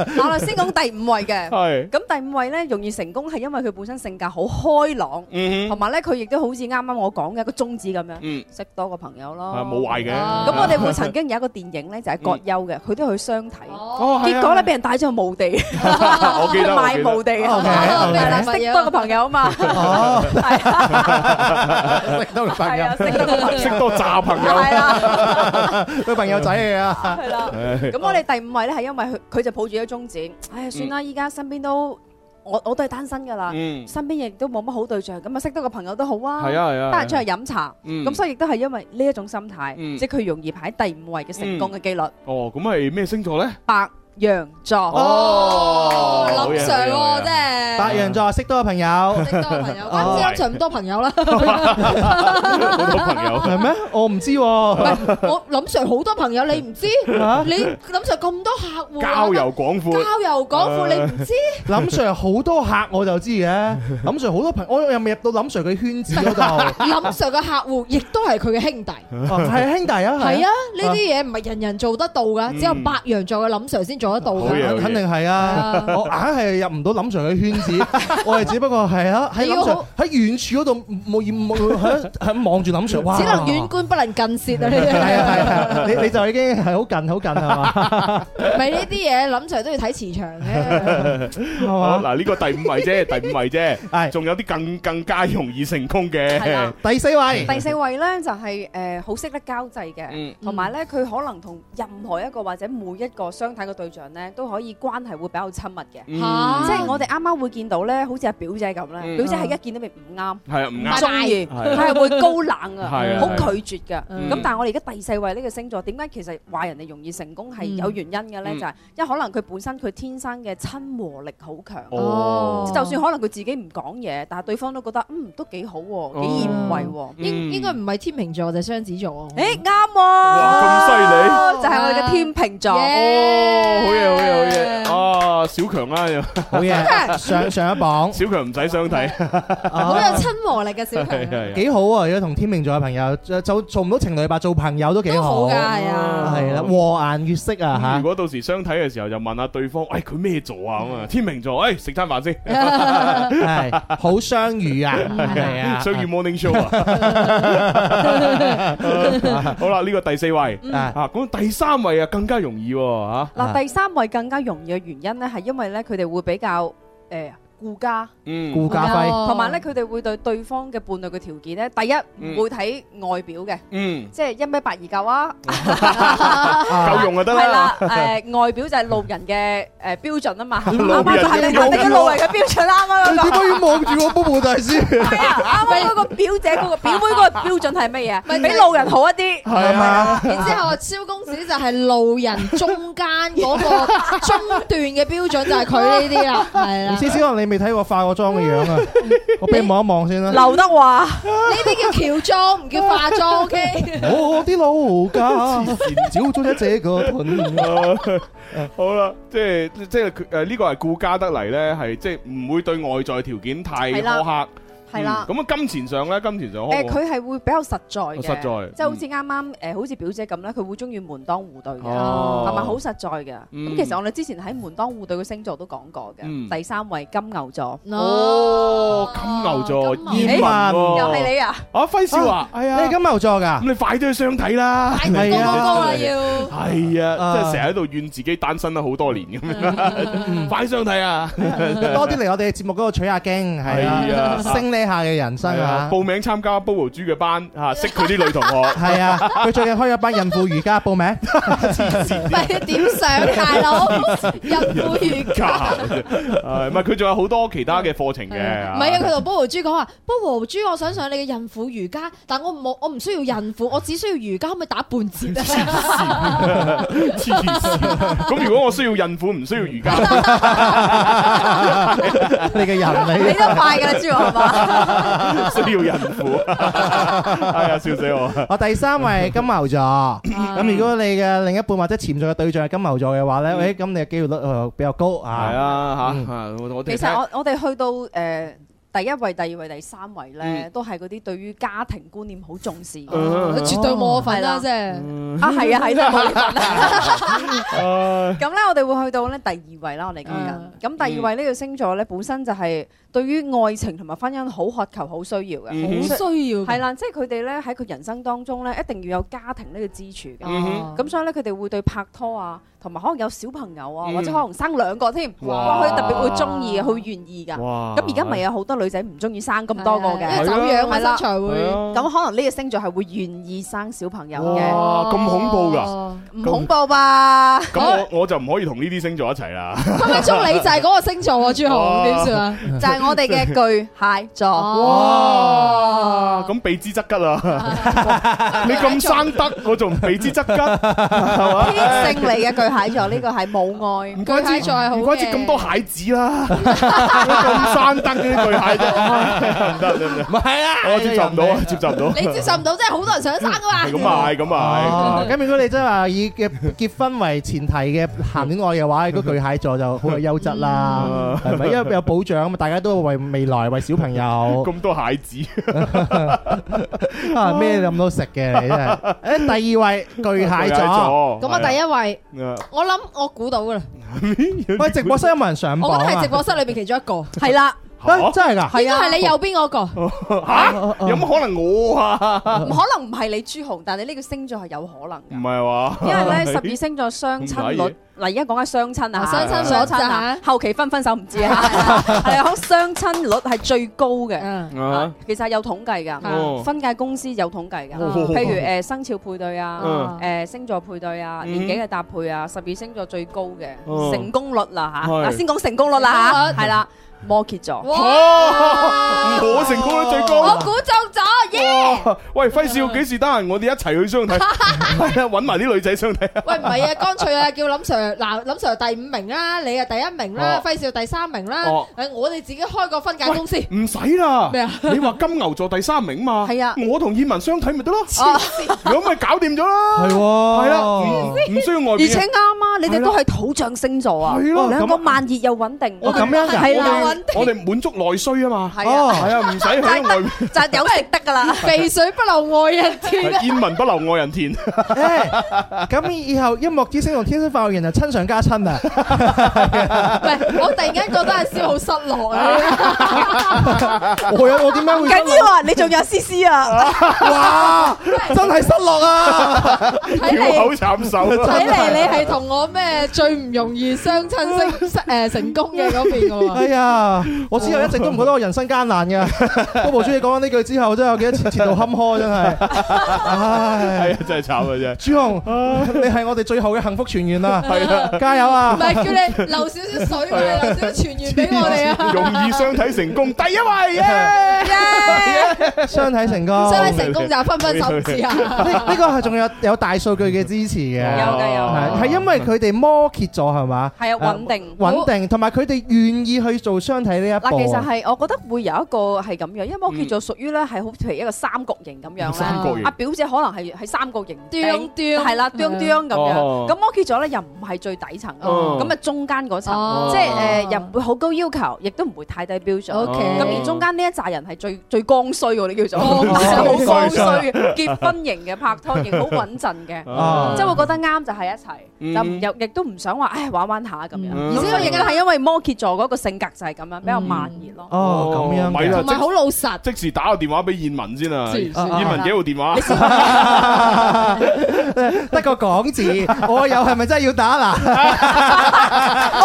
Speaker 10: 嗱，我哋先講第五位嘅。
Speaker 2: 係，
Speaker 10: 咁第五位咧，容易成功係因為佢本身性格好開朗，
Speaker 2: 嗯
Speaker 10: 同
Speaker 2: 哼，
Speaker 10: 埋咧佢亦都好似啱啱我講嘅一個宗旨咁樣，
Speaker 2: 嗯，
Speaker 10: 識多個朋友咯。
Speaker 2: 啊冇壞嘅。
Speaker 3: 啊
Speaker 10: 咁我哋會曾經有一個電影咧，就係葛優嘅，佢都去相睇，
Speaker 3: 哦，
Speaker 2: 哦，係啊
Speaker 10: 結果咧俾人帶咗去墓地，
Speaker 2: *laughs*
Speaker 10: *laughs*
Speaker 2: 我記得，我記
Speaker 10: 賣墓
Speaker 2: 得。
Speaker 10: 地
Speaker 4: 哦
Speaker 10: 嘅， *laughs*
Speaker 4: ，OK，OK
Speaker 10: 係啦，識多個朋友啊嘛，係啊，
Speaker 4: 多個朋
Speaker 10: 係
Speaker 4: 友
Speaker 10: 啊，，識多個朋
Speaker 2: 識
Speaker 10: 友，
Speaker 2: 多炸朋
Speaker 10: *laughs*
Speaker 2: 友，
Speaker 10: 係啦，
Speaker 4: 佢朋友仔嚟啊！
Speaker 2: *laughs*
Speaker 10: 係啦。
Speaker 2: 唉
Speaker 10: 咁我哋第五位咧係因為佢佢就抱住一個宗旨，唉，算啦，依家身邊都我我都係單身㗎啦。
Speaker 2: 嗯，
Speaker 10: 身邊亦都冇乜好對象，咁啊識得個朋友都好啊，
Speaker 2: 係啊係啊，
Speaker 10: 得閒出去飲茶，
Speaker 2: 嗯
Speaker 10: 咁所以亦都係因為呢一種心態，
Speaker 2: 嗯
Speaker 10: 即係佢容易排第五位嘅成功嘅機率。
Speaker 2: 哦，咁係咩星座咧？
Speaker 10: 白羊座，
Speaker 3: 哦，
Speaker 2: 好
Speaker 3: 林
Speaker 2: 嘢
Speaker 3: Sir
Speaker 2: 好
Speaker 3: 喎，
Speaker 2: 嘢
Speaker 3: 真係
Speaker 4: 白羊座識多個朋友，
Speaker 3: 識多個朋友，關唔知林 Sir 咁多朋友啦？唔
Speaker 2: 好多朋友。
Speaker 4: 係咩？我唔知 *laughs* 喎。
Speaker 3: 係我林 Sir 好多朋友，你唔知？
Speaker 4: 啊
Speaker 3: 你林 Sir 咁多客户，
Speaker 2: 交友廣闊，
Speaker 3: 交友廣闊，你唔知？
Speaker 4: 林 Sir 好多客我就知嘅，林 Sir 好多朋，我又未入到林 Sir 嘅圈子 *laughs*
Speaker 3: *laughs*
Speaker 4: 嗰度。
Speaker 3: 林 Sir 嘅客户亦都係佢嘅兄弟。
Speaker 4: 哦係兄弟啊，
Speaker 3: 係啊，呢啲嘢唔係人人做得到噶，只有白羊座嘅林 Sir 先做得到
Speaker 2: 好嘢
Speaker 3: 㗎。
Speaker 4: 肯定係啊！我硬係入唔到林 Sir 嘅 *laughs* 圈子，我係只不過係啊喺林 Sir 喺遠處嗰度冇冇喺喺望住林 Sir，哇！
Speaker 3: 只能遠觀不能近舌啊！呢啲
Speaker 4: 係啊係啊，你你就已經係好近好近係嘛
Speaker 3: 唔係呢啲嘢，林 Sir 都要睇磁場嘅。
Speaker 4: 係
Speaker 2: 好
Speaker 4: 嘛？
Speaker 2: 嗱，呢個第五位
Speaker 10: *laughs*
Speaker 2: 啫，第五位啫，
Speaker 4: 係
Speaker 2: 仲有啲更更加容易成功嘅，
Speaker 10: 係啦
Speaker 4: 第四位
Speaker 10: 第四位呢就係誒好識得交際嘅，
Speaker 2: 嗯
Speaker 10: 同埋呢，佢可能同任何一個或者每一個相睇嘅對象呢，都可以關係會比較親密嘅。
Speaker 2: 嗯
Speaker 3: 嚇
Speaker 10: 即係我哋啱啱會見到咧，好似阿表姐咁
Speaker 2: 嗯
Speaker 10: 咧，表姐係一見到咪唔啱。
Speaker 2: 系啊，唔
Speaker 10: 唔
Speaker 2: 啱。
Speaker 10: 中意，
Speaker 2: 係
Speaker 10: 佢係會高冷啊，
Speaker 2: 係啊
Speaker 10: 好拒絕㗎。
Speaker 2: 嗯
Speaker 10: 咁但係我哋而家第四位呢個星座，點解其實話人哋容易成功係有原因嘅咧？
Speaker 2: 嗯
Speaker 10: 就係因為可能佢本身佢天生嘅親和力好強。
Speaker 2: 哦，
Speaker 10: 就算可能佢自己唔講嘢，但係對方都覺得嗯都幾好喎，幾意唔為喎。
Speaker 4: 嗯
Speaker 3: 應應該唔係天秤座，就係雙子座。
Speaker 2: 哎
Speaker 10: 誒啱喎，
Speaker 2: 哇
Speaker 10: 就係我哋嘅天
Speaker 2: *laughs*
Speaker 10: 秤座。
Speaker 2: 哦，好嘢好嘢好嘢！啊，小強啦，又
Speaker 4: 好嘢，上上一榜，
Speaker 2: 小強唔使相
Speaker 10: *laughs*
Speaker 2: 睇，
Speaker 3: 好有親和力嘅小強，
Speaker 2: 係係係
Speaker 4: 幾好啊！如果同天秤座嘅朋友，就就做唔到情侶吧，做朋友都幾
Speaker 3: 都好
Speaker 4: 好，
Speaker 3: 㗎，
Speaker 4: 係
Speaker 3: 係啊。
Speaker 4: 啦，和顏悅色啊
Speaker 2: 咁如
Speaker 4: 嚇。
Speaker 2: 果到時相睇嘅時候就問下對方，喂佢咩座啊咁啊？天秤座，誒食餐飯先，
Speaker 4: 係好相遇啊，係
Speaker 2: *laughs*
Speaker 4: 啊，
Speaker 2: 相遇 morning show
Speaker 4: *laughs*
Speaker 2: 啊！好啦，呢個第四位
Speaker 4: 啊，
Speaker 2: 啊，咁第三位啊更加容易喎嚇，
Speaker 10: 嗱，第三位更加容易嘅原因咧，係因為咧佢哋會比較誒顧家。
Speaker 2: 嗯
Speaker 4: 顧家輝，
Speaker 3: 哦
Speaker 10: 同埋咧，佢哋會對對方嘅伴侶嘅條件咧，第一
Speaker 2: 嗯
Speaker 10: 唔會睇外表嘅，
Speaker 2: 嗯，
Speaker 10: 即係一米八二九啊，
Speaker 2: 夠用就得
Speaker 10: 係
Speaker 2: 啦，
Speaker 10: 啦，誒外表就係路人嘅誒標準啊嘛，啱
Speaker 2: *laughs* 路人
Speaker 10: 啱就係你話你嘅路人嘅標準，
Speaker 2: *laughs*
Speaker 10: 啱啱
Speaker 4: 你點
Speaker 10: 嗰個
Speaker 4: 解要望住我波波大師？
Speaker 10: 係啊，啱啱嗰個表姐嗰個表妹嗰個標準係乜嘢？啊比路人好一啲，
Speaker 4: 係嘛？
Speaker 3: 然之後，蕭公子就係路人中間嗰個
Speaker 2: *laughs*
Speaker 3: 中段嘅標準，就係佢呢啲啦，係啦。
Speaker 4: 唔知小可能你未睇過化過妝嘅樣啊，我俾你望一望先啦。
Speaker 10: 劉德華
Speaker 3: 呢啲叫喬裝，唔叫化妝，OK？
Speaker 4: *laughs* 我的老家，照中咗這個屯。
Speaker 2: *laughs* 好啦，即係即係佢誒呢個係顧家得嚟咧，係即係唔會對外在條件太
Speaker 10: 係啦
Speaker 2: 苛刻。
Speaker 10: 係啦
Speaker 2: 嗯。咁啊，金錢上咧，金錢上可
Speaker 10: 誒
Speaker 2: 唔可
Speaker 10: 佢係會比較實在
Speaker 2: 實
Speaker 10: 嘅，
Speaker 2: 在嗯
Speaker 10: 即係好似啱啱誒，好似表姐咁咧，佢會中意門當戶對嘅，
Speaker 2: 哦
Speaker 10: 係咪好實在嘅？
Speaker 2: 嗯
Speaker 10: 咁其實我哋之前喺門當戶對嘅星座都講過
Speaker 2: 嗯
Speaker 10: 嘅，第三位金牛座，
Speaker 2: 哦，金牛座
Speaker 3: 金
Speaker 2: 燕
Speaker 3: 牛
Speaker 2: 文喎，
Speaker 10: 又係你啊！
Speaker 2: 啊，輝少啊，係
Speaker 4: 你係金牛座㗎
Speaker 2: 咁？你快啲去相睇啦。
Speaker 3: 大高高高啦
Speaker 4: *laughs*
Speaker 3: 要。
Speaker 2: 係啊，
Speaker 4: 啊
Speaker 2: 即係成日喺度怨自己單身咗好多年咁
Speaker 10: 嗯
Speaker 2: 樣，快啲相睇啊！
Speaker 4: 多啲嚟我哋節目嗰度取下經，係
Speaker 2: 係啊
Speaker 4: 啊，升呢下嘅人生
Speaker 2: 係啊
Speaker 4: 啊，
Speaker 2: 報名參加 Bobo 豬嘅班
Speaker 10: *laughs*
Speaker 2: 啊，識佢啲女同學。 *laughs*
Speaker 4: 係啊，佢最近開咗班孕婦瑜伽，報名。
Speaker 3: 咪點上大
Speaker 4: *laughs*
Speaker 3: 佬？孕婦瑜
Speaker 2: 教
Speaker 3: 伽。
Speaker 2: 誒唔係佢仲有好多其他嘅課程嘅。
Speaker 10: 嗯
Speaker 3: 唔係啊！佢同波豪豬講話，波豪豬，我想上你嘅孕婦瑜伽，但我冇，我唔需要孕婦，我只需要瑜伽，可唔可以打半折
Speaker 2: *laughs*
Speaker 3: 啊？
Speaker 2: 黐線。咁如果我需要孕婦，唔需要瑜
Speaker 10: *laughs*
Speaker 2: 伽，
Speaker 4: 你嘅人
Speaker 10: 你
Speaker 4: 你
Speaker 10: 都快㗎啦，朱紅係 *laughs* 嘛？
Speaker 2: 需要孕婦。哎呀，笑死我！
Speaker 4: 我第三位金牛座，咁如果你嘅另一半或者潛在嘅對象係金牛座嘅話咧，誒咁你嘅機會率誒比較高
Speaker 2: 係
Speaker 4: 啊。
Speaker 2: 啊
Speaker 4: 嗯
Speaker 2: 嚇，啊我我哋
Speaker 10: 其實我我哋去到誒。第一位、第二位、第三位咧，
Speaker 2: 嗯
Speaker 10: 都係嗰啲對於家庭觀念好重視嘅。
Speaker 2: 嗯
Speaker 3: 佢絕對冇我份啦，即係。
Speaker 2: *laughs*
Speaker 10: 啊，係啊，係真係冇你份啦。
Speaker 2: 唉
Speaker 10: *laughs* 咁咧，我哋會去到咧第二位啦，我哋講
Speaker 3: 嗯
Speaker 10: 緊。咁第二位呢個星座咧，本身就係對於愛情同埋婚姻好渴求、好需要嘅。
Speaker 2: 嗯
Speaker 3: 好需要
Speaker 10: 係啦，即係佢哋咧喺佢人生當中咧，一定要有家庭呢個支柱嘅。
Speaker 2: 嗯哼
Speaker 10: 咁所以咧，佢哋會對拍拖啊，同埋可能有小朋友啊，
Speaker 2: 嗯
Speaker 10: 或者可能生兩個添，
Speaker 2: 哇
Speaker 10: 哇！佢特別會中意，佢會願意㗎。
Speaker 2: 哇
Speaker 10: 咁而家咪有好多女仔唔中意生咁多個
Speaker 3: 因為
Speaker 10: 嘅，
Speaker 3: 走樣啊
Speaker 10: 係
Speaker 3: 身
Speaker 10: 啦
Speaker 3: 材
Speaker 2: 係
Speaker 3: 會。
Speaker 2: 啊
Speaker 10: 咁可能呢個星座係會願意生小朋友嘅，
Speaker 2: 哇咁恐怖㗎！
Speaker 3: 哦
Speaker 10: 唔恐怖 *laughs* 吧？
Speaker 2: 咁我我就唔可以同呢啲星座一齊啦。
Speaker 3: 分分鐘你就係嗰個星座喎，朱紅
Speaker 2: 哦
Speaker 3: 點算啊？
Speaker 10: 就係我哋嘅巨蟹座， *laughs*
Speaker 2: 哇！咁避之則吉啦！你咁生得，我仲唔避之則吉，係嘛？
Speaker 10: 天性嚟嘅巨蟹座，呢個係冇愛。
Speaker 2: 唔怪
Speaker 3: 巨蟹
Speaker 2: 之
Speaker 3: 座係好嘅
Speaker 2: 唔怪之咁多蟹子啦，咁生得嘅啲巨蟹
Speaker 3: *laughs*
Speaker 2: 座，唔得唔得唔得，
Speaker 4: 唔係啊
Speaker 2: 我接受唔到，啊，接受唔到，
Speaker 3: 你接受唔到，即係好多人想生噶嘛。
Speaker 2: 係咁啊係咁啊
Speaker 4: 哦，咁如果你真係話以嘅結婚為前提嘅談戀愛嘅話，嗰巨蟹座就好有優質啦，係咪？因為有保障啊嘛，大家都為未來、為小朋
Speaker 2: 係，*laughs*
Speaker 4: 友
Speaker 2: 咁多蟹子，
Speaker 4: 啊咩諗到食嘅，你真係。誒，第二位巨蟹座，
Speaker 2: 嗯
Speaker 3: 咁啊，第一位，
Speaker 2: 第一，
Speaker 3: 我諗我估到噶啦，
Speaker 4: 喂，直播室有冇人上榜
Speaker 3: 我覺得係
Speaker 4: 啊
Speaker 3: 直？播室裏邊其中一個，
Speaker 10: 係啦，
Speaker 2: 哦
Speaker 4: 啊 *laughs* 真係㗎。
Speaker 3: 應該係你右邊嗰個。
Speaker 2: 吓有冇可能我啊？
Speaker 10: 唔可能唔係你朱紅，但你呢個星座係有可能
Speaker 2: 唔
Speaker 10: 㗎。
Speaker 2: 係話，
Speaker 10: 因為咧十二星座相親率嗱，而家講緊相親啊，
Speaker 3: 啊相親率
Speaker 10: 相親啊
Speaker 3: 咋，
Speaker 10: 後期分分手唔知啊， *laughs* 係啊，相親率係最高嘅。
Speaker 3: 嗯
Speaker 2: 啊
Speaker 10: 啊其實係有統計㗎，
Speaker 2: 哦
Speaker 10: 分界公司有統計㗎，
Speaker 2: 哦
Speaker 10: 譬如誒生肖配對啊
Speaker 2: 嗯，
Speaker 10: 誒星座配對啊，
Speaker 2: 嗯
Speaker 10: 年紀嘅搭配啊，十二星座最高嘅
Speaker 2: 哦
Speaker 10: 成功率啦嚇，
Speaker 2: 係
Speaker 10: 嗱先講成功率啦
Speaker 3: 成功
Speaker 10: 嚇，係啦，摩羯座。
Speaker 2: 哇！我成功率最
Speaker 3: 我
Speaker 2: 高。
Speaker 3: 估中咗，耶！
Speaker 2: 喂，輝少幾時得閒？我哋一齊去相
Speaker 3: *laughs*
Speaker 2: 睇，係啊，揾埋啲女仔相睇啊！
Speaker 3: 喂，唔係啊，乾脆啊，叫林 Sir 嗱，林 Sir 第五名啦，你啊第一名啦
Speaker 2: 哦，
Speaker 3: 輝少第三名啦
Speaker 2: 哦，
Speaker 3: 誒，我哋自己開個分界公司，
Speaker 2: 唔使啦
Speaker 3: 咩啊，
Speaker 2: 你話金牛座第三名嘛？
Speaker 10: 係啊
Speaker 2: 我同燕文相睇咪得咯， *laughs* 咁咪搞掂咗啦。
Speaker 4: 係喎
Speaker 2: 係啊，唔唔需要外
Speaker 10: 而
Speaker 2: 邊
Speaker 10: 且
Speaker 2: 嘅。
Speaker 10: 啱啊！你哋都係土象星座啊，
Speaker 2: 係咯
Speaker 10: 兩
Speaker 2: 咁
Speaker 10: 個
Speaker 2: 啊
Speaker 10: 慢熱又穩定。
Speaker 4: 哦咁樣㗎
Speaker 10: 係啦，
Speaker 3: 我哋
Speaker 2: 我哋滿足內需啊嘛。
Speaker 10: 係
Speaker 4: 哦
Speaker 10: 啊，
Speaker 2: 係啊，唔使
Speaker 10: 就
Speaker 2: 喺外面。 *laughs*
Speaker 10: 係得就有食得㗎啦。
Speaker 3: 肥水不流外人田啊！
Speaker 2: 燕文不留外人田，
Speaker 4: 咁以後音樂之星同天生發育人就親上加親啊！
Speaker 3: 喂，我突然間覺得阿蕭好失落
Speaker 2: *laughs*
Speaker 3: 啊！
Speaker 4: 我有我點解
Speaker 10: 唔
Speaker 4: 會失
Speaker 10: 緊
Speaker 4: 落
Speaker 10: 要啊！你仲有思思啊？
Speaker 4: 哇！真係失落啊！
Speaker 3: 睇
Speaker 2: 翹口
Speaker 3: 嚟
Speaker 2: 慘手。
Speaker 3: 睇
Speaker 2: *laughs*
Speaker 3: 嚟你係同我咩最唔容易相親成誒成功嘅嗰邊嘅
Speaker 4: 哎
Speaker 3: 喎。
Speaker 4: 呀，我之後一直都唔覺得我人生艱難嘅。波波主你講緊呢句之後，真係有幾多前前途坎坷，真係。唉，
Speaker 2: 係啊，真係慘啊，真係。
Speaker 4: 朱紅，你係我哋最後嘅幸福傳員啦！
Speaker 2: 係啊。
Speaker 4: 加油
Speaker 3: 唔
Speaker 4: 啊！
Speaker 3: 係叫你留少少水，我哋留少少傳言俾我哋啊！
Speaker 2: 容易相睇成功，第一位耶！
Speaker 4: 相睇成功。
Speaker 3: 相係成功就分分手唔知啊！
Speaker 4: 呢 *laughs* 呢個係仲有有大數據嘅支持嘅。
Speaker 10: 有㗎有
Speaker 4: 係
Speaker 10: 㗎
Speaker 4: 係因為佢哋摩羯座係嘛？
Speaker 10: 係啊，穩定。
Speaker 4: 穩定，同埋佢哋願意去做相睇呢一步。
Speaker 10: 嗱，其實係我覺得會有一個係咁樣，因為我叫做屬於咧係好譬如一個三角形咁樣
Speaker 2: 三
Speaker 10: 啦。
Speaker 2: 角形
Speaker 10: 阿表姐可能係喺三角形
Speaker 3: *laughs* 啄啄
Speaker 10: 係啦，啄啄咁樣。
Speaker 2: 哦
Speaker 10: 咁摩羯座咧又唔係最底層，
Speaker 2: 哦
Speaker 10: 咁啊中間嗰層
Speaker 3: 哦，
Speaker 10: 即係誒呃又唔會好高要求，亦都唔會太低標準。
Speaker 3: OK
Speaker 10: 咁而中間呢一紮人係最最剛需喎，你叫做
Speaker 3: 剛需
Speaker 10: *laughs* 好剛
Speaker 2: 哦
Speaker 10: 需嘅結婚型嘅拍拖型，好穩陣嘅。
Speaker 4: 啊
Speaker 10: 即係會覺得啱就係一齊，
Speaker 2: 嗯
Speaker 10: 就唔又亦都唔想話，唉玩玩下咁樣。
Speaker 2: 嗯
Speaker 10: 而且我亦都係因為摩羯座嗰個性格就係
Speaker 3: 嗯
Speaker 10: 咁樣，比較慢熱咯。
Speaker 4: 哦咁樣
Speaker 2: 咪
Speaker 4: 嘅。
Speaker 2: 啦
Speaker 3: 同埋好老實，
Speaker 2: 即時打個電話俾燕文先啊！
Speaker 3: 黐
Speaker 4: 線
Speaker 2: 燕文幾號電話？
Speaker 4: *laughs* 得個講字，我有係咪真係要打嗱？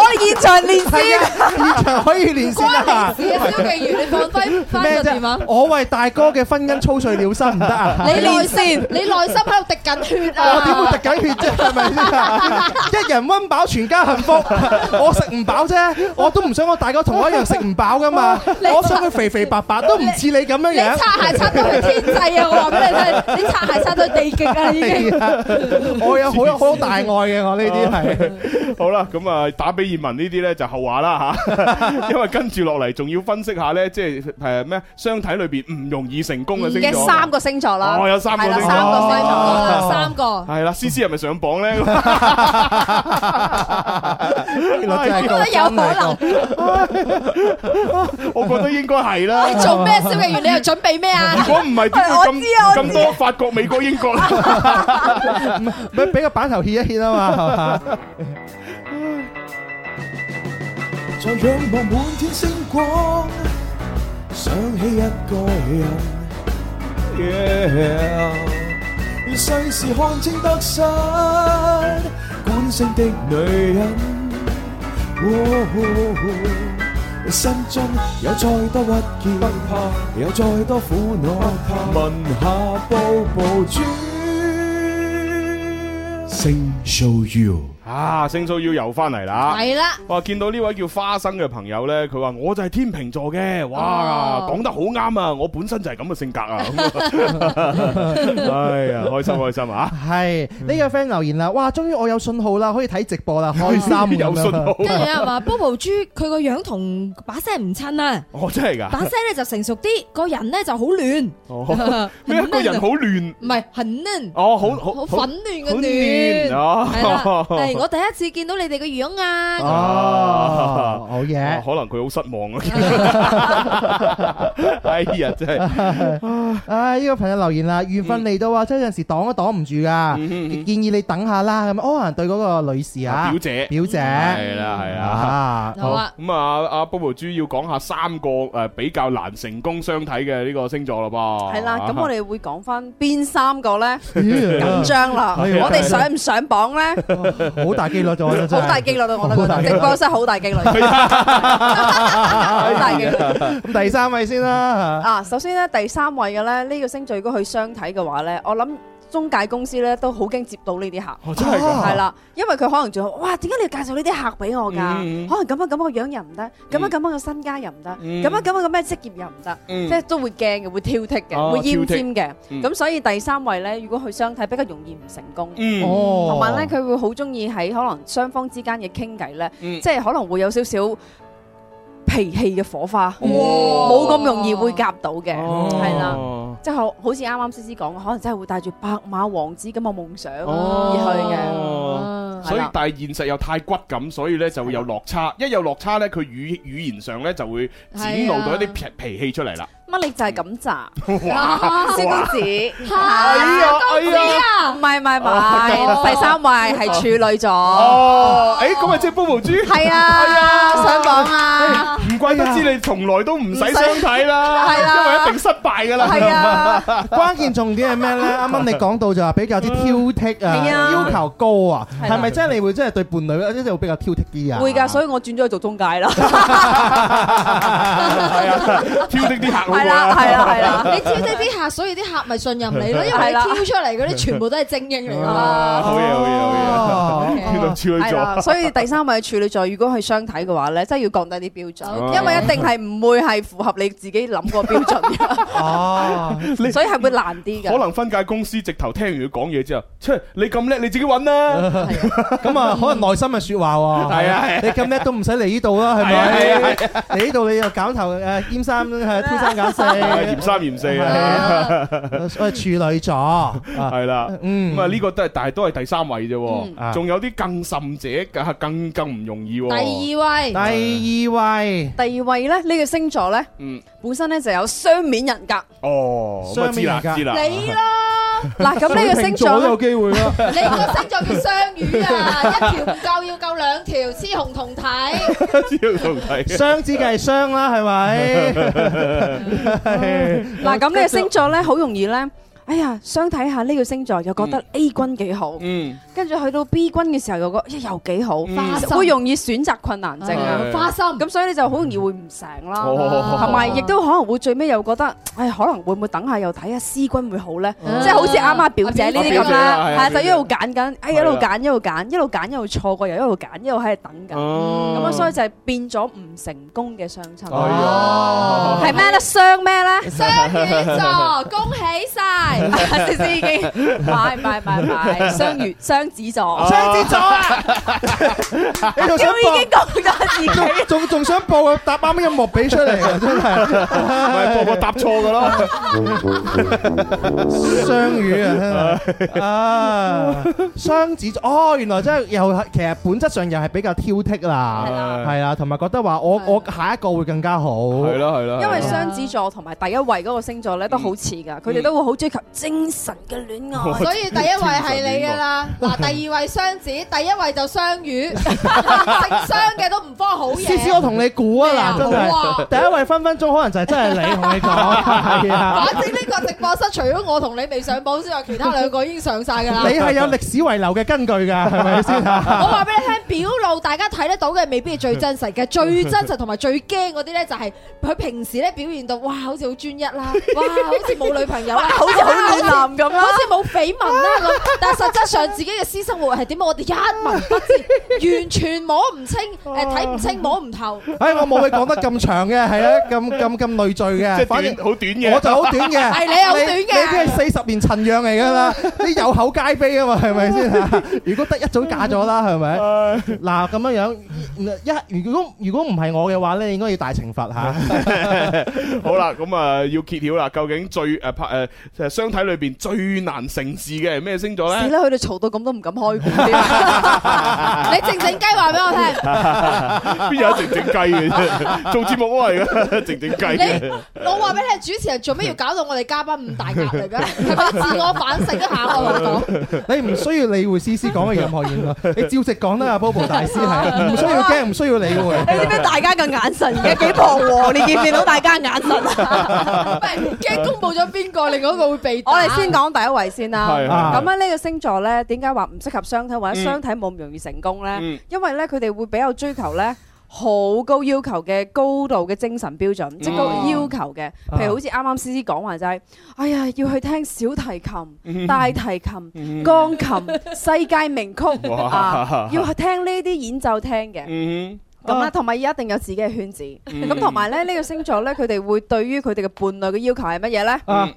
Speaker 10: *laughs* 我哋現場練
Speaker 4: 係啊，現場可以連線啊
Speaker 3: 關！你事啊！蕭敬如，你放低
Speaker 4: 咩
Speaker 3: 翻個電話
Speaker 4: 啫？。我為大哥嘅婚姻操碎了心唔得
Speaker 10: *laughs*
Speaker 4: 啊！
Speaker 3: 你內心，你內心喺度滴緊血啊！
Speaker 4: 我點會滴緊血啫？係咪先啊？一人温飽，全家幸福。我食唔飽啫，我都唔想我大哥同我一樣食唔飽噶嘛。我想佢肥肥白白，都唔似你咁樣
Speaker 3: 你
Speaker 4: 樣。
Speaker 3: 擦鞋擦到去天際啊！我話俾你聽，你擦鞋擦到地極啊！已經。
Speaker 4: 係啊我有好有好有大愛嘅，我呢啲係。
Speaker 2: 好啦，咁啊打俾燕文呢啲咧就後話啦吓，因 *laughs* 為跟住落嚟仲要分析下咧，即係誒咩相睇裏邊唔容易成功嘅啊星
Speaker 10: 嘅
Speaker 2: 座。
Speaker 10: 嗯三個星座啦，
Speaker 2: 哦有三個
Speaker 10: 係啦
Speaker 2: 星座
Speaker 10: 三個星座啦。
Speaker 4: 哦
Speaker 3: 三個。
Speaker 2: 係啦，思思係咪上榜咧？
Speaker 10: *laughs*
Speaker 4: 原
Speaker 3: *laughs*
Speaker 4: 來真係
Speaker 3: 我覺得有可能。
Speaker 2: 我覺得應該係啦。
Speaker 3: 你做咩？蕭敬如，你又準備咩啊
Speaker 2: 如？ *laughs* 果唔係點會咁咁多法國、美國、英國咧？
Speaker 4: 咪俾個板頭歇一歇啊嘛，係嘛？
Speaker 8: 在仰望滿天星光，想起一個人。Yeah，而世事看清得失，管性的女人。哦心中有再多鬱結，有再多苦惱，問下步步豬。Sing show you。
Speaker 2: *laughs* 啊，星數要游翻嚟啦。
Speaker 3: 係啦，
Speaker 2: 哇！見到呢位叫花生嘅朋友呢，佢話我就係天秤座嘅，哇，
Speaker 3: 哦
Speaker 2: 講得好啱啊！我本身就係咁嘅性格
Speaker 3: *laughs*
Speaker 2: 啊，哎呀，開心開心
Speaker 3: *laughs*
Speaker 2: 啊！
Speaker 4: 係呢個 friend 留言啦，哇！終於我有信號啦，可以睇直播啦，開心 *laughs* 咁樣
Speaker 2: 有信號，
Speaker 3: 跟住有人話 Bobo 豬佢個樣同把聲唔襯
Speaker 2: *laughs*
Speaker 3: 啊，
Speaker 2: 我真係㗎，
Speaker 3: 把聲咧就成熟啲，個人咧就好亂， *laughs*
Speaker 2: 哦咩一個人好亂，
Speaker 3: 唔係很嫩，
Speaker 2: 哦，好好
Speaker 3: 好粉嫩
Speaker 2: 好
Speaker 3: 嘅嫩。係啦，
Speaker 2: *laughs* 哦
Speaker 3: 啊係我第一次見到你哋嘅樣啊！
Speaker 4: 哦好嘢。
Speaker 2: 可能佢好失
Speaker 3: *laughs*
Speaker 2: 望啊！哎呀，真係
Speaker 4: 啊！呢個朋友留言啦，緣分嚟到啊，真係有陣時擋都擋唔住噶。
Speaker 2: 嗯
Speaker 4: 建議你等下啦，咁哦可能對嗰個女士啊，
Speaker 2: 表姐，
Speaker 4: 表姐
Speaker 2: 係啦，係啦。
Speaker 4: 啊，
Speaker 3: 好啊
Speaker 2: 咁啊，阿 Bobo 豬要講下三個誒比較難成功相睇嘅呢個星座啦噃。
Speaker 10: 係啦，咁我哋會講翻邊三個呢？
Speaker 4: 咦
Speaker 2: 嗯
Speaker 10: 緊張啦，
Speaker 2: 哎
Speaker 4: 係啊
Speaker 10: 我哋上唔上榜呢？
Speaker 4: 好大機率咗啦，真
Speaker 10: 好
Speaker 4: 係
Speaker 10: 大機率啊！我覺
Speaker 4: 好大
Speaker 10: 得
Speaker 4: 機率
Speaker 10: 直播室好大機率，好大機率。
Speaker 4: 咁第三位先啦。
Speaker 10: 啊，首先咧第三位嘅咧，呢、個星座如果去相睇嘅話咧，我諗中介公司咧都好驚接到呢啲客。
Speaker 2: 哦真係㗎，
Speaker 10: 係啦，因為佢可能仲有哇，點解你要介紹呢啲客俾我㗎？
Speaker 2: 嗯嗯嗯
Speaker 10: 可能咁樣咁樣個樣又唔得，咁樣咁樣個身家又唔得，咁、
Speaker 2: 嗯
Speaker 10: 樣咁樣個咩職業又唔得，
Speaker 2: 嗯
Speaker 10: 即係都會驚嘅，會挑剔嘅，
Speaker 2: 哦
Speaker 10: 會奄尖嘅。
Speaker 2: 嗯
Speaker 10: 咁、所以第三位咧，如果去相睇比較容易唔成功。
Speaker 2: 嗯
Speaker 4: 哦，
Speaker 10: 同埋咧，佢會好中意喺可能雙方之間嘅傾偈咧，
Speaker 2: 嗯
Speaker 10: 即係可能會有少少脾氣嘅火花，冇
Speaker 3: 冇
Speaker 10: 咁容易會夾到嘅，係啦。
Speaker 2: 哦
Speaker 10: 即係好好似啱啱思思講嘅，可能真係會帶住白馬王子咁嘅夢想
Speaker 2: 哦
Speaker 10: Dạ, 而
Speaker 3: Ờ.
Speaker 2: 哦所以
Speaker 10: 係啦
Speaker 2: 但係現實又太骨感，所以咧就會有落差。一有落差咧，佢語語言上咧就會展
Speaker 3: à.
Speaker 2: 露到一啲
Speaker 10: 啊
Speaker 2: 脾脾氣出嚟啦。
Speaker 10: 去嘅。乜你就係咁咋，
Speaker 2: 哇！
Speaker 10: 蕭公子？
Speaker 2: 哎呀
Speaker 10: 嚇
Speaker 2: 哎呀！
Speaker 10: 唔係唔係唔係，第三位係處女座，
Speaker 2: 哦，誒咁咪即係 Bobo 豬。
Speaker 10: 係
Speaker 2: 哎
Speaker 10: 啊，上榜啊！
Speaker 2: 唔怪得知你從來都唔使相睇啦，
Speaker 10: 係啦
Speaker 2: 因為一定失敗噶啦。
Speaker 10: 係
Speaker 2: *laughs*
Speaker 10: 啊，
Speaker 4: 關鍵重點係咩咧？啱啱你講到就話比較啲挑剔啊，
Speaker 10: 嗯係啊
Speaker 4: 要求高啊，
Speaker 10: 係
Speaker 4: 係
Speaker 10: 啦
Speaker 4: 咪真係你會真係對伴侶一定會比較挑剔啲啊？
Speaker 10: 會㗎，所以我轉咗去做中介啦，
Speaker 2: 係啊，挑剔啲客好過
Speaker 10: 係啦，係啦，係啦。
Speaker 3: 你挑剔啲客，所以啲客咪信任你咯，因為
Speaker 10: 係
Speaker 3: 你
Speaker 10: 啦
Speaker 3: 挑出嚟嗰啲全部都係精英嚟㗎嘛。
Speaker 2: 哦好嘢好嘢好
Speaker 4: 哦
Speaker 10: *laughs*
Speaker 4: *laughs*
Speaker 2: 嘢，原來處女
Speaker 10: 係啊
Speaker 2: 座。 *laughs*
Speaker 10: 啦，所以第三位處女座，如果去相睇嘅話咧，真係要降低啲標準，
Speaker 2: Okay
Speaker 10: 因為一定係唔會係符合你自己諗個標準
Speaker 2: *laughs*
Speaker 10: 嘅，
Speaker 4: 哦，
Speaker 10: 所以係會難啲嘅。
Speaker 2: 可能分界公司直頭聽完佢講嘢之後，切你咁叻，你自己揾啦。
Speaker 4: 咁啊，可能內心嘅説話喎。
Speaker 2: 係啊係啊
Speaker 4: 你咁叻都唔使嚟呢度啦，係
Speaker 2: 係啊
Speaker 4: 咪？你呢度你又減頭誒
Speaker 10: *laughs*
Speaker 4: 兼三誒挑三減
Speaker 2: *laughs* 嫌
Speaker 4: 四，
Speaker 2: 三嫌四啊，
Speaker 4: 係啊，所以處
Speaker 2: *laughs*
Speaker 4: 女座啊，
Speaker 2: 係啦。
Speaker 4: 嗯，
Speaker 2: 咁啊，呢個都係，但係都係第三位啫喎，
Speaker 4: 嗯
Speaker 2: 仲有啲更甚者，更更更唔容易
Speaker 3: 第
Speaker 2: 喎。
Speaker 3: 二位
Speaker 4: 第二位
Speaker 10: 第二位咧，呢個星座咧
Speaker 2: 嗯，
Speaker 10: 本身咧就有雙面人格。
Speaker 2: 哦，咁啊知啦
Speaker 4: 雙面人格
Speaker 2: 知啦，
Speaker 3: 你啦，
Speaker 10: 嗱，咁呢個星
Speaker 4: 座
Speaker 10: 座
Speaker 4: 都有
Speaker 10: 呢
Speaker 4: 機會啦。
Speaker 3: 你個星座叫雙魚啊，一條唔夠要夠兩條，雌雄同體。
Speaker 2: *laughs* 知道睇。
Speaker 4: *laughs* 雙子梗係雙啦，係咪？
Speaker 2: 嗯
Speaker 10: 嗱咁呢個星座咧好容易咧。哎呀，相睇下呢個星座，又覺得 A 君幾好，
Speaker 2: 嗯，
Speaker 10: 跟住去到 B 君嘅時候又覺得哎又幾好，
Speaker 3: 花心
Speaker 10: 會容易選擇困
Speaker 3: Ờ.
Speaker 10: 難症啊。
Speaker 3: 啊花心
Speaker 2: 嗯
Speaker 10: 咁所以你就好容易會唔成啦。
Speaker 2: 哦
Speaker 10: 同埋亦都可能會最尾又覺得，唉，可能會唔會等下又睇下 C 君會好咧？
Speaker 3: 嗯
Speaker 10: 即係好似啱啱表姐呢啲咁
Speaker 2: 啊表姐
Speaker 10: 啦，
Speaker 2: 啊係啊
Speaker 10: 係就一路揀緊，唉，一路
Speaker 2: 係
Speaker 10: 揀一路揀，一路揀一路錯過，又一路揀一路喺度等緊。咁
Speaker 2: 咁
Speaker 10: 啊，所以就係變咗唔成功嘅相
Speaker 2: *laughs*
Speaker 10: 親。
Speaker 2: 哎呀
Speaker 4: 哦
Speaker 10: 係咩咧？傷咩咧？
Speaker 3: 雙
Speaker 10: *laughs*
Speaker 3: 魚座，恭喜晒！
Speaker 10: 思思
Speaker 2: *laughs*
Speaker 10: 已經買買買買，雙魚雙子 *laughs* 座，
Speaker 4: 雙子座
Speaker 2: *laughs*
Speaker 4: 啊！你仲
Speaker 10: 我
Speaker 4: 想
Speaker 10: 已經
Speaker 4: 報？
Speaker 10: 講咗自己。
Speaker 4: 仲仲仲想報啊！搭啱音樂俾出嚟啊！真
Speaker 2: 咪個
Speaker 4: 係
Speaker 2: 個答錯
Speaker 4: *laughs*
Speaker 2: 噶咯。
Speaker 4: 雙魚啊真
Speaker 2: *laughs*
Speaker 4: 係！啊，雙子座哦，原來真係又係其實本質上又係比較挑剔
Speaker 10: 係
Speaker 4: 啦，
Speaker 10: 啦
Speaker 4: 係啦，同埋覺得話我
Speaker 3: 係
Speaker 4: 我下一個會更加好，
Speaker 2: 係啦係啦，
Speaker 10: 因
Speaker 3: 啊
Speaker 10: 為雙子座同埋第一位嗰個星座咧都
Speaker 3: 嗯
Speaker 10: 好似㗎，佢哋都會好追求精神嘅戀愛。
Speaker 3: 所以第一位係你㗎啦，嗱第二位雙子，第一位就雙 *laughs* 魚，姓雙嘅都唔科好嘢。
Speaker 4: 思思，我同你估啊嗱，真
Speaker 3: 咩啊好
Speaker 4: 係
Speaker 3: 啊
Speaker 4: 第一位分分鐘可能就係真係你同
Speaker 3: *laughs*
Speaker 4: 你講，係啊
Speaker 3: 反。正呢個直播室除咗我同你未上榜之外，其他兩個已經上晒㗎啦。
Speaker 4: 你係有歷史遺留嘅根據㗎，係
Speaker 2: *laughs*
Speaker 4: 咪先
Speaker 3: 我
Speaker 4: 啊？
Speaker 3: 話俾你聽，表露大家睇得到嘅未必係最真實 *laughs* 嘅，最真實同埋最驚嗰啲咧就係佢平時咧表現到哇，好似好專一 *laughs* 啦，哇，好似冇女朋友 *laughs* 啦，
Speaker 10: 好似好暖
Speaker 3: 哇
Speaker 10: 男咁
Speaker 3: 好
Speaker 10: 啦。
Speaker 3: 似冇緋聞啦 *laughs* 咁，但係實質上自己嘅私生活係點，我哋一文不知，完全摸唔 *laughs* 清，誒睇唔清，摸唔 *laughs* 透。
Speaker 4: 唉，我冇你講得咁長嘅，係啊，咁咁咁累贅
Speaker 2: 即
Speaker 4: 嘅，
Speaker 2: 係
Speaker 4: 反正
Speaker 2: 短。好短嘅。
Speaker 4: 我就好短嘅，
Speaker 3: 係你又好短嘅
Speaker 4: 你啲係四十年陳釀嚟㗎啦，你有口皆碑啊嘛，係咪先啊？如果得一早嫁咗啦，係咪？嗱咁樣樣，一如果如果唔係我嘅話咧，你應該要大懲罰嚇。
Speaker 2: *laughs* 好啦，咁啊要揭曉啦，究竟最誒拍誒相睇裏邊最難成事嘅係咩星座
Speaker 10: 死
Speaker 2: 咧？
Speaker 10: 啦！
Speaker 3: *laughs*
Speaker 10: 佢哋嘈到咁都唔敢開估添。
Speaker 3: 你靜靜雞話俾我聽，
Speaker 2: 邊有一靜靜雞嘅啫？做節目都 *laughs* 係嘅，靜靜
Speaker 3: *laughs*
Speaker 2: 雞嘅。
Speaker 3: 我話俾你聽，主持人做咩要搞到我哋嘉賓咁大壓 *laughs* 力嘅？係咪自我反省一下我同你 *laughs* 講？
Speaker 4: 你唔需要理會思思講嘅任
Speaker 2: *laughs*
Speaker 4: 何言論，你照直講啦，阿 Bobo 大師係唔需要驚，唔需要理
Speaker 12: 你知唔
Speaker 4: 會。
Speaker 12: 知大家嘅眼神而家幾彷徨？你見唔見到大家嘅眼神
Speaker 3: *laughs*
Speaker 12: 啊？
Speaker 3: 驚公佈咗邊個，另外一個會被打
Speaker 10: 我哋先講第一位先啦。
Speaker 3: 係係
Speaker 10: 咁咧呢個星座咧，點解話唔適合相睇或者
Speaker 3: 啊嗯
Speaker 10: 相睇冇咁容易成功
Speaker 3: 嗯
Speaker 10: 咧？因為咧佢哋會比較追求咧。好高要求嘅高度嘅精神標準，即係高
Speaker 3: 哦
Speaker 10: 要求嘅，譬如好似啱啱思思講話就係，哎呀要去聽小提
Speaker 3: 嗯
Speaker 10: 琴、大提琴、鋼琴、世界名曲
Speaker 3: 哇
Speaker 10: 啊，要去聽呢啲演奏廳
Speaker 2: 嗯
Speaker 10: 嘅。咁啦，同埋一定有自己嘅圈子。
Speaker 3: 嗯
Speaker 10: 咁同埋咧，呢個星座咧，佢哋會對於佢哋嘅伴侶嘅要求係乜嘢咧？
Speaker 2: 啊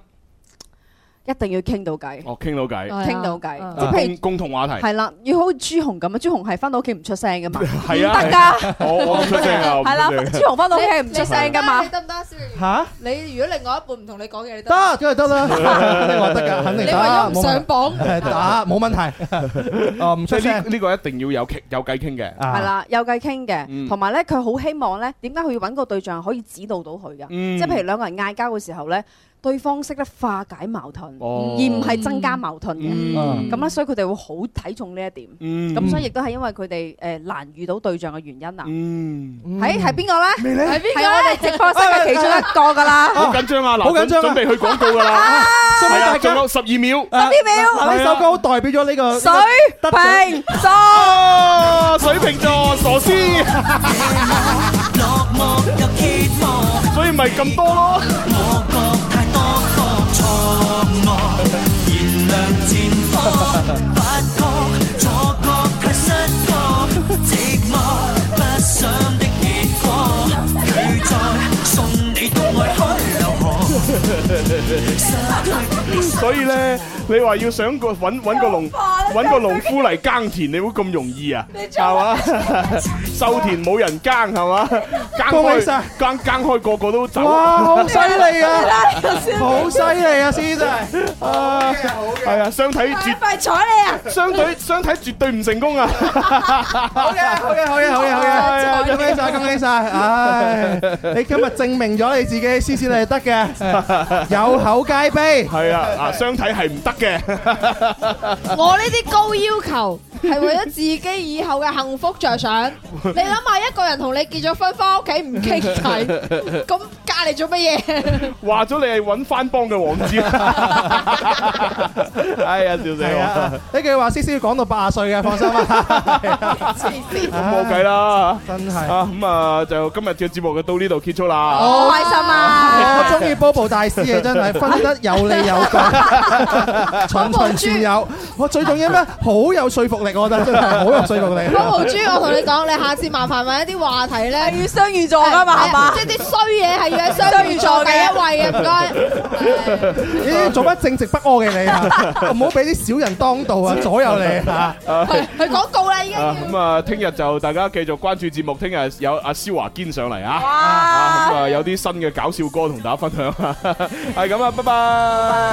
Speaker 10: 一定要傾到偈，
Speaker 2: 哦，傾到偈，
Speaker 10: 傾到偈
Speaker 2: 啊，嗯
Speaker 10: 即係譬
Speaker 2: 共共同話題
Speaker 10: 如。係啦，要好似朱紅咁啊！朱紅係翻到屋企唔出聲噶嘛，唔
Speaker 2: 係啊
Speaker 10: 得㗎。
Speaker 2: 我我唔出聲啊我唔出聲
Speaker 10: *laughs* 係啦，朱紅翻到屋企係唔出聲噶嘛
Speaker 3: 你。得唔得，小儀？
Speaker 4: 嚇？
Speaker 3: 你如果另外一半唔同你講嘢，你得
Speaker 4: 得，梗係得啦，肯定話得
Speaker 2: *laughs*
Speaker 4: 㗎，肯定
Speaker 3: 你為
Speaker 4: 得。
Speaker 3: 咗唔
Speaker 4: 冇問
Speaker 3: 上榜
Speaker 4: 係打冇問題。哦，
Speaker 2: 即
Speaker 4: 唔出
Speaker 2: 係呢
Speaker 4: 聲。
Speaker 2: 呢個一定要有傾有偈傾嘅。
Speaker 10: 係啦，有偈傾
Speaker 2: 嗯
Speaker 10: 嘅，同埋咧，佢好希望咧，點解佢要揾個對象可以指導到佢噶？
Speaker 2: 嗯
Speaker 10: 即係譬如兩個人嗌交嘅時候咧，對方識得化解矛盾，
Speaker 2: 哦
Speaker 10: 而唔係增加矛盾
Speaker 2: 嗯
Speaker 10: 嘅。咁咧，所以佢哋會好睇重呢一點。
Speaker 2: 嗯
Speaker 10: 咁所以亦都係因為佢哋誒難遇到對象嘅原因啊。
Speaker 2: 嗯，
Speaker 10: 喺係邊個咧？
Speaker 3: 係邊個
Speaker 10: 係我哋直播室嘅其中一個㗎啦。
Speaker 2: *laughs* 好緊張啊！嗱，
Speaker 4: 好緊張啊
Speaker 2: 準準備去廣告㗎啦。
Speaker 4: 送俾
Speaker 2: 係啊
Speaker 4: 大
Speaker 2: 仲
Speaker 4: 家
Speaker 2: 有十二秒。
Speaker 10: 啊
Speaker 4: 嗱呢首歌好代表咗呢個
Speaker 2: 水
Speaker 4: 平
Speaker 2: 座，啊水瓶座傻師。所以咪咁多咯。所以咧，你話要想個揾揾個農揾個農夫嚟耕田，你會咁容易啊？係嘛？收田冇人耕係嘛？耕
Speaker 4: 恭喜
Speaker 2: 開
Speaker 4: 晒
Speaker 2: 耕耕開個個都走。
Speaker 4: 哇，好犀利啊！好犀利啊，先生。Ờ,
Speaker 2: 啊！係啊，相睇絕
Speaker 12: 快睬你啊！
Speaker 2: 相對相睇絕對唔
Speaker 12: *laughs*
Speaker 2: 成功啊！
Speaker 4: 好嘅，好嘅，好嘅，好嘅，好嘅，恭喜晒，恭喜晒！唉，你今日證明咗你自己，思思你係得嘅，有口皆碑。
Speaker 2: 係啊，啊相睇係唔得嘅。
Speaker 3: 我呢啲高要求係為咗自己以後嘅幸福着 *laughs* 想。你諗下，一個人同你結咗婚，翻屋企唔傾 *laughs* 偈，咁隔離做乜嘢？
Speaker 2: 話咗你係揾翻幫嘅王子， *laughs* 哎呀，笑死
Speaker 4: 係啊
Speaker 2: 我！，
Speaker 4: 呢句話思思要講到八十歲嘅，放心啦。
Speaker 2: 咁冇計啦，
Speaker 4: 真係
Speaker 2: 啊！咁啊，就今日嘅節目就到呢度結束啦。
Speaker 4: 好
Speaker 12: 開心
Speaker 3: À.
Speaker 12: 啊
Speaker 3: *laughs*
Speaker 4: 我中意 Bobo 大師啊，真係分得有理有據，循循善誘。我最重要咩？好有說服力，我覺得真係好有說服力。
Speaker 3: 高豪豬，我同你講，你下次麻煩揾一啲話題咧，係
Speaker 12: 要雙魚座㗎嘛
Speaker 3: 係啊
Speaker 12: 係嘛
Speaker 3: 即係啲衰嘢係要喺雙魚座第一位嘅，唔該。
Speaker 2: *laughs*
Speaker 4: 你做乜正直不阿嘅你啊？唔好俾啲小人當道啊，左右你啊！
Speaker 2: 啊
Speaker 3: 去廣告啦，已經。
Speaker 2: 啊咁啊，聽日就大家繼續關注節目，聽日有阿蕭華堅上嚟啊！啊咁啊，有啲新 *laughs* 嘅搞笑歌同大家分享啊！係咁啊，拜拜。